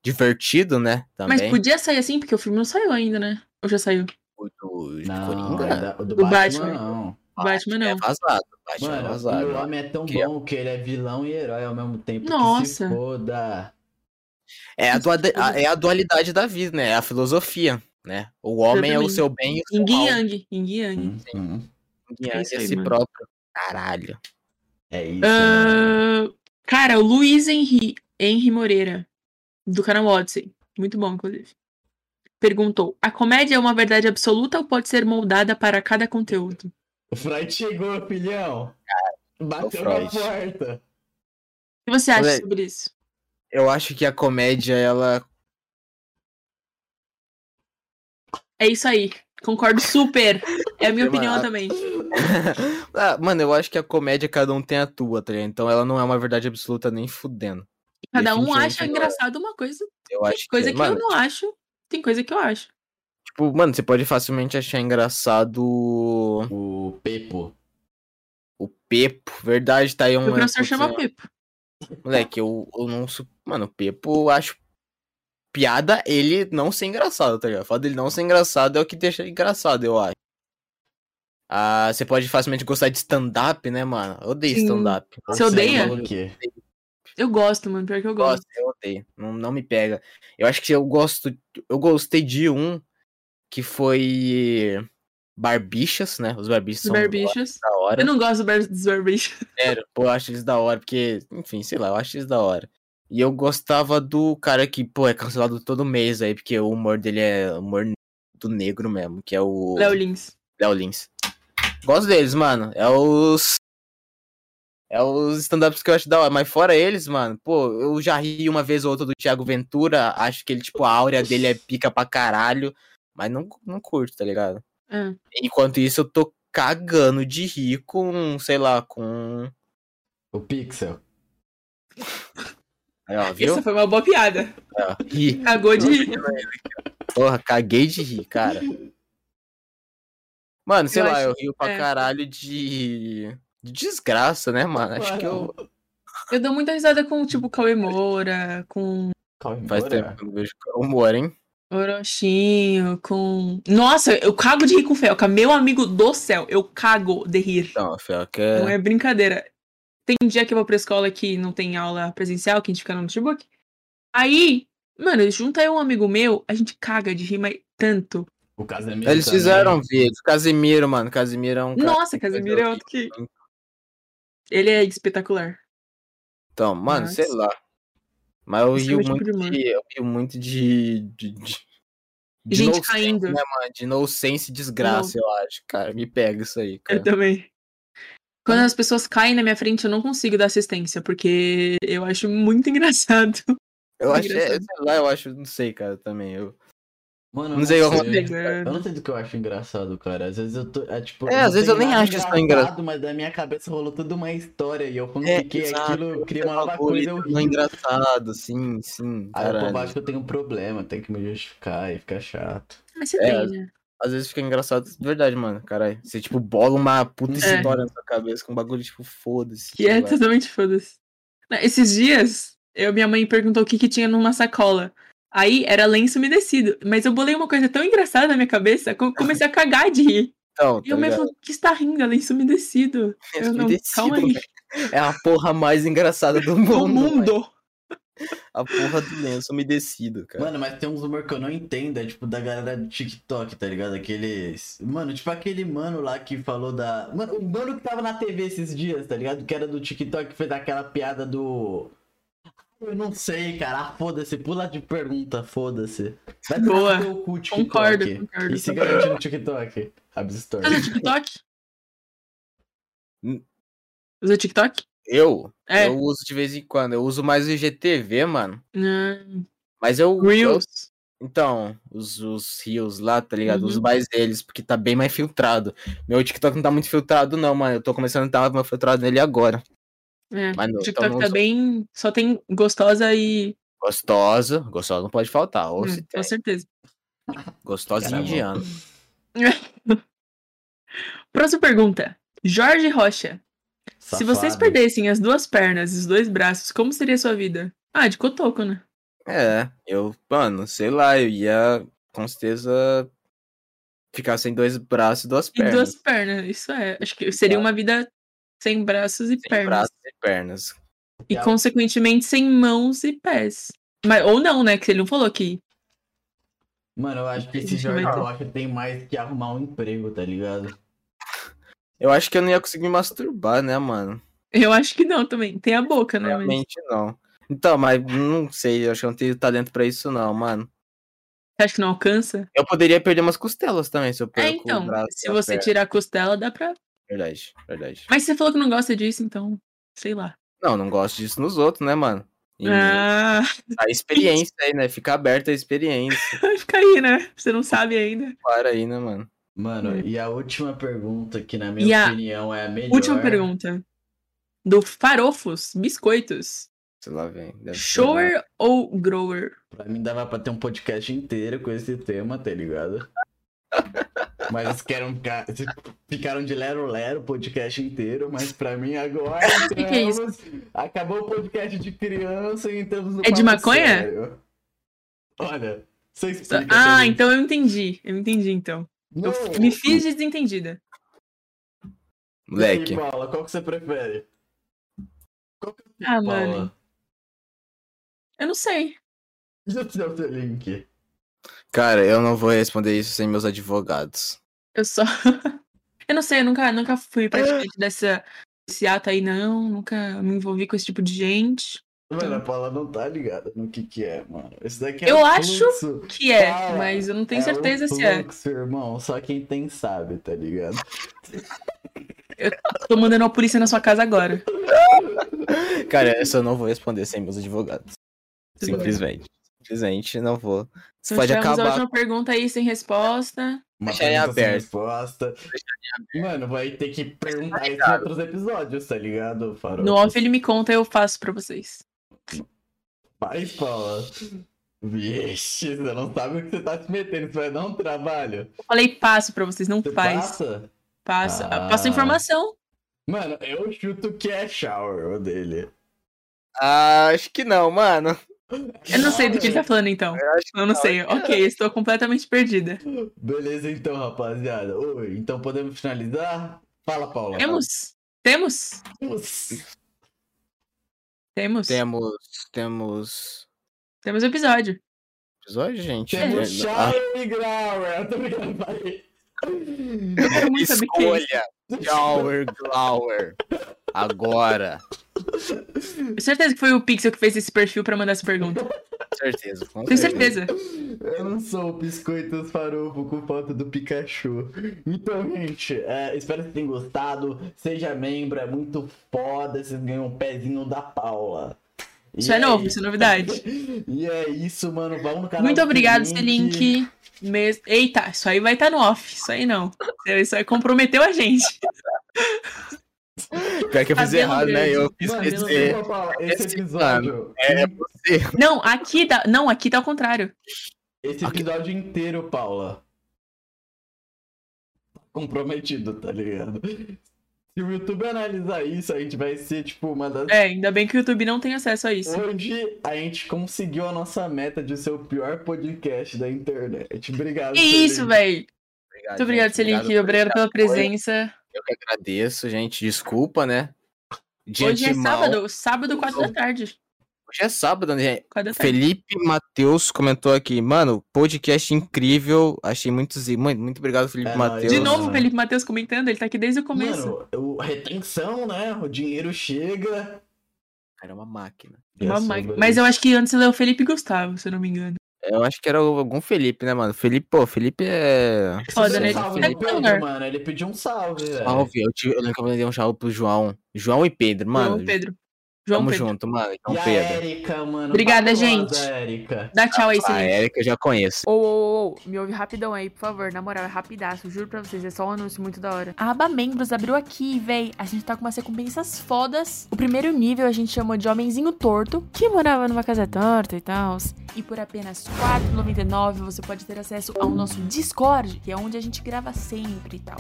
[SPEAKER 3] divertido, né?
[SPEAKER 2] Mas
[SPEAKER 3] Também.
[SPEAKER 2] podia sair assim, porque o filme não saiu ainda, né? Ou já saiu?
[SPEAKER 3] O do de
[SPEAKER 1] Não,
[SPEAKER 3] Coringa.
[SPEAKER 1] o do
[SPEAKER 2] Do
[SPEAKER 1] Batman,
[SPEAKER 2] Batman.
[SPEAKER 1] não.
[SPEAKER 2] O Batman
[SPEAKER 3] É
[SPEAKER 2] não.
[SPEAKER 3] vazado. o Batman é
[SPEAKER 1] Mano,
[SPEAKER 3] vazado.
[SPEAKER 1] o homem é tão
[SPEAKER 3] Que é-
[SPEAKER 1] bom que ele é vilão e herói ao mesmo tempo. Que se
[SPEAKER 2] Nossa.
[SPEAKER 1] foda.
[SPEAKER 3] É a, duade- a- é a dualidade da vida, né? É a filosofia, né? O homem é o
[SPEAKER 2] Exatamente.
[SPEAKER 3] seu bem e o seu
[SPEAKER 2] Ying
[SPEAKER 3] mal.
[SPEAKER 2] Yang. Ying Yang.
[SPEAKER 1] Uhum.
[SPEAKER 3] Yin
[SPEAKER 2] É
[SPEAKER 3] Yang
[SPEAKER 2] isso
[SPEAKER 3] é
[SPEAKER 2] aí,
[SPEAKER 3] si
[SPEAKER 2] mano.
[SPEAKER 3] próprio. Caralho.
[SPEAKER 1] É isso. mano.
[SPEAKER 2] Ah, cara, o Luiz Henri, Henri Moreira, do canal Odyssey. Muito bom, inclusive. Perguntou: A comédia é uma verdade absoluta ou pode ser moldada para cada conteúdo?
[SPEAKER 1] O Freud chegou, filhão. Bateu
[SPEAKER 3] o
[SPEAKER 1] na
[SPEAKER 3] Freud.
[SPEAKER 1] porta.
[SPEAKER 2] O que você acha
[SPEAKER 3] Moleque.
[SPEAKER 2] sobre isso?
[SPEAKER 3] Eu acho que a comédia, ela
[SPEAKER 2] É isso aí. Concordo super. É a minha
[SPEAKER 3] Sei lá.
[SPEAKER 2] opinião também.
[SPEAKER 3] (laughs) Ah, mano, eu acho que a comédia cada um tem a tua, tá ligado? Então ela não é uma verdade absoluta nem fudendo.
[SPEAKER 2] Cada um
[SPEAKER 3] Definitivamente
[SPEAKER 2] acha
[SPEAKER 3] não é.
[SPEAKER 2] engraçado uma coisa,
[SPEAKER 3] Eu
[SPEAKER 2] tem
[SPEAKER 3] acho é.
[SPEAKER 2] coisa que
[SPEAKER 3] mano,
[SPEAKER 2] eu não acho, tem coisa que eu acho.
[SPEAKER 3] Tipo, mano, você pode facilmente achar engraçado
[SPEAKER 1] O Pepo.
[SPEAKER 3] o Pepo. Verdade, tá aí um.
[SPEAKER 2] o professor
[SPEAKER 3] putz,
[SPEAKER 2] chama
[SPEAKER 3] é-
[SPEAKER 2] Pepo.
[SPEAKER 3] Moleque, eu, eu não. su- Mano, o Pepo, eu acho piada ele não ser engraçado, tá ligado? O fato dele não ser engraçado é o que deixa ele engraçado, eu acho. Ah, você pode facilmente gostar de stand-up, né, mano? Eu odeio
[SPEAKER 2] Sim.
[SPEAKER 3] stand-up.
[SPEAKER 2] Você
[SPEAKER 1] Ou seja,
[SPEAKER 2] odeia?
[SPEAKER 1] o quê?
[SPEAKER 2] Eu gosto, mano, pior que eu gosto.
[SPEAKER 3] gosto, eu odeio. Não, não me pega. Eu acho que eu gosto. Eu gostei de um que foi. Barbichas, né? Os barbichas
[SPEAKER 2] Os
[SPEAKER 3] são
[SPEAKER 2] barbichos.
[SPEAKER 3] da hora.
[SPEAKER 2] Eu não gosto do bar- dos barbichos.
[SPEAKER 3] Sério, pô, eu acho eles da hora, porque, enfim, sei lá, eu acho eles da hora. E eu gostava do cara que, pô, é cancelado todo mês aí, porque o humor dele é humor do negro mesmo, que é o
[SPEAKER 2] Léo Lins.
[SPEAKER 3] Léo Lins. Gosto deles, mano. É os. É os stand-ups que eu acho da hora. Mas fora eles, mano, pô, eu já ri uma vez ou outra do Thiago Ventura. Acho que ele, tipo, a áurea dele é pica pra caralho. Mas não, não curto, tá ligado?
[SPEAKER 2] É.
[SPEAKER 3] Enquanto isso, eu tô cagando de rir com, sei lá, com.
[SPEAKER 1] O O Pixel.
[SPEAKER 3] Aí, ó, viu?
[SPEAKER 2] Essa foi uma boa piada.
[SPEAKER 3] Ri.
[SPEAKER 2] Cagou de rir.
[SPEAKER 3] Porra, caguei de rir, cara. Mano, sei
[SPEAKER 2] Eu
[SPEAKER 3] lá,
[SPEAKER 2] acho
[SPEAKER 3] eu rio pra
[SPEAKER 2] é.
[SPEAKER 3] caralho de... de desgraça, né, mano? Acho que eu.
[SPEAKER 2] Eu dou muita risada com, tipo, Cauê Moura, com
[SPEAKER 1] Calma,
[SPEAKER 3] Faz tempo que eu não vejo humor, hein?
[SPEAKER 2] Orochinho, com. Nossa, eu cago de rir com o Felca. Meu amigo do céu, eu cago de rir.
[SPEAKER 3] Não, Fel, que
[SPEAKER 2] Não
[SPEAKER 3] é.
[SPEAKER 2] é brincadeira. Tem dia que eu vou pra escola que não tem aula presencial, que a gente fica no notebook. Aí, mano, junta eu e um amigo meu, a gente caga de rir, mas tanto.
[SPEAKER 1] O Casemiro.
[SPEAKER 3] Eles
[SPEAKER 1] também.
[SPEAKER 3] fizeram vídeo. Casimiro, mano. Casimiro é um cara.
[SPEAKER 2] Nossa, Casemiro é outro que. Ele é espetacular.
[SPEAKER 3] Então, mano,
[SPEAKER 2] Nossa.
[SPEAKER 3] sei lá. Mas eu
[SPEAKER 2] Esse é
[SPEAKER 3] rio
[SPEAKER 2] meu tipo
[SPEAKER 3] muito
[SPEAKER 2] de humor.
[SPEAKER 3] de. Eu rio muito de. de, de... de
[SPEAKER 2] Gente
[SPEAKER 3] nonsense,
[SPEAKER 2] caindo.
[SPEAKER 3] né, mano? De nonsense e desgraça, eu acho. Cara, me pega isso aí, cara.
[SPEAKER 2] Eu também.
[SPEAKER 3] É.
[SPEAKER 2] Quando as pessoas caem na minha frente, eu não consigo dar assistência, porque eu acho muito (laughs) engraçado.
[SPEAKER 3] Eu acho, é,
[SPEAKER 2] Engraçado.
[SPEAKER 3] sei lá, eu acho, não sei, cara, também. Eu...
[SPEAKER 1] Mano, eu
[SPEAKER 3] Não sei como-
[SPEAKER 2] É.
[SPEAKER 1] Eu não sei do que eu acho engraçado, cara. Às vezes eu tô. É, tipo,
[SPEAKER 3] É,
[SPEAKER 1] não
[SPEAKER 3] às vezes
[SPEAKER 1] tem
[SPEAKER 3] eu nem
[SPEAKER 1] nada
[SPEAKER 3] acho isso tão engraçado.
[SPEAKER 1] Mas da minha cabeça rolou toda uma história e eu
[SPEAKER 3] É,
[SPEAKER 1] fanfiquei
[SPEAKER 3] exato,
[SPEAKER 1] aquilo, criei uma nova
[SPEAKER 3] Bagulho,
[SPEAKER 1] coisa. Eu
[SPEAKER 3] não é
[SPEAKER 1] ri.
[SPEAKER 3] engraçado, sim, sim.
[SPEAKER 1] Aí eu
[SPEAKER 3] Caralho.
[SPEAKER 1] pô, acho que eu tenho um problema, tem que me justificar e fica chato.
[SPEAKER 2] Mas você
[SPEAKER 3] É,
[SPEAKER 2] tem, né?
[SPEAKER 3] Às vezes fica engraçado, de verdade, mano, caralho. Você, tipo, bola uma puta
[SPEAKER 1] É.
[SPEAKER 3] história na sua cabeça com um bagulho, tipo, foda-se.
[SPEAKER 2] Que é
[SPEAKER 3] sei lá.
[SPEAKER 2] totalmente foda-se. Não, Esses dias, eu, minha mãe perguntou o que, que tinha numa sacola. Aí era lenço umedecido. Mas eu bolei uma coisa tão engraçada na minha cabeça que eu comecei a cagar de rir.
[SPEAKER 3] Então,
[SPEAKER 2] E eu
[SPEAKER 3] tá
[SPEAKER 2] mãe
[SPEAKER 3] ligado?
[SPEAKER 2] falou: "O que está rindo? É lenço umedecido. Eu não,
[SPEAKER 3] Umedecido,
[SPEAKER 2] calma aí. (laughs)
[SPEAKER 3] velho. É a porra mais engraçada do mundo.
[SPEAKER 2] O
[SPEAKER 3] velho.
[SPEAKER 2] mundo.
[SPEAKER 3] A porra do lenço umedecido, cara.
[SPEAKER 1] Mano, mas tem uns humor que eu não entendo, é tipo da galera do TikTok, tá ligado? Aqueles. Mano, tipo aquele mano lá que falou da. Mano, o mano que tava na TV esses dias, tá ligado? Que era do TikTok, que fez aquela piada do. "Ah, Eu não sei, cara. Ah, foda-se. Pula de pergunta, foda-se. Vai tomar
[SPEAKER 2] Boa.
[SPEAKER 1] no teu cu, TikTok.
[SPEAKER 2] Concordo, concordo.
[SPEAKER 3] é
[SPEAKER 1] E siga a gente no TikTok. Abstor.
[SPEAKER 2] Você
[SPEAKER 3] (laughs)
[SPEAKER 2] usa TikTok?
[SPEAKER 3] Hum.
[SPEAKER 2] Usa TikTok?
[SPEAKER 3] Eu?
[SPEAKER 2] É.
[SPEAKER 3] Eu uso de vez em quando. Eu uso mais o IGTV, mano.
[SPEAKER 2] Ah,
[SPEAKER 3] Mas eu. eu-
[SPEAKER 2] Reels.
[SPEAKER 3] então, os, os rios lá, tá ligado?
[SPEAKER 2] Uhum.
[SPEAKER 3] Uso mais eles, porque tá bem mais filtrado. Meu TikTok não tá muito filtrado, não, mano. Eu tô começando a dar uma filtrada nele agora.
[SPEAKER 2] É.
[SPEAKER 3] Mas não, então
[SPEAKER 2] TikTok
[SPEAKER 3] não
[SPEAKER 2] tá
[SPEAKER 3] sou-
[SPEAKER 2] bem. Só tem gostosa e.
[SPEAKER 3] Gostosa. Gostosa não pode faltar. Ou
[SPEAKER 2] Hum,
[SPEAKER 3] se
[SPEAKER 2] com
[SPEAKER 3] tem.
[SPEAKER 2] certeza.
[SPEAKER 3] Gostosa
[SPEAKER 1] Cara,
[SPEAKER 3] e indiana.
[SPEAKER 2] Próxima pergunta. Jorge Rocha. Se vocês
[SPEAKER 1] Safado.
[SPEAKER 2] perdessem as duas pernas e os dois braços, como seria a sua vida? Ah, de cotoco, né?
[SPEAKER 3] É, eu, mano, sei lá, eu ia com certeza ficar sem dois braços e duas
[SPEAKER 2] E
[SPEAKER 3] pernas.
[SPEAKER 2] duas pernas, isso é. Acho que seria uma vida sem braços e
[SPEAKER 3] sem
[SPEAKER 2] pernas.
[SPEAKER 3] braços e pernas.
[SPEAKER 2] E, consequentemente, sem mãos e pés. Mas, ou não, né? Que ele não falou que.
[SPEAKER 1] Mano, eu acho que esse
[SPEAKER 2] Deixa eu
[SPEAKER 1] Jorge
[SPEAKER 2] ver.
[SPEAKER 1] Rocha tem mais que arrumar um emprego, tá ligado?
[SPEAKER 3] Eu acho que eu não ia conseguir me masturbar, né, mano?
[SPEAKER 2] Eu acho que não também. Tem a boca, né? Mas...
[SPEAKER 3] Realmente não. Então, mas não sei, eu acho que eu não tenho talento pra isso, não, mano.
[SPEAKER 2] Você acha que não alcança?
[SPEAKER 3] Eu poderia perder umas costelas também, se eu
[SPEAKER 2] É,
[SPEAKER 3] perco o
[SPEAKER 2] então.
[SPEAKER 3] braço. e
[SPEAKER 2] Se
[SPEAKER 3] a
[SPEAKER 2] você
[SPEAKER 3] perna.
[SPEAKER 2] tirar a costela, dá pra.
[SPEAKER 3] Verdade, verdade.
[SPEAKER 2] Mas você falou que não gosta disso, então. Sei lá.
[SPEAKER 3] Não, não gosto disso nos outros, né, mano? E
[SPEAKER 2] Ah, (laughs)
[SPEAKER 3] A experiência aí, né? Fica aberta a experiência.
[SPEAKER 2] fica aí, né? Você não sabe ainda.
[SPEAKER 3] Para aí, né, mano?
[SPEAKER 1] Mano,
[SPEAKER 2] Hum.
[SPEAKER 1] e a última pergunta, que na
[SPEAKER 2] E
[SPEAKER 1] minha
[SPEAKER 2] a
[SPEAKER 1] opinião é a melhor.
[SPEAKER 2] Última pergunta. Do Farofos Biscoitos.
[SPEAKER 3] Sei lá, velho.
[SPEAKER 1] É,
[SPEAKER 3] deve ser né? lá.
[SPEAKER 2] Shower ou grower?
[SPEAKER 1] Pra mim dava pra ter um podcast inteiro com esse tema, tá
[SPEAKER 2] (laughs)
[SPEAKER 1] ligado? Mas eles querem ficar- eles ficaram de lero-lero o podcast inteiro, mas pra mim agora
[SPEAKER 2] O (laughs) que que é isso?
[SPEAKER 1] entramos- acabou o podcast de criança e entramos no
[SPEAKER 2] É de
[SPEAKER 1] papo
[SPEAKER 2] maconha?
[SPEAKER 1] sério. Olha, você explica. pra
[SPEAKER 2] Ah,
[SPEAKER 1] mim.
[SPEAKER 2] então eu entendi. Eu entendi, então. Eu
[SPEAKER 1] Não,
[SPEAKER 2] me fiz de desentendida.
[SPEAKER 1] e aí,
[SPEAKER 3] Moleque.
[SPEAKER 1] Paula, qual que você prefere?
[SPEAKER 2] Ah, mano.
[SPEAKER 1] Paula,
[SPEAKER 2] Eu não sei.
[SPEAKER 1] já te deu o teu link.
[SPEAKER 3] Cara, eu não vou responder isso sem meus advogados.
[SPEAKER 2] Eu só. (laughs) eu não sei, eu nunca, nunca fui praticante dessa, desse ato aí, não. Nunca me envolvi com esse tipo de gente.
[SPEAKER 1] Mano, a Paula não tá ligada no que que é, mano. Isso daqui é
[SPEAKER 2] Eu
[SPEAKER 4] um
[SPEAKER 1] o
[SPEAKER 2] acho
[SPEAKER 1] fluxo.
[SPEAKER 2] Que é,
[SPEAKER 1] Cara,
[SPEAKER 2] mas eu não tenho
[SPEAKER 1] É
[SPEAKER 2] certeza
[SPEAKER 1] o
[SPEAKER 2] se é.
[SPEAKER 1] fluxo, irmão, só quem tem sabe, tá ligado?
[SPEAKER 2] Tô mandando a polícia na sua casa agora.
[SPEAKER 3] Cara, essa eu não vou responder sem meus advogados.
[SPEAKER 2] Tudo bem.
[SPEAKER 3] Simplesmente. Simplesmente não vou. Você
[SPEAKER 2] Então,
[SPEAKER 3] pode
[SPEAKER 2] tivemos a
[SPEAKER 3] acabar.
[SPEAKER 2] última pergunta aí sem resposta.
[SPEAKER 4] Uma
[SPEAKER 3] Deixa aí
[SPEAKER 4] pergunta sem
[SPEAKER 3] aberto.
[SPEAKER 4] resposta. Mano, vai ter que perguntar isso em
[SPEAKER 3] ligado.
[SPEAKER 4] outros episódios, tá ligado, Farol?
[SPEAKER 1] No off ele me conta, eu faço pra vocês.
[SPEAKER 4] Vai, Paula. Vixe, você não sabe o que você tá se metendo, isso vai dar um trabalho.
[SPEAKER 1] Eu falei passo pra vocês, não
[SPEAKER 4] Você
[SPEAKER 1] faz.
[SPEAKER 4] passa?
[SPEAKER 1] Passa.
[SPEAKER 4] Ah.
[SPEAKER 1] Passa informação.
[SPEAKER 4] Mano, eu chuto que é shower o dele.
[SPEAKER 3] Ah, acho que não, mano.
[SPEAKER 1] Eu não sei do que ele tá falando, então. Eu não sei. Ok, estou completamente perdida.
[SPEAKER 4] Beleza então, rapaziada. Oi, então podemos finalizar? Fala, Paula.
[SPEAKER 1] Temos? Temos?
[SPEAKER 4] Temos.
[SPEAKER 1] Temos.
[SPEAKER 3] Temos. Temos.
[SPEAKER 1] Temos um episódio.
[SPEAKER 3] Episódio, gente.
[SPEAKER 4] Temos
[SPEAKER 3] É, ah,
[SPEAKER 4] shower e Grower. é, Eu tô brincando, falei.
[SPEAKER 1] Eu quero
[SPEAKER 2] um,
[SPEAKER 1] muito saber quem é.
[SPEAKER 3] Escolha! Glower, Glower. Agora.
[SPEAKER 1] Tenho é. certeza que foi o Pixel que fez esse perfil pra mandar essa pergunta.
[SPEAKER 3] Certeza. com
[SPEAKER 1] Tenho certeza.
[SPEAKER 4] Eu não sou o biscoitos farofo com foto do Pikachu. Então, gente, é, espero que vocês tenham gostado. Seja membro, é muito foda. Vocês ganham um pezinho da Paula. E
[SPEAKER 1] Isso é novo, isso é novidade.
[SPEAKER 4] (laughs) E é isso, mano. Vamos no canal.
[SPEAKER 1] Muito
[SPEAKER 4] do
[SPEAKER 1] obrigado, Selink. Mes... Eita, isso aí vai estar no off. Isso aí não. Isso aí comprometeu a gente.
[SPEAKER 3] Pior que eu fiz
[SPEAKER 1] Cabelo
[SPEAKER 3] errado, né? Eu fiz
[SPEAKER 4] Mano, eu não sei
[SPEAKER 3] esse.
[SPEAKER 4] qual Paula, esse
[SPEAKER 3] esse
[SPEAKER 4] episódio.
[SPEAKER 3] É você.
[SPEAKER 1] Não, aqui tá. Não, aqui tá ao contrário.
[SPEAKER 4] Esse episódio inteiro, Paula. Tá Comprometido, tá ligado? Se o YouTube analisar isso, a gente vai ser, tipo, uma das
[SPEAKER 1] É, ainda bem que o YouTube não tem acesso a isso.
[SPEAKER 4] Hoje a gente conseguiu a nossa meta de ser o pior podcast da internet. Obrigado.
[SPEAKER 1] Que isso,
[SPEAKER 4] Celine.
[SPEAKER 1] velho.
[SPEAKER 3] Obrigado,
[SPEAKER 1] Muito obrigado,
[SPEAKER 3] gente.
[SPEAKER 1] Selink. Obrigado pela
[SPEAKER 3] apoio.
[SPEAKER 1] presença.
[SPEAKER 3] Eu que agradeço, gente. Desculpa, né? De
[SPEAKER 1] Hoje é
[SPEAKER 3] antemão.
[SPEAKER 1] sábado. Sábado, 4 da tarde.
[SPEAKER 3] Hoje é sábado, né?
[SPEAKER 1] 4 da tarde.
[SPEAKER 3] Felipe Matheus comentou aqui, mano, podcast incrível, achei muito zi- Mano, muito obrigado, Felipe
[SPEAKER 4] É
[SPEAKER 3] Matheus.
[SPEAKER 4] nóis.
[SPEAKER 1] De novo,
[SPEAKER 4] mano.
[SPEAKER 1] Felipe Matheus comentando, ele tá aqui desde o começo.
[SPEAKER 4] Mano, o- retenção, né? O dinheiro chega.
[SPEAKER 3] Cara, é uma máquina.
[SPEAKER 1] Uma máquina. Mas eu acho que antes ele é o Felipe Gustavo, se eu não me engano.
[SPEAKER 3] Eu acho que era algum Felipe, né, mano? Felipe, pô, Felipe é.
[SPEAKER 1] Foda, né?
[SPEAKER 4] Salve,
[SPEAKER 1] É
[SPEAKER 4] do Pedro,
[SPEAKER 1] Taylor.
[SPEAKER 4] mano. Ele pediu um salve,
[SPEAKER 1] É.
[SPEAKER 4] velho.
[SPEAKER 3] Salve, eu, tive... eu lembro que eu mandei um salve pro João. João e Pedro, mano.
[SPEAKER 1] João Pedro. João
[SPEAKER 3] Tamo
[SPEAKER 1] Pedro. é
[SPEAKER 3] junto, mano.
[SPEAKER 1] então,
[SPEAKER 3] João
[SPEAKER 4] E a
[SPEAKER 3] Pedro.
[SPEAKER 4] Érica, mano.
[SPEAKER 1] Obrigada,
[SPEAKER 4] Fabulosa,
[SPEAKER 1] gente.
[SPEAKER 4] Érica.
[SPEAKER 1] Dá tchau aí,
[SPEAKER 3] A
[SPEAKER 1] Selink.
[SPEAKER 3] Érica Ah, eu já conheço.
[SPEAKER 2] Ô, ô, ô, ô, me ouve rapidão aí, por favor. Na moral, é rapidaço. Juro pra vocês, é só um anúncio muito da hora. A aba membros abriu aqui, véi. A gente tá com umas recompensas fodas. O primeiro nível a gente chamou de Homenzinho Torto, que morava numa casa torta e tal. E por apenas R$4,99 você pode ter acesso ao nosso Discord, que é onde a gente grava sempre e tal.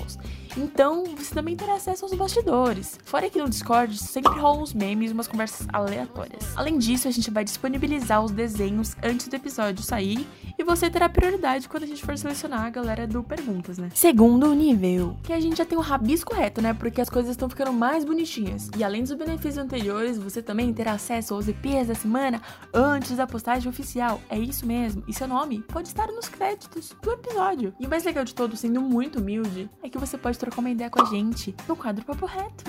[SPEAKER 2] Então, você também terá acesso aos bastidores. Fora que no Discord sempre rolam uns memes e umas conversas aleatórias. Além disso, a gente vai disponibilizar os desenhos antes do episódio sair e você terá prioridade quando a gente for selecionar a galera do Perguntas, né? Segundo nível, que a gente já tem o rabisco reto, né? Porque as coisas estão ficando mais bonitinhas. E além dos benefícios anteriores, você também terá acesso aos EPs da semana antes da postagem oficial. É isso mesmo. E seu nome pode estar nos créditos do episódio. E o mais legal de todo, sendo muito humilde, é que você pode trocar uma ideia com a gente no quadro Papo Reto.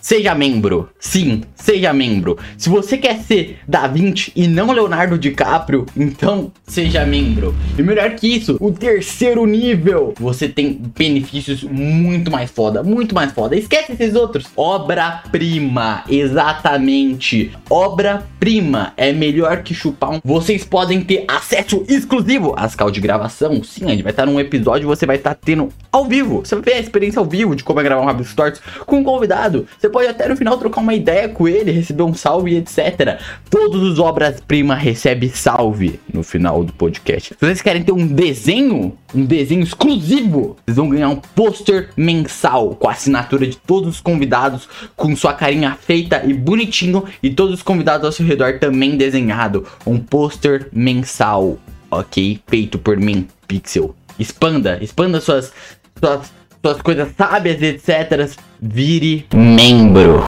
[SPEAKER 4] Seja membro. Sim, seja membro. Se você quer ser Da Vinci e não Leonardo DiCaprio, então seja membro. E melhor que isso, o terceiro nível, você tem benefícios muito mais foda, muito mais foda. Esquece esses outros. Obra-prima, exatamente. Obra-prima é melhor que chupar um. Vocês podem ter acesso exclusivo às cal de gravação. Sim, a gente vai estar num episódio e você vai estar tendo ao vivo. Você vai ver a experiência ao vivo de como é gravar um Rabisco Torto com um convidado. Você pode até no final trocar uma ideia com ele, receber um salve, e etc. Todos os obras-prima recebem salve no final do podcast. Se vocês querem ter um desenho, um desenho exclusivo, vocês vão ganhar um pôster mensal com a assinatura de todos os convidados, com sua carinha feita e bonitinho, e todos os convidados ao seu redor também desenhado. Um pôster mensal, ok? Feito por mim, Pixel. Expanda, expanda suas, suas suas coisas sábias, etc. Vire membro.